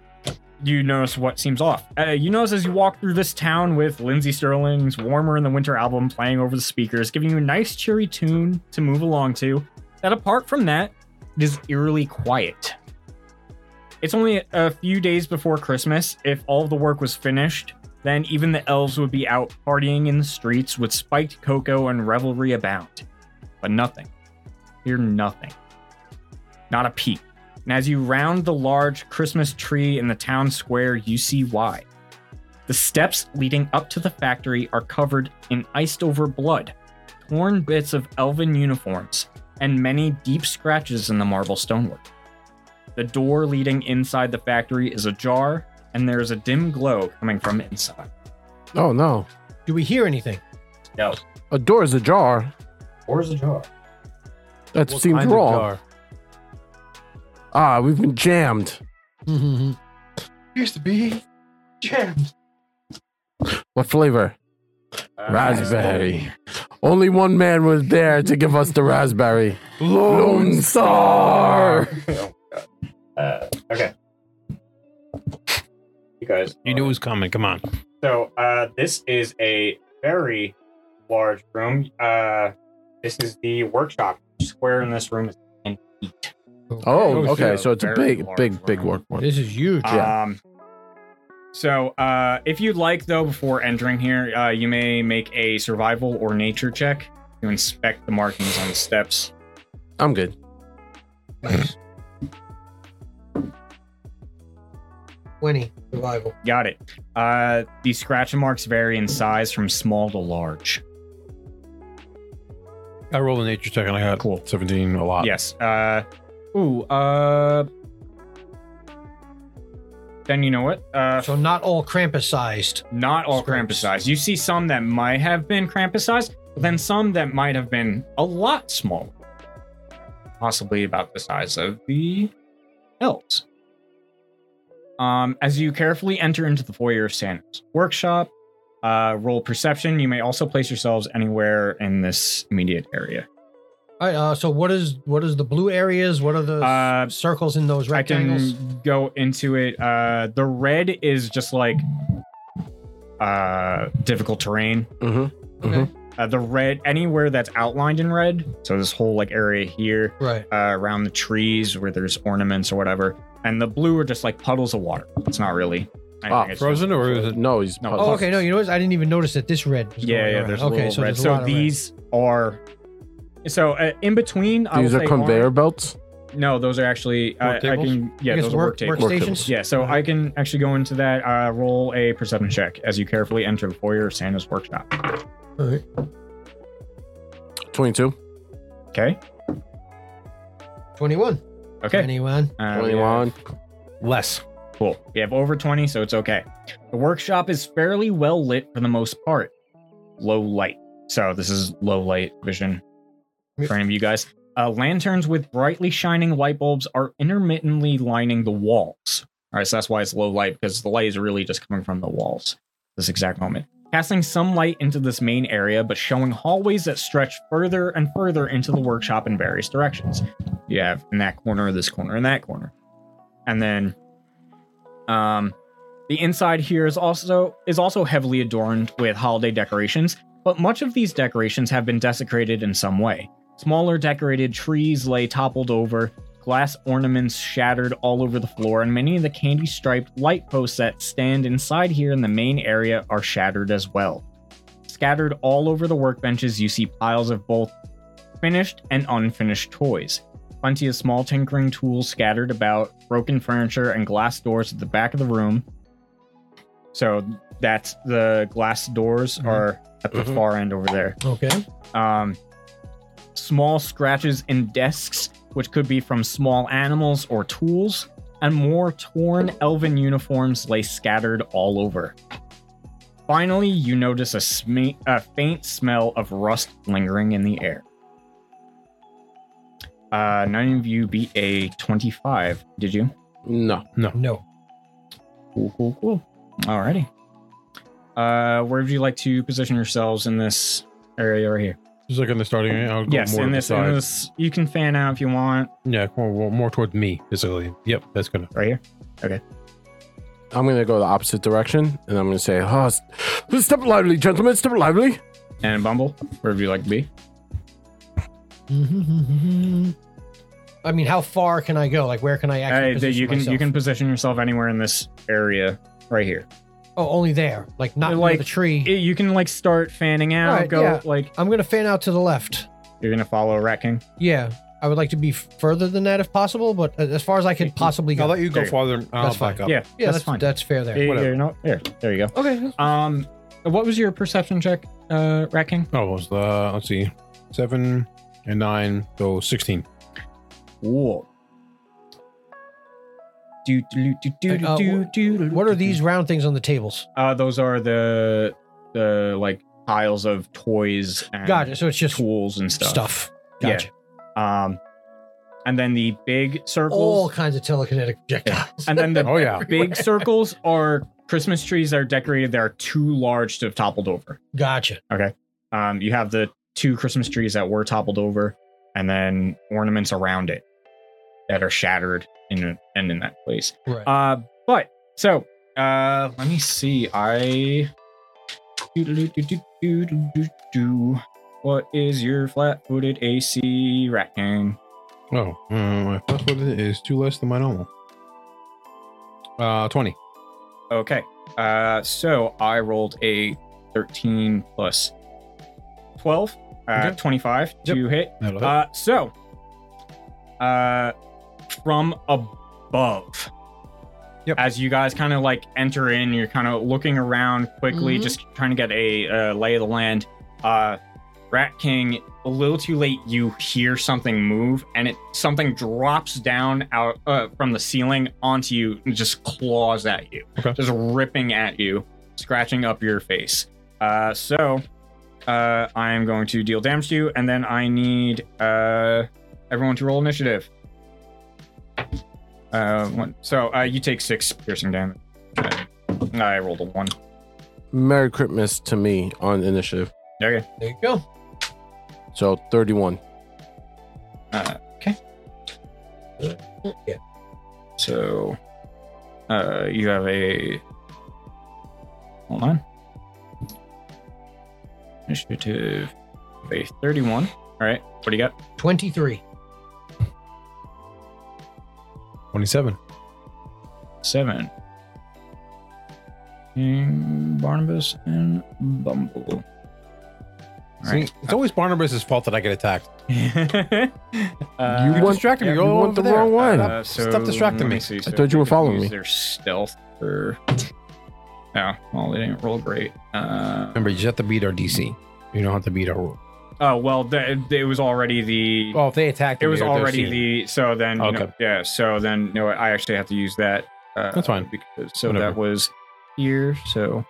Speaker 2: you notice what seems off. Uh, you notice as you walk through this town with Lindsey Sterling's "Warmer in the Winter" album playing over the speakers, giving you a nice cheery tune to move along to. That apart from that, it is eerily quiet. It's only a few days before Christmas. If all the work was finished, then even the elves would be out partying in the streets with spiked cocoa and revelry abound. But nothing hear nothing. Not a peep. And as you round the large Christmas tree in the town square, you see why. The steps leading up to the factory are covered in iced over blood, torn bits of elven uniforms, and many deep scratches in the marble stonework. The door leading inside the factory is ajar, and there is a dim glow coming from inside.
Speaker 1: Oh, no.
Speaker 4: Do we hear anything?
Speaker 2: No.
Speaker 1: A door is ajar.
Speaker 2: Or is ajar?
Speaker 1: That
Speaker 3: What
Speaker 1: seems
Speaker 3: kind of
Speaker 1: wrong.
Speaker 3: jar?
Speaker 1: Ah, we've been jammed.
Speaker 6: Here's the bee. Jammed.
Speaker 1: What flavor? raspberry. Only one man was there to give us the raspberry. Lone Star.
Speaker 7: Uh, okay. You guys.
Speaker 3: You knew it was coming. Come on.
Speaker 7: So uh, this is a very large room. Uh, this is the workshop. Square in this room is
Speaker 1: Oh,
Speaker 2: Oh,
Speaker 1: okay.
Speaker 2: so
Speaker 1: So it's a
Speaker 2: very
Speaker 1: big,
Speaker 2: large
Speaker 1: big, big
Speaker 2: room.
Speaker 1: work one.
Speaker 4: This is huge.
Speaker 1: Yeah.
Speaker 2: Um, so, uh, if you'd like, though, before entering here, uh, you may make a survival or nature check to inspect the markings on the steps.
Speaker 1: I'm good.
Speaker 4: Nice. 20. Survival.
Speaker 2: Got it. Uh, these scratch marks vary in size from small to large.
Speaker 3: I rolled a nature check and I got
Speaker 2: Cool.
Speaker 3: 17 a lot.
Speaker 2: Yes. Uh, ooh. Uh, then you know what? Uh,
Speaker 4: So not all Krampus sized.
Speaker 2: not all
Speaker 4: Scrapes.
Speaker 2: Krampus sized. You see some that might have been Krampus sized, but then some that might have been a lot smaller. Possibly about the size of the elves. Um, as you carefully enter into the foyer of Santa's workshop, uh, roll perception. You may also place yourselves anywhere in this immediate area.
Speaker 4: All right. Uh, so what is what is the blue areas? What are the
Speaker 2: Uh,
Speaker 4: circles in those
Speaker 2: I
Speaker 4: rectangles?
Speaker 2: can go into it. Uh, the red is just like uh, difficult terrain.
Speaker 1: hmm
Speaker 2: uh, the red anywhere that's outlined in red so this whole like area here
Speaker 4: Right.
Speaker 2: uh, around the trees where there's ornaments or whatever and the blue are just like puddles of water it's not really anything,
Speaker 1: Ah,
Speaker 2: it's
Speaker 3: Frozen or is it?
Speaker 1: No, he's
Speaker 2: No,
Speaker 1: puzzled.
Speaker 4: Oh, okay. No, you know what? I didn't even notice that this red. Was
Speaker 2: just, yeah
Speaker 4: going
Speaker 2: yeah
Speaker 4: around.
Speaker 2: there's a
Speaker 4: okay.
Speaker 2: little
Speaker 4: so
Speaker 2: red
Speaker 4: there's a
Speaker 2: so
Speaker 4: lot of red.
Speaker 2: these are so uh, in between I
Speaker 1: These
Speaker 2: will
Speaker 1: are
Speaker 2: say
Speaker 1: conveyor
Speaker 2: orange-
Speaker 1: belts.
Speaker 2: no those are actually uh,
Speaker 3: Work
Speaker 2: i
Speaker 3: tables?
Speaker 2: can
Speaker 4: I
Speaker 2: yeah
Speaker 4: guess
Speaker 2: those
Speaker 4: work,
Speaker 2: are work tables
Speaker 1: work
Speaker 4: workstations.
Speaker 2: yeah so i can actually go into that uh, roll a perception check as you carefully enter the foyer of santa's workshop
Speaker 1: Twenty-two.
Speaker 2: okay
Speaker 4: Twenty-one.
Speaker 2: okay
Speaker 4: Twenty-one.
Speaker 2: Uh, we have-
Speaker 1: Twenty-one.
Speaker 3: Less.
Speaker 2: Cool. We have over 20, so it's okay. The workshop is fairly well lit for the most part. Low light. So this is low light vision for any of you guys. Uh, lanterns with brightly shining light bulbs are intermittently lining the walls. All right, so that's why it's low light because the light is really just coming from the walls this exact moment. Casting some light into this main area, but showing hallways that stretch further and further into the workshop in various directions. You have in that corner, this corner, and that corner. And then um, the inside here is also is also heavily adorned with holiday decorations, but much of these decorations have been desecrated in some way. Smaller decorated trees lay toppled over, glass ornaments shattered all over the floor, and many of the candy striped light posts that stand inside here in the main area are shattered as well. Scattered all over the workbenches, you see piles of both finished and unfinished toys plenty of small tinkering tools scattered about, broken furniture, and glass doors at the back of the room. So that's the glass doors are at the far end over there.
Speaker 4: Okay.
Speaker 2: Um, small scratches in desks, which could be from small animals or tools, and more torn elven uniforms lay scattered all over. Finally, you notice a, sma- a faint smell of rust lingering in the air. Uh, none of you beat a 25, did you?
Speaker 1: No.
Speaker 4: No.
Speaker 2: Cool, cool, cool. Alrighty. Uh, where would you like to position yourselves in this area right here?
Speaker 3: Just like in the starting area. I'll go
Speaker 2: Yes,
Speaker 3: more
Speaker 2: in
Speaker 3: to the
Speaker 2: this, in
Speaker 3: side.
Speaker 2: this, you can fan out if you want.
Speaker 3: Yeah, more, more, more towards me, basically. Yep, that's good.
Speaker 2: Right here.
Speaker 1: I'm gonna go the opposite direction, and I'm gonna say, "Oh, s- step lively, gentlemen, step lively."
Speaker 2: And Bumble, where would you like to be?
Speaker 4: I mean, how far can I go? Like, where can I actually?
Speaker 2: Hey, Uh, that
Speaker 4: position
Speaker 2: you can you
Speaker 4: myself?
Speaker 2: can position yourself anywhere in this area right here.
Speaker 4: Oh, only there. Like, not
Speaker 2: Like,
Speaker 4: near the tree.
Speaker 2: Eh, You can like start fanning out,
Speaker 4: Alright,
Speaker 2: go
Speaker 4: yeah.
Speaker 2: like
Speaker 4: I'm gonna fan out to the left.
Speaker 2: you're gonna follow Rat King.
Speaker 4: Yeah, I would like to be further than that if possible, but uh, as far as I could possibly go.
Speaker 3: I'll let you go
Speaker 2: There you go.
Speaker 3: farther. and I'll
Speaker 4: That's fine.
Speaker 3: back up.
Speaker 2: Yeah,
Speaker 4: yeah,
Speaker 2: that's
Speaker 4: that's
Speaker 2: fine.
Speaker 4: That's fair
Speaker 2: Eh,
Speaker 4: there.
Speaker 3: whatever.
Speaker 2: you're not- there, there you go.
Speaker 4: Okay.
Speaker 2: Um, what was your perception check, uh, Rat King?
Speaker 3: Oh, what was the let's see, seven and nine, so sixteen.
Speaker 2: Whoa. Do, do, do, do,
Speaker 4: Uh,
Speaker 2: do, do, do,
Speaker 4: What are these round things on the tables?
Speaker 2: Uh, those are the the like piles of toys and
Speaker 4: Gotcha. So it's just
Speaker 2: tools and stuff.
Speaker 4: stuff.
Speaker 2: Yeah.
Speaker 4: Gotcha.
Speaker 2: Um, and then the big
Speaker 4: All
Speaker 2: circles,
Speaker 4: kinds of telekinetic projectiles.
Speaker 2: and then the
Speaker 3: Oh yeah,
Speaker 2: big circles are Christmas trees that are decorated. They are too large to have toppled over.
Speaker 4: Gotcha.
Speaker 2: Um, you have the two Christmas trees that were toppled over, and then ornaments around it that are shattered in and in that place.
Speaker 4: Right.
Speaker 2: Uh, but so uh, let me see. I do what is your flat-footed AC racking?
Speaker 3: Oh, uh, my first one is two less than my normal. Uh, twenty.
Speaker 2: Okay. Uh, so I rolled a thirteen plus twelve. Uh,
Speaker 3: Okay.
Speaker 2: 25
Speaker 3: Yep.
Speaker 2: to hit.
Speaker 3: That'll hit.
Speaker 2: Uh, so, uh, from above,
Speaker 3: Yep.
Speaker 2: as you guys kind of like enter in, you're kind of looking around quickly,
Speaker 4: Mhm.
Speaker 2: just trying to get a uh, lay of the land. Uh, Rat King, a little too late, you hear something move, and it something drops down out uh, from the ceiling onto you and just claws at you,
Speaker 3: Okay.
Speaker 2: just ripping at you, scratching up your face. Uh, so, uh, I am going to deal damage to you, and then I need uh, everyone to roll initiative. Uh, one, so uh, you take six piercing damage. I, I rolled a one.
Speaker 1: Merry Christmas to me on initiative.
Speaker 2: Okay.
Speaker 4: there you go.
Speaker 1: So 31.
Speaker 2: Uh, okay.
Speaker 4: Yeah.
Speaker 2: So uh, you have a. Hold on. Initiative. A 31. All right. What do you got?
Speaker 4: Twenty-three.
Speaker 3: Twenty-seven.
Speaker 2: Seven. King Barnabas and Bumble. All
Speaker 3: See,
Speaker 2: right.
Speaker 3: it's always Barnabas' fault that I get attacked.
Speaker 2: Uh,
Speaker 1: You want-
Speaker 3: distracted me.
Speaker 1: you
Speaker 3: Go
Speaker 1: want
Speaker 3: over
Speaker 1: the
Speaker 3: there.
Speaker 1: wrong one.
Speaker 3: Uh, Stop distracting
Speaker 2: let
Speaker 3: me.
Speaker 2: see.
Speaker 1: I thought you were
Speaker 2: they can
Speaker 1: following
Speaker 2: use
Speaker 1: me.
Speaker 2: Their stealth for. Oh, well, they didn't roll great. Uh,
Speaker 3: Remember, you just have to beat our DC. You don't have to beat our rule.
Speaker 2: oh well, th- it was already the.
Speaker 3: Well, if they attacked,
Speaker 2: it
Speaker 3: me,
Speaker 2: was
Speaker 3: they're- they're
Speaker 2: already
Speaker 3: seeing it.
Speaker 2: the. So then, you know-
Speaker 3: Okay.
Speaker 2: yeah. So then, no, I actually have to use that. Uh,
Speaker 3: That's fine.
Speaker 2: Because, so
Speaker 3: Whatever.
Speaker 2: that was here. So.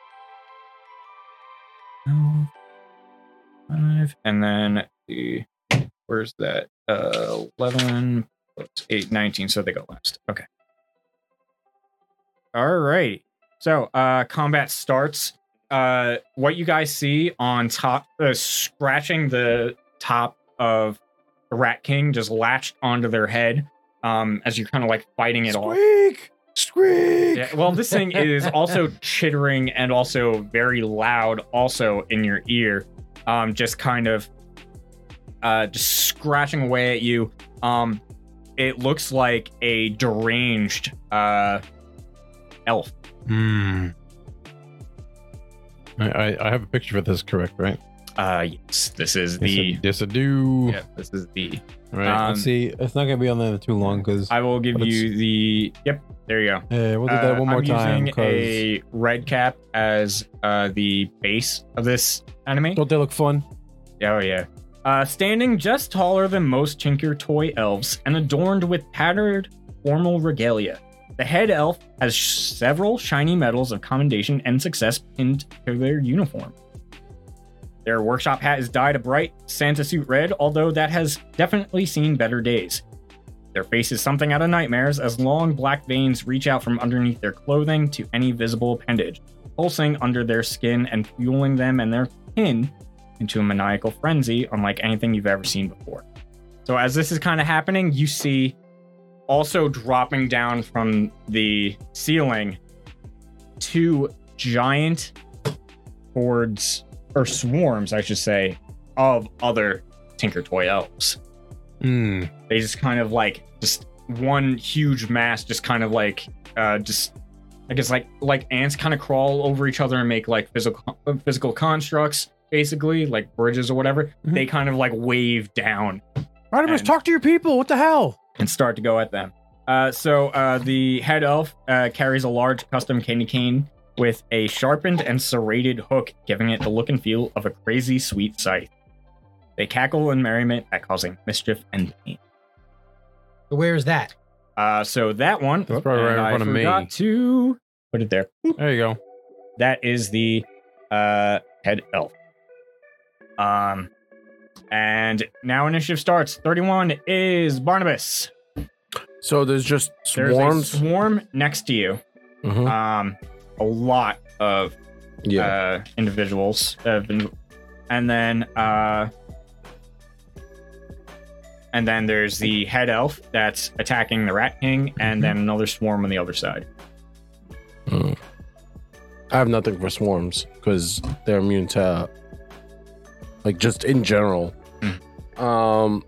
Speaker 2: No. Five and then the where's that? Uh, eleven plus eight, 19, So they go last. Okay. All right. So, uh, combat starts. Uh, what you guys see on top, uh, scratching the top of the Rat King, just latched onto their head. Um, as you're kind of like fighting it off.
Speaker 3: Squeak! Squeak!
Speaker 2: Yeah, well, this thing is also chittering and also very loud, also in your ear. Um, just kind of uh, just scratching away at you. Um, it looks like a deranged uh, elf.
Speaker 3: Hmm. I, I, I have a picture for this, correct? Right?
Speaker 2: Uh, yes, this is
Speaker 3: Yes,
Speaker 2: the.
Speaker 3: I- yes, I do.
Speaker 2: Yeah, this is the.
Speaker 3: Right.
Speaker 2: Um,
Speaker 3: let's see. It's not gonna be on there too long because
Speaker 2: I will give
Speaker 3: But it's-
Speaker 2: you the. Yep, there you go.
Speaker 3: we'll do that
Speaker 2: Uh,
Speaker 3: one more
Speaker 2: I'm
Speaker 3: time.
Speaker 2: using
Speaker 3: 'cause-
Speaker 2: a red cap as uh, the base of this enemy.
Speaker 3: Don't they look fun?
Speaker 2: Oh yeah. Uh, standing just taller than most Chinker toy elves and adorned with patterned formal regalia. The head elf has sh- several shiny medals of commendation and success pinned to their uniform. Their workshop hat is dyed a bright Santa suit red, although that has definitely seen better days. Their face is something out of nightmares, as long black veins reach out from underneath their clothing to any visible appendage, pulsing under their skin and fueling them and their kin into a maniacal frenzy, unlike anything you've ever seen before. So, as this is kind of happening, you see also dropping down from the ceiling two giant hordes or swarms, I should say, of other Tinker Toy elves.
Speaker 3: Mm.
Speaker 2: They just kind of like just one huge mass, just kind of like uh, just I guess like like ants kind of crawl over each other and make like physical uh, physical constructs, basically like bridges or whatever.
Speaker 3: Mhm.
Speaker 2: They kind of like wave down
Speaker 3: Rodimus,
Speaker 2: And-
Speaker 3: talk to your people. What the hell?
Speaker 2: and start to go at them. Uh, so uh, the head elf uh, carries a large custom candy cane with a sharpened and serrated hook, giving it the look and feel of a crazy sweet scythe. They cackle in merriment at causing mischief and pain.
Speaker 4: Where is that?
Speaker 2: Uh, so that one,
Speaker 3: That's probably
Speaker 2: and
Speaker 3: right in
Speaker 2: I
Speaker 3: front of me.
Speaker 2: forgot to put it there.
Speaker 3: There you go.
Speaker 2: That is the uh, head elf. Um, and now initiative starts. Thirty-one is Barnabas.
Speaker 1: So there's just
Speaker 2: There's
Speaker 1: swarms.
Speaker 2: a swarm next to you.
Speaker 1: Mhm.
Speaker 2: um a lot of
Speaker 1: yeah.
Speaker 2: uh individuals have been and then uh and then there's the head elf that's attacking the rat king
Speaker 3: Mm-hmm.
Speaker 2: and then another swarm on the other side
Speaker 1: I have nothing for swarms because they're immune to, like, just in general.
Speaker 2: Hmm.
Speaker 1: Um.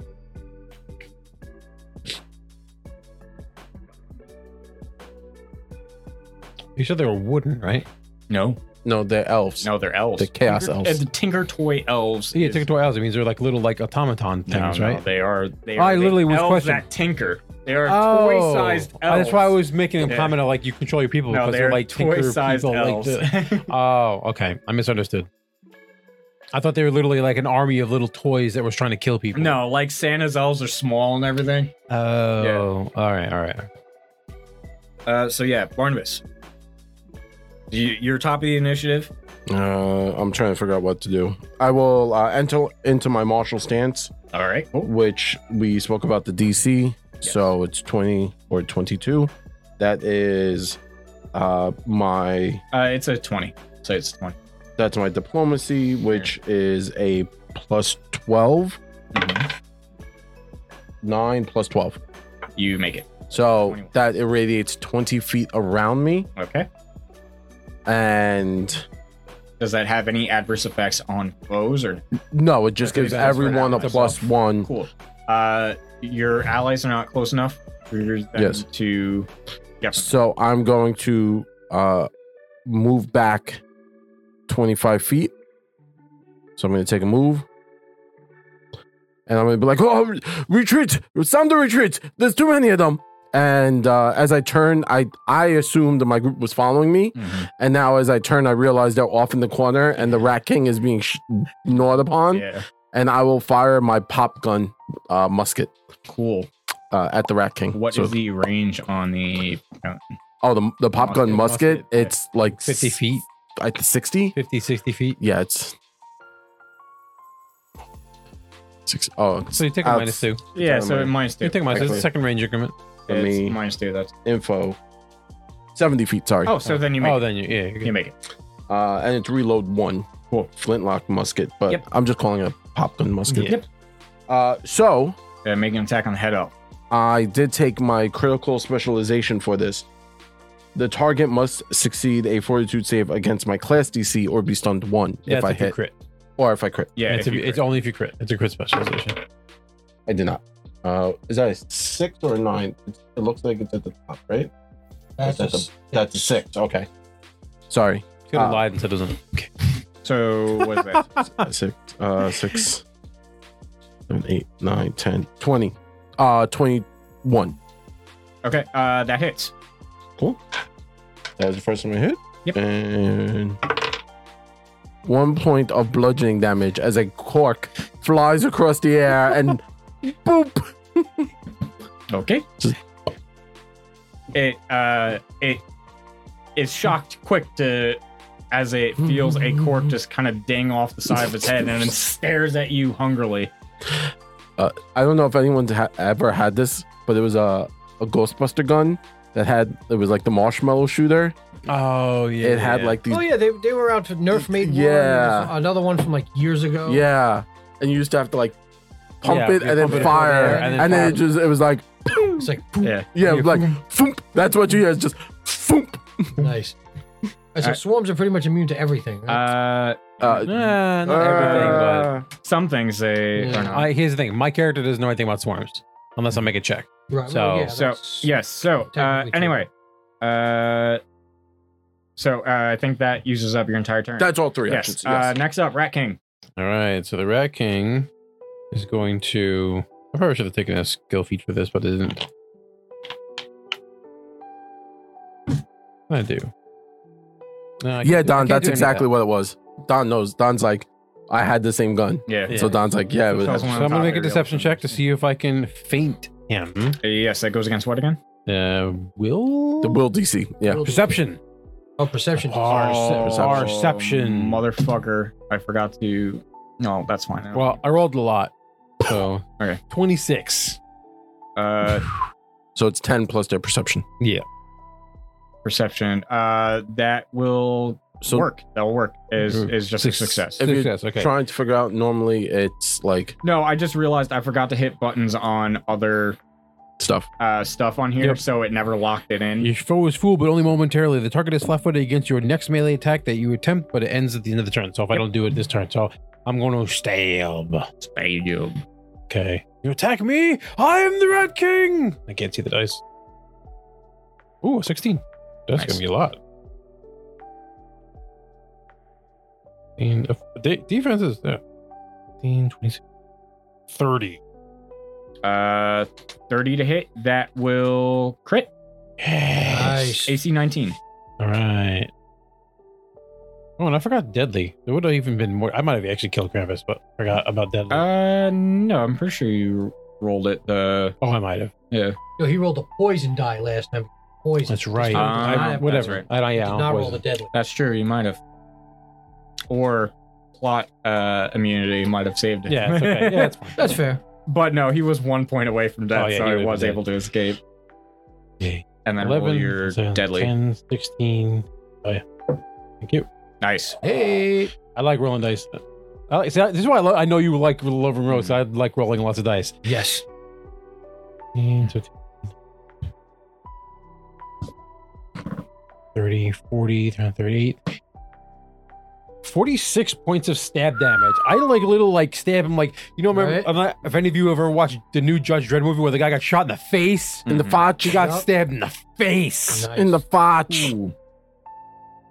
Speaker 3: You said they were wooden, right?
Speaker 2: no
Speaker 1: No, they're elves.
Speaker 2: no they're elves
Speaker 1: The chaos
Speaker 2: Tinker-
Speaker 1: elves.
Speaker 2: uh, the tinker toy elves
Speaker 3: So yeah,
Speaker 2: is-
Speaker 3: ticket to elves. It means they're like little like automaton
Speaker 2: no,
Speaker 3: things,
Speaker 2: no,
Speaker 3: right?
Speaker 2: they are they
Speaker 3: Oh,
Speaker 2: are
Speaker 3: I
Speaker 2: the
Speaker 3: literally was
Speaker 2: elves
Speaker 3: questioning.
Speaker 2: that tinker they are
Speaker 3: Oh.
Speaker 2: toy-sized
Speaker 3: Oh,
Speaker 2: elves
Speaker 3: That's why I was making a
Speaker 2: Yeah.
Speaker 3: comment of like you control your people
Speaker 2: no
Speaker 3: because
Speaker 2: they're,
Speaker 3: they're, like tinker
Speaker 2: toy-sized
Speaker 3: people. Like
Speaker 2: elves
Speaker 3: the- oh, okay. I misunderstood. I thought they were literally like an army of little toys that was trying to kill people.
Speaker 2: no like santa's elves are small and everything
Speaker 3: Oh, all right, all right.
Speaker 2: Uh, so yeah, Barnabas. You, you're top of the initiative.
Speaker 1: Uh, I'm trying to figure out what to do. I will uh, enter into my martial stance,
Speaker 2: All right.
Speaker 3: Oh.
Speaker 2: Cool.
Speaker 1: which we spoke about the DC. So it's 20 or 22. That is uh, my
Speaker 2: Uh, it's a twenty. So it's twenty.
Speaker 1: that's my diplomacy, which is a plus 12.
Speaker 2: Mm-hmm.
Speaker 1: Nine plus 12.
Speaker 2: You make it.
Speaker 1: So
Speaker 2: 21.
Speaker 1: that irradiates 20 feet around me.
Speaker 2: Okay.
Speaker 1: And
Speaker 2: Does that have any adverse effects on foes or
Speaker 1: no, it just
Speaker 2: Okay,
Speaker 1: gives
Speaker 2: so that's for
Speaker 1: everyone a
Speaker 2: allies.
Speaker 1: plus one.
Speaker 2: cool? Uh, your allies are not close enough for them
Speaker 1: Yes.
Speaker 2: to. Yep.
Speaker 1: So I'm going to uh move back 25 feet. So I'm going to take a move. And I'm going to be like, oh, retreat, sound the retreat. There's too many of them. And uh, as I turn, I I assumed that my group was following me.
Speaker 2: Mhm.
Speaker 1: And now as I turn, I realize they're off in the corner and the Rat King is being sh- gnawed upon.
Speaker 2: Yeah.
Speaker 1: And I will fire my pop gun uh, musket
Speaker 2: Cool.
Speaker 1: uh, at the Rat King.
Speaker 2: What is
Speaker 1: So-
Speaker 2: the range on the?
Speaker 1: Oh, the, the pop gun
Speaker 3: Musket,
Speaker 1: musket.
Speaker 3: musket, yeah.
Speaker 1: It's like
Speaker 3: 50 feet,
Speaker 1: I 60
Speaker 3: 50, 60 feet.
Speaker 1: yeah it's six oh it's
Speaker 3: So you take a
Speaker 1: Outs-
Speaker 3: minus two.
Speaker 2: Yeah.
Speaker 1: so
Speaker 2: So
Speaker 1: it
Speaker 2: minus two.
Speaker 3: You take a minus two. It's
Speaker 1: Actually-
Speaker 3: a second range increment.
Speaker 1: Let me-
Speaker 2: minus two. That's.
Speaker 1: info 70 feet sorry
Speaker 2: Oh, so then you make.
Speaker 3: Oh,
Speaker 2: it.
Speaker 3: then you, yeah. you're
Speaker 2: You
Speaker 3: good.
Speaker 2: make it.
Speaker 1: uh and it's reload one
Speaker 2: Cool.
Speaker 1: flintlock musket but
Speaker 2: Yep.
Speaker 1: i'm just calling it a pop gun musket
Speaker 2: Yep.
Speaker 1: uh so
Speaker 2: Uh, make an attack on the head elf.
Speaker 1: i did take my critical specialization for this the target must succeed a fortitude save against my class dc or be stunned one
Speaker 3: Yeah,
Speaker 1: if
Speaker 3: it's
Speaker 1: i
Speaker 3: if you
Speaker 1: hit
Speaker 3: crit.
Speaker 1: or if i crit
Speaker 2: Yeah. if
Speaker 3: it's, if
Speaker 2: you
Speaker 3: you- it's
Speaker 2: crit.
Speaker 3: only if you crit. It's a crit specialization.
Speaker 1: i did not uh is that a six or a nine it it looks like it's at the top right
Speaker 6: That's
Speaker 1: That's a-
Speaker 6: just
Speaker 1: that's a six okay sorry
Speaker 3: Could have
Speaker 1: Ah.
Speaker 3: lied and said it wasn't. Okay.
Speaker 2: so what is that?
Speaker 1: six, uh, six, seven, eight, nine, ten, twenty, uh, twenty-one.
Speaker 2: Okay, uh, that hits.
Speaker 1: That was the first one I hit.
Speaker 2: Yep.
Speaker 1: And one point of bludgeoning damage as a cork flies across the air and boop.
Speaker 2: Okay. It uh it is shocked quick to as it feels a cork just kind of dang off the side of its head and then stares at you hungrily.
Speaker 1: Uh, I don't know if anyone's ha- ever had this, but it was a, a Ghostbuster gun that had, it was like the marshmallow shooter.
Speaker 3: Oh yeah.
Speaker 1: it had like these
Speaker 4: Oh yeah, they, they were out for Nerf made one.
Speaker 1: Yeah.
Speaker 4: There's Another one from like years ago.
Speaker 1: Yeah, and you used to have to like pump
Speaker 3: Oh, Yeah,
Speaker 1: it
Speaker 3: you
Speaker 1: and then
Speaker 3: pump it in
Speaker 1: fire,
Speaker 3: the air
Speaker 1: and
Speaker 3: and
Speaker 1: then,
Speaker 3: then
Speaker 1: it just it was like
Speaker 4: It's like
Speaker 2: Yeah.
Speaker 1: yeah,
Speaker 3: Yeah,
Speaker 1: like foomp. That's what you hear. It's just foomp.
Speaker 4: nice. And so
Speaker 2: Alright.
Speaker 4: swarms are pretty much immune to everything. right?
Speaker 2: Uh
Speaker 1: Uh,
Speaker 3: Nah, not everything, but
Speaker 2: some things they
Speaker 4: Yeah.
Speaker 2: are not.
Speaker 3: I, here's the thing. My character doesn't know anything about swarms unless I make a check.
Speaker 4: right.
Speaker 3: so-
Speaker 4: well,
Speaker 2: so
Speaker 4: that's-
Speaker 2: yes, so uh
Speaker 4: Technically true.
Speaker 2: anyway. Uh so uh, I think that uses up your entire turn.
Speaker 1: that's all three
Speaker 2: yes.
Speaker 1: actions.
Speaker 2: Uh,
Speaker 1: Yes.
Speaker 2: next up, Rat King.
Speaker 3: All right. So the Rat King is going to. I probably should have taken a skill feat for this, but I didn't. I do. No, I
Speaker 1: yeah,
Speaker 3: can't do- I
Speaker 1: Don.
Speaker 3: can't
Speaker 1: That's
Speaker 3: do any of that.
Speaker 1: exactly what it was. Don knows. Don's like, I had the same gun.
Speaker 2: Yeah.
Speaker 3: Yeah.
Speaker 1: So Don's like, yeah, it was-
Speaker 2: Tells
Speaker 3: So
Speaker 2: one
Speaker 3: I'm
Speaker 2: on
Speaker 3: gonna
Speaker 2: top
Speaker 3: make a
Speaker 2: area.
Speaker 3: deception check to see if I can faint him.
Speaker 2: Uh, Yes, that goes against what again?
Speaker 3: Uh, will
Speaker 1: the will DC. Yeah.
Speaker 3: perception?
Speaker 4: Oh, perception.
Speaker 1: Oh,
Speaker 3: Perception. Perception.
Speaker 2: Motherfucker. I forgot to. No, that's fine.
Speaker 3: Well, I rolled a lot, so
Speaker 2: Okay.
Speaker 3: twenty six.
Speaker 2: uh,
Speaker 1: So it's ten plus their perception.
Speaker 2: perception. Uh, that will
Speaker 1: So
Speaker 2: work. That'll work. Is
Speaker 3: Mhm.
Speaker 2: is just a success.
Speaker 1: If you
Speaker 3: Success. Okay.
Speaker 1: trying to figure out normally it's like
Speaker 2: No, I just realized I forgot to hit buttons on other
Speaker 1: stuff.
Speaker 2: uh stuff on here,
Speaker 3: Yep.
Speaker 2: so it never locked it in.
Speaker 3: Your foe is fooled, but only momentarily. The target is flat-footed against your next melee attack that you attempt, but it ends at the end of the turn. So if I don't do it this turn, so I'm going to stab.
Speaker 2: Stadium.
Speaker 3: Okay. You attack me. I am the Rat King. I can't see the dice. Ooh, a 16. That's
Speaker 2: Nice.
Speaker 3: gonna be a lot. And if- de- defense is uh, yeah. 15, 26, 30.
Speaker 2: Uh, thirty to hit. That will crit.
Speaker 3: Yes.
Speaker 2: AC nineteen.
Speaker 3: All right. Oh, and I forgot Deadly. It would have even been more. I might have actually killed Krampus, but forgot about Deadly.
Speaker 2: Uh, no, I'm pretty sure you rolled it. uh, The
Speaker 3: oh, I might have.
Speaker 4: Yo, he rolled a poison die last time. Poison.
Speaker 3: That's right.
Speaker 2: Uh,
Speaker 3: I-
Speaker 2: that's
Speaker 3: whatever.
Speaker 2: right.
Speaker 3: I don't.
Speaker 4: He
Speaker 3: Yeah.
Speaker 4: did
Speaker 3: I'm
Speaker 4: not roll
Speaker 3: poisoned.
Speaker 4: the deadly.
Speaker 2: That's true. You might have, or plot uh, immunity might have saved him.
Speaker 3: Yeah. It's okay. Yeah. It's fine.
Speaker 4: That's fair.
Speaker 2: but no, he was one point away from death,
Speaker 3: Oh, yeah, he
Speaker 2: so he
Speaker 3: would've
Speaker 2: was
Speaker 3: been
Speaker 2: able to escape.
Speaker 3: Okay.
Speaker 2: And then roll your
Speaker 3: so
Speaker 2: deadly.
Speaker 3: 10, 16. Oh yeah. Thank you.
Speaker 2: Nice.
Speaker 4: Hey,
Speaker 3: I like rolling dice. I like, see, I- this is why I, lo- I know you like love and roast. I like rolling lots of dice.
Speaker 4: yes.
Speaker 3: 15, 15, 30, 40, 38. 46 points of stab damage. I like little like stab him like you know remember
Speaker 4: Right.
Speaker 3: I'm not- if any of you ever watched the new Judge Dredd movie where the guy got shot in the face
Speaker 1: In the
Speaker 2: Mm-hmm.
Speaker 3: he
Speaker 1: fotch.
Speaker 3: got
Speaker 4: Yup.
Speaker 3: stabbed in the face.
Speaker 4: Nice.
Speaker 1: In the fotch.
Speaker 2: Ooh.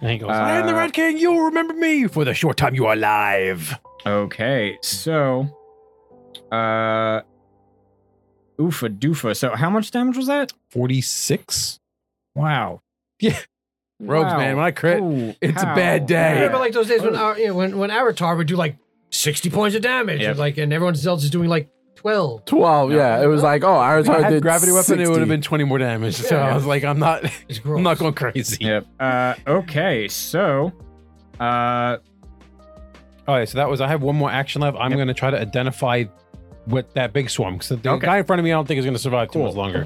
Speaker 3: And he goes, I am the
Speaker 2: Uh,
Speaker 3: Red King, you will remember me for the short time you are alive.
Speaker 2: Okay, so, uh, oofa doofa. So how much damage was that?
Speaker 3: 46?
Speaker 2: Wow.
Speaker 3: Rogues,
Speaker 2: Wow.
Speaker 3: man, when I crit,
Speaker 2: Ooh,
Speaker 3: it's a
Speaker 2: how?
Speaker 3: bad day.
Speaker 4: I remember like those days when our, you know, when when Avatar would do like sixty points of damage,
Speaker 2: Yep.
Speaker 4: and, like, and everyone else is doing like twelve.
Speaker 1: 12, yeah. It was like, oh, I
Speaker 3: If I had
Speaker 1: did
Speaker 3: gravity weapon, it would
Speaker 1: 60.
Speaker 3: have been 20 more damage. So I was like, I'm not
Speaker 4: It's gross.
Speaker 3: I'm not going crazy.
Speaker 2: Yep. Uh, okay, so, uh,
Speaker 3: All right, so that was I have one more action left. I'm gonna try to identify what that big swarm because the
Speaker 2: Okay.
Speaker 3: guy in front of me I don't think is gonna survive too much longer.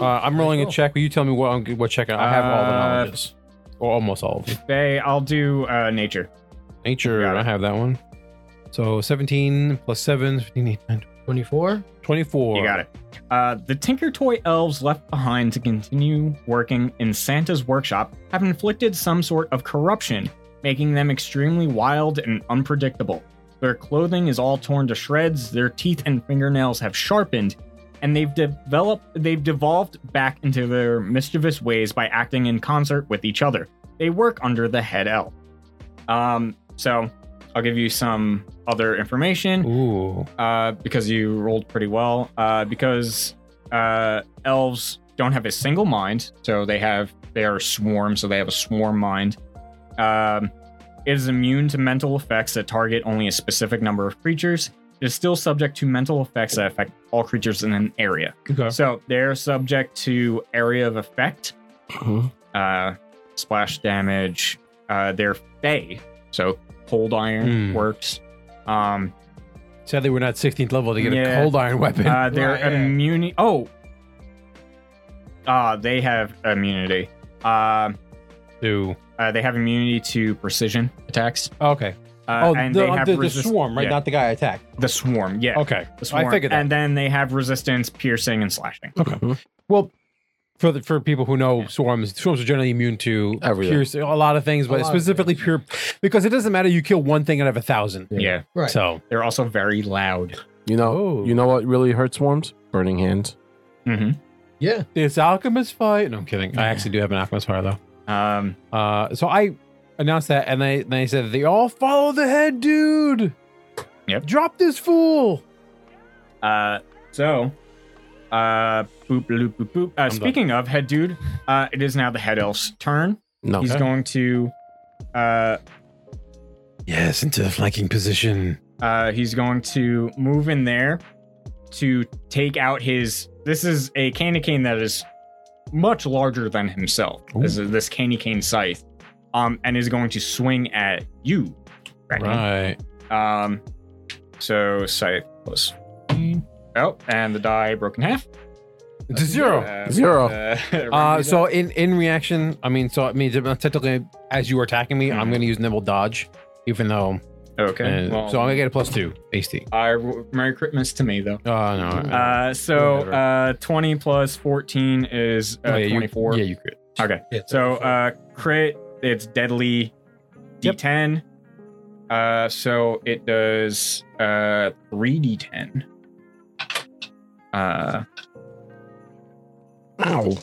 Speaker 3: Uh, I'm rolling a
Speaker 4: cool.
Speaker 3: check. Will you tell me what I'm, what check I I have? all the
Speaker 2: Uh,
Speaker 3: knowledges, or almost all of them.
Speaker 2: Faye, I'll do uh, nature.
Speaker 3: Nature,
Speaker 2: got it.
Speaker 3: I have that one. So 17 plus 7, 15, 18,
Speaker 4: Twenty-four.
Speaker 3: 24.
Speaker 2: You got it. Uh, the Tinker Toy elves left behind to continue working in Santa's workshop have inflicted some sort of corruption, making them extremely wild and unpredictable. Their clothing is all torn to shreds, their teeth and fingernails have sharpened, and they've developed they've devolved back into their mischievous ways by acting in concert with each other. They work under the head elf. Um, so I'll give you some other information
Speaker 3: Ooh.
Speaker 2: uh, because you rolled pretty well. Uh, because uh, elves don't have a single mind, so they have they are a swarm, so they have a swarm mind. Um, It is immune to mental effects that target only a specific number of creatures. It is still subject to mental effects that affect all creatures in an area.
Speaker 3: Okay.
Speaker 2: So they're subject to area of effect,
Speaker 1: Mm-hmm,
Speaker 2: uh, splash damage. Uh, they're fey, so cold iron
Speaker 3: Hmm.
Speaker 2: works. Um,
Speaker 3: Sadly, we're not 16th level to get
Speaker 2: Yeah.
Speaker 3: a cold iron weapon.
Speaker 2: uh, they're
Speaker 6: Right, yeah.
Speaker 2: immune. Oh, uh, they have immunity. Um,
Speaker 3: to,
Speaker 2: Uh, they have immunity to precision attacks.
Speaker 3: okay.
Speaker 2: Uh,
Speaker 3: oh,
Speaker 2: and
Speaker 3: the,
Speaker 2: they have
Speaker 3: the, the
Speaker 2: resist-
Speaker 3: swarm, right?
Speaker 2: yeah,
Speaker 3: Not the guy I attacked.
Speaker 2: the swarm. Yeah,
Speaker 3: Okay.
Speaker 2: the
Speaker 3: I
Speaker 2: swarm.
Speaker 3: figured that.
Speaker 2: And then they have resistance, piercing, and slashing.
Speaker 1: mm-hmm.
Speaker 3: Well, for the, for people who know swarms, swarms are generally immune to
Speaker 1: Everything.
Speaker 3: pierce- a lot of things, but
Speaker 4: lot of
Speaker 3: specifically pure because it doesn't matter. You kill one thing and have a thousand.
Speaker 2: Yeah.
Speaker 4: Right.
Speaker 3: So
Speaker 2: they're also very loud.
Speaker 1: You know,
Speaker 3: Oh.
Speaker 1: you know what really hurts worms? Burning hands.
Speaker 2: hmm
Speaker 4: yeah.
Speaker 3: this alchemist fight. No, I'm kidding. I actually do have an alchemist fire though.
Speaker 2: Um,
Speaker 3: Uh, so I announced that, and they they said they all follow the head dude.
Speaker 2: Yep.
Speaker 3: Drop this fool.
Speaker 2: uh, so, uh, boop, loop, boop, boop. Uh, speaking of head dude, uh, it is now the head elf's turn.
Speaker 1: No.
Speaker 2: He's going to, uh,
Speaker 3: Yes, into the flanking position.
Speaker 2: Uh, he's going to move in there to take out his. This is a candy cane that is much larger than himself. This is this candy cane scythe, um, and is going to swing at you. Right.
Speaker 3: Right.
Speaker 2: Um, so scythe plus. 15. Oh, and the die broke in half.
Speaker 3: It's a zero.
Speaker 2: Uh,
Speaker 1: Zero.
Speaker 2: uh,
Speaker 3: Uh, so in in reaction, I mean, so it means uh, technically, as you were attacking me, I'm going to use nimble dodge, even though.
Speaker 2: okay.
Speaker 3: uh,
Speaker 2: well,
Speaker 3: so I'm going to get a plus two hasty.
Speaker 2: I- Merry Christmas to me though.
Speaker 3: Oh no. Uh,
Speaker 2: Uh, so
Speaker 3: Whatever.
Speaker 2: uh, twenty plus fourteen is uh,
Speaker 3: oh, yeah,
Speaker 2: twenty-four.
Speaker 3: You, yeah, you crit.
Speaker 2: Okay.
Speaker 4: Yeah,
Speaker 2: so uh crit, it's deadly
Speaker 3: Yep.
Speaker 2: D10. Uh so it does uh 3d10. Uh
Speaker 1: Ow.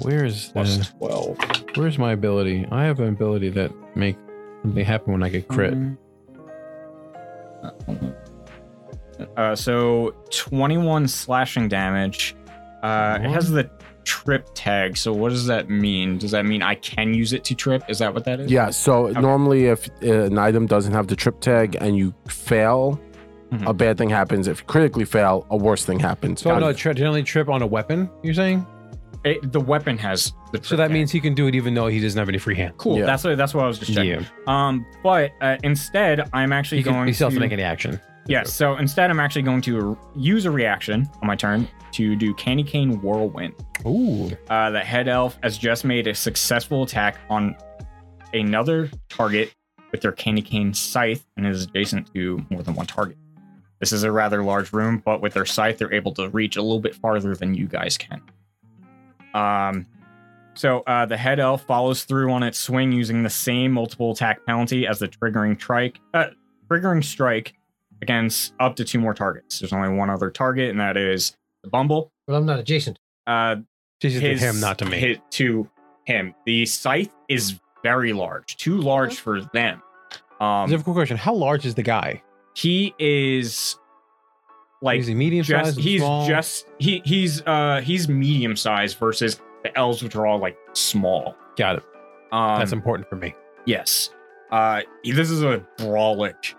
Speaker 3: Where's
Speaker 2: plus
Speaker 3: the,
Speaker 2: 12.
Speaker 3: uh, where's my ability? I have an ability that make something happen when I get crit.
Speaker 2: Mm-hmm. Uh so 21 slashing damage. Uh it has the trip tag. So what does that mean? Does that mean I can use it to trip? Is that what that is?
Speaker 1: Yeah. So normally, if uh, an item doesn't have the trip tag and you fail,
Speaker 2: Mhm.
Speaker 1: a bad thing happens. If you critically fail, a worse thing happens.
Speaker 3: Mm-hmm. So no, tri- generally trip on a weapon. You're saying?
Speaker 2: It, the weapon has the trip
Speaker 3: So that
Speaker 2: tag.
Speaker 3: means he can do it even though he doesn't have any free hand.
Speaker 2: cool.
Speaker 1: Yeah.
Speaker 2: That's what that's what I was just checking.
Speaker 3: Yeah.
Speaker 2: Um, but uh, instead, I'm actually
Speaker 3: He,
Speaker 2: going
Speaker 3: can, he still
Speaker 2: to
Speaker 3: has to make any action.
Speaker 2: yes. So instead, I'm actually going to use a reaction on my turn to do Candy Cane Whirlwind.
Speaker 3: Ooh.
Speaker 2: Uh, the head elf has just made a successful attack on another target with their Candy Cane Scythe and is adjacent to more than one target. This is a rather large room, but with their scythe, they're able to reach a little bit farther than you guys can. Um, so uh, the head elf follows through on its swing using the same multiple attack penalty as the triggering trike, uh, triggering strike against up to two more targets. There's only one other target, and that is the Bumble.
Speaker 4: But I'm not adjacent.
Speaker 2: Uh,
Speaker 3: She's to him, not to me.
Speaker 2: his- to him. The scythe is very large, too large for them.
Speaker 3: There's
Speaker 2: Um,
Speaker 3: a quick question. How large is the guy?
Speaker 2: he is like
Speaker 3: is he medium
Speaker 2: just
Speaker 3: sized? and
Speaker 2: he's
Speaker 3: small?
Speaker 2: just he he's uh he's medium sized versus the elves which are all like small.
Speaker 3: got it.
Speaker 2: Um,
Speaker 3: That's important for me.
Speaker 2: yes. Uh, this is a brawlic.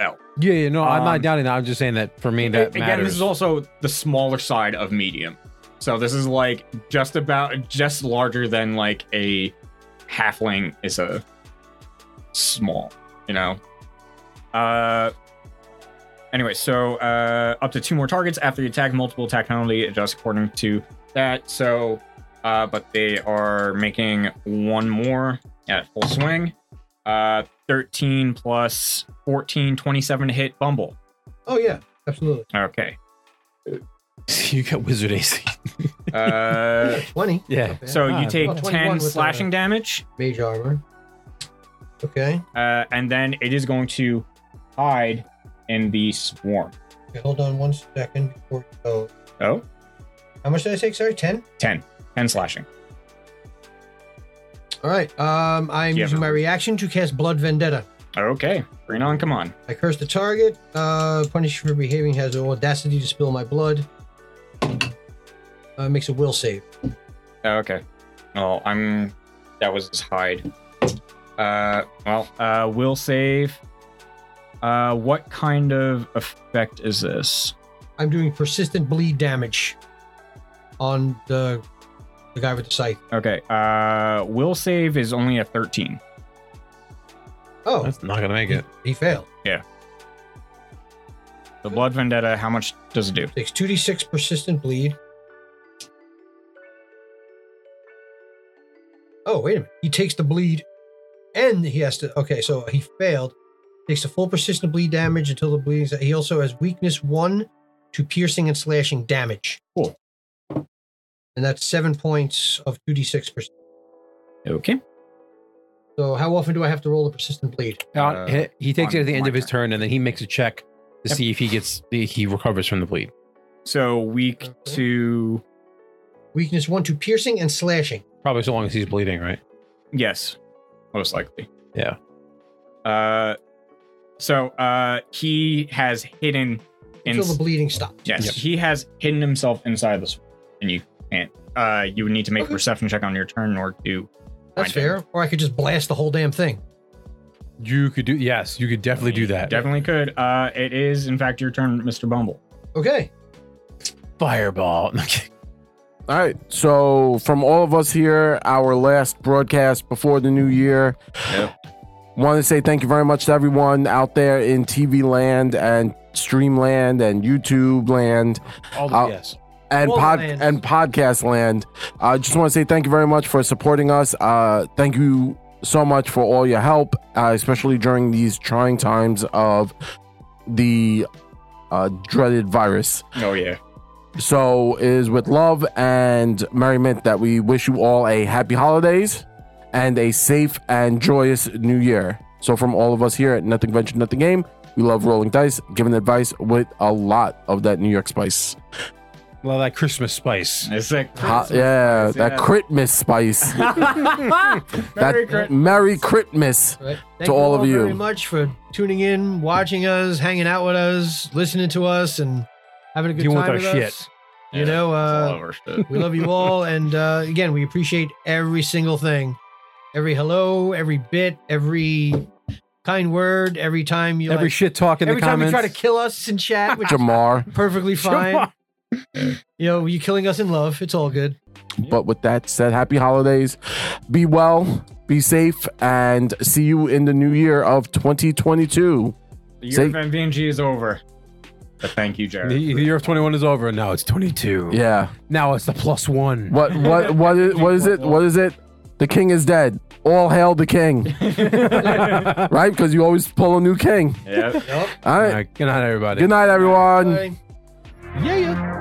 Speaker 3: Yeah, yeah, no, I'm
Speaker 2: Um,
Speaker 3: not doubting that. I'm just saying that for me that
Speaker 2: Again,
Speaker 3: matters.
Speaker 2: this is also the smaller side of medium. So this is like just about just larger than like a halfling is a small, you know. Uh anyway, so uh up to two more targets after the attack, multiple attack penalty adjusts according to that. So uh but they are making one more at full swing. Uh 13 plus 14, 27 to hit Bumble.
Speaker 4: Oh yeah, absolutely.
Speaker 2: Okay.
Speaker 3: you got wizard AC.
Speaker 2: Uh,
Speaker 4: Twenty.
Speaker 3: Yeah.
Speaker 4: Not bad.
Speaker 2: so
Speaker 3: Ah,
Speaker 2: you take
Speaker 4: well, 21
Speaker 2: 10
Speaker 4: with, uh,
Speaker 2: slashing damage,
Speaker 4: mage armor. Okay.
Speaker 2: uh, and then it is going to hide in the swarm.
Speaker 4: okay. Hold on one second before you go.
Speaker 2: Oh,
Speaker 4: How much did I take? Sorry, ten.
Speaker 2: 10. 10 slashing.
Speaker 4: All right. Um, I'm
Speaker 2: Yeah.
Speaker 4: using my reaction to cast Blood Vendetta.
Speaker 2: Okay. Bring it on, come on.
Speaker 4: I curse the target. Uh, punished for behaving has the audacity to spill my blood. Uh, makes a will save.
Speaker 2: Uh, Okay. Oh, I'm. That was his hide. Uh, well, uh, will save. Uh, what kind of effect is this?
Speaker 4: I'm doing persistent bleed damage on the the guy with the scythe.
Speaker 2: Okay. Uh, will save is only a 13.
Speaker 4: Oh,
Speaker 3: That's not gonna make it.
Speaker 4: he failed.
Speaker 2: The blood vendetta. How much does it do?
Speaker 4: Takes 2d6 persistent bleed. Oh, wait a minute. He takes the bleed and he has to. Okay, so he failed. Takes the full persistent bleed damage until the bleed. is- He also has weakness one to piercing and slashing damage.
Speaker 2: Cool.
Speaker 4: And that's seven points of 2d6. Pers-
Speaker 2: Okay.
Speaker 4: so, how often do I have to roll the persistent bleed?
Speaker 2: Uh,
Speaker 3: he, he takes it at the
Speaker 2: on
Speaker 3: end
Speaker 2: my
Speaker 3: of his turn, and then he makes a check to
Speaker 2: Yep.
Speaker 3: see if he gets he recovers from the bleed.
Speaker 2: So week
Speaker 4: Okay.
Speaker 2: two.
Speaker 4: Weakness one to piercing and slashing.
Speaker 3: Probably so long as he's bleeding, right?
Speaker 2: Yes, most likely.
Speaker 3: Yeah.
Speaker 2: Uh, so uh, he has hidden.
Speaker 4: Until
Speaker 2: ins-
Speaker 4: the bleeding stops.
Speaker 2: yes, he has hidden himself inside this, and you can't. Uh, you would need to make
Speaker 4: Okay.
Speaker 2: a perception check on your turn, or do.
Speaker 4: That's
Speaker 2: find him.
Speaker 4: fair. Or I could just blast the whole damn thing.
Speaker 3: You could do yes, you could definitely do that.
Speaker 2: Definitely could. Uh, it is in fact your turn, Mister Bumble.
Speaker 4: Okay.
Speaker 3: Fireball.
Speaker 1: All right. So from all of us here, our last broadcast before the new year. Want to say thank you very much to everyone out there in TV land and stream land and YouTube land
Speaker 3: All
Speaker 1: I'll-
Speaker 3: yes.
Speaker 1: and
Speaker 4: All the
Speaker 1: pod
Speaker 4: lands.
Speaker 1: and podcast land. I just want to say thank you very much for supporting us. Uh, thank you so much for all your help, uh, especially during these trying times of the uh, dreaded virus.
Speaker 2: Oh yeah.
Speaker 1: So it is with love and merriment that we wish you all a happy holidays and a safe and joyous new year. So from all of us here at Nothing Venture, Nothing Game, we love rolling dice, giving advice with a lot of that New York spice.
Speaker 3: Well, that Christmas spice.
Speaker 2: It's like
Speaker 1: Ha- yeah,
Speaker 2: Yes,
Speaker 1: that
Speaker 2: yeah.
Speaker 1: Christmas spice.
Speaker 2: Merry Christmas.
Speaker 1: that Merry Christmas.
Speaker 4: Right.
Speaker 1: To
Speaker 4: Thank you
Speaker 1: all of you.
Speaker 4: very much for tuning in, watching us, hanging out with us, listening to us, and having a good
Speaker 3: Dealing with
Speaker 4: time
Speaker 3: our
Speaker 4: with
Speaker 3: shit.
Speaker 4: us. You know, uh, we love you all, and uh, again, we appreciate every single thing, every hello, every bit, every kind word, every time you
Speaker 3: Every
Speaker 4: like,
Speaker 3: shit talk in
Speaker 4: every
Speaker 3: the
Speaker 4: time you
Speaker 3: comments.
Speaker 4: try to kill us in chat, which is
Speaker 1: Jamar.
Speaker 4: perfectly fine.
Speaker 3: Jamar.
Speaker 4: you know, you killing us in love. It's all good.
Speaker 1: But with that said, happy holidays. Be well, be safe, and see you in the new year of 2022.
Speaker 2: The year
Speaker 1: Say-
Speaker 2: of MVNG is over. But thank you,
Speaker 3: the,
Speaker 2: Jared.
Speaker 3: the year of 21 is over, and now it's 22.
Speaker 1: Yeah.
Speaker 3: Now it's the plus one.
Speaker 1: What what what is what is it? What is it? The king is dead. All hail the king. right? Because you always pull a new king.
Speaker 2: Yep.
Speaker 1: All
Speaker 3: All
Speaker 1: right.
Speaker 3: right, Good night, everybody.
Speaker 1: Good night, everyone.
Speaker 4: Bye. Yeah, yeah.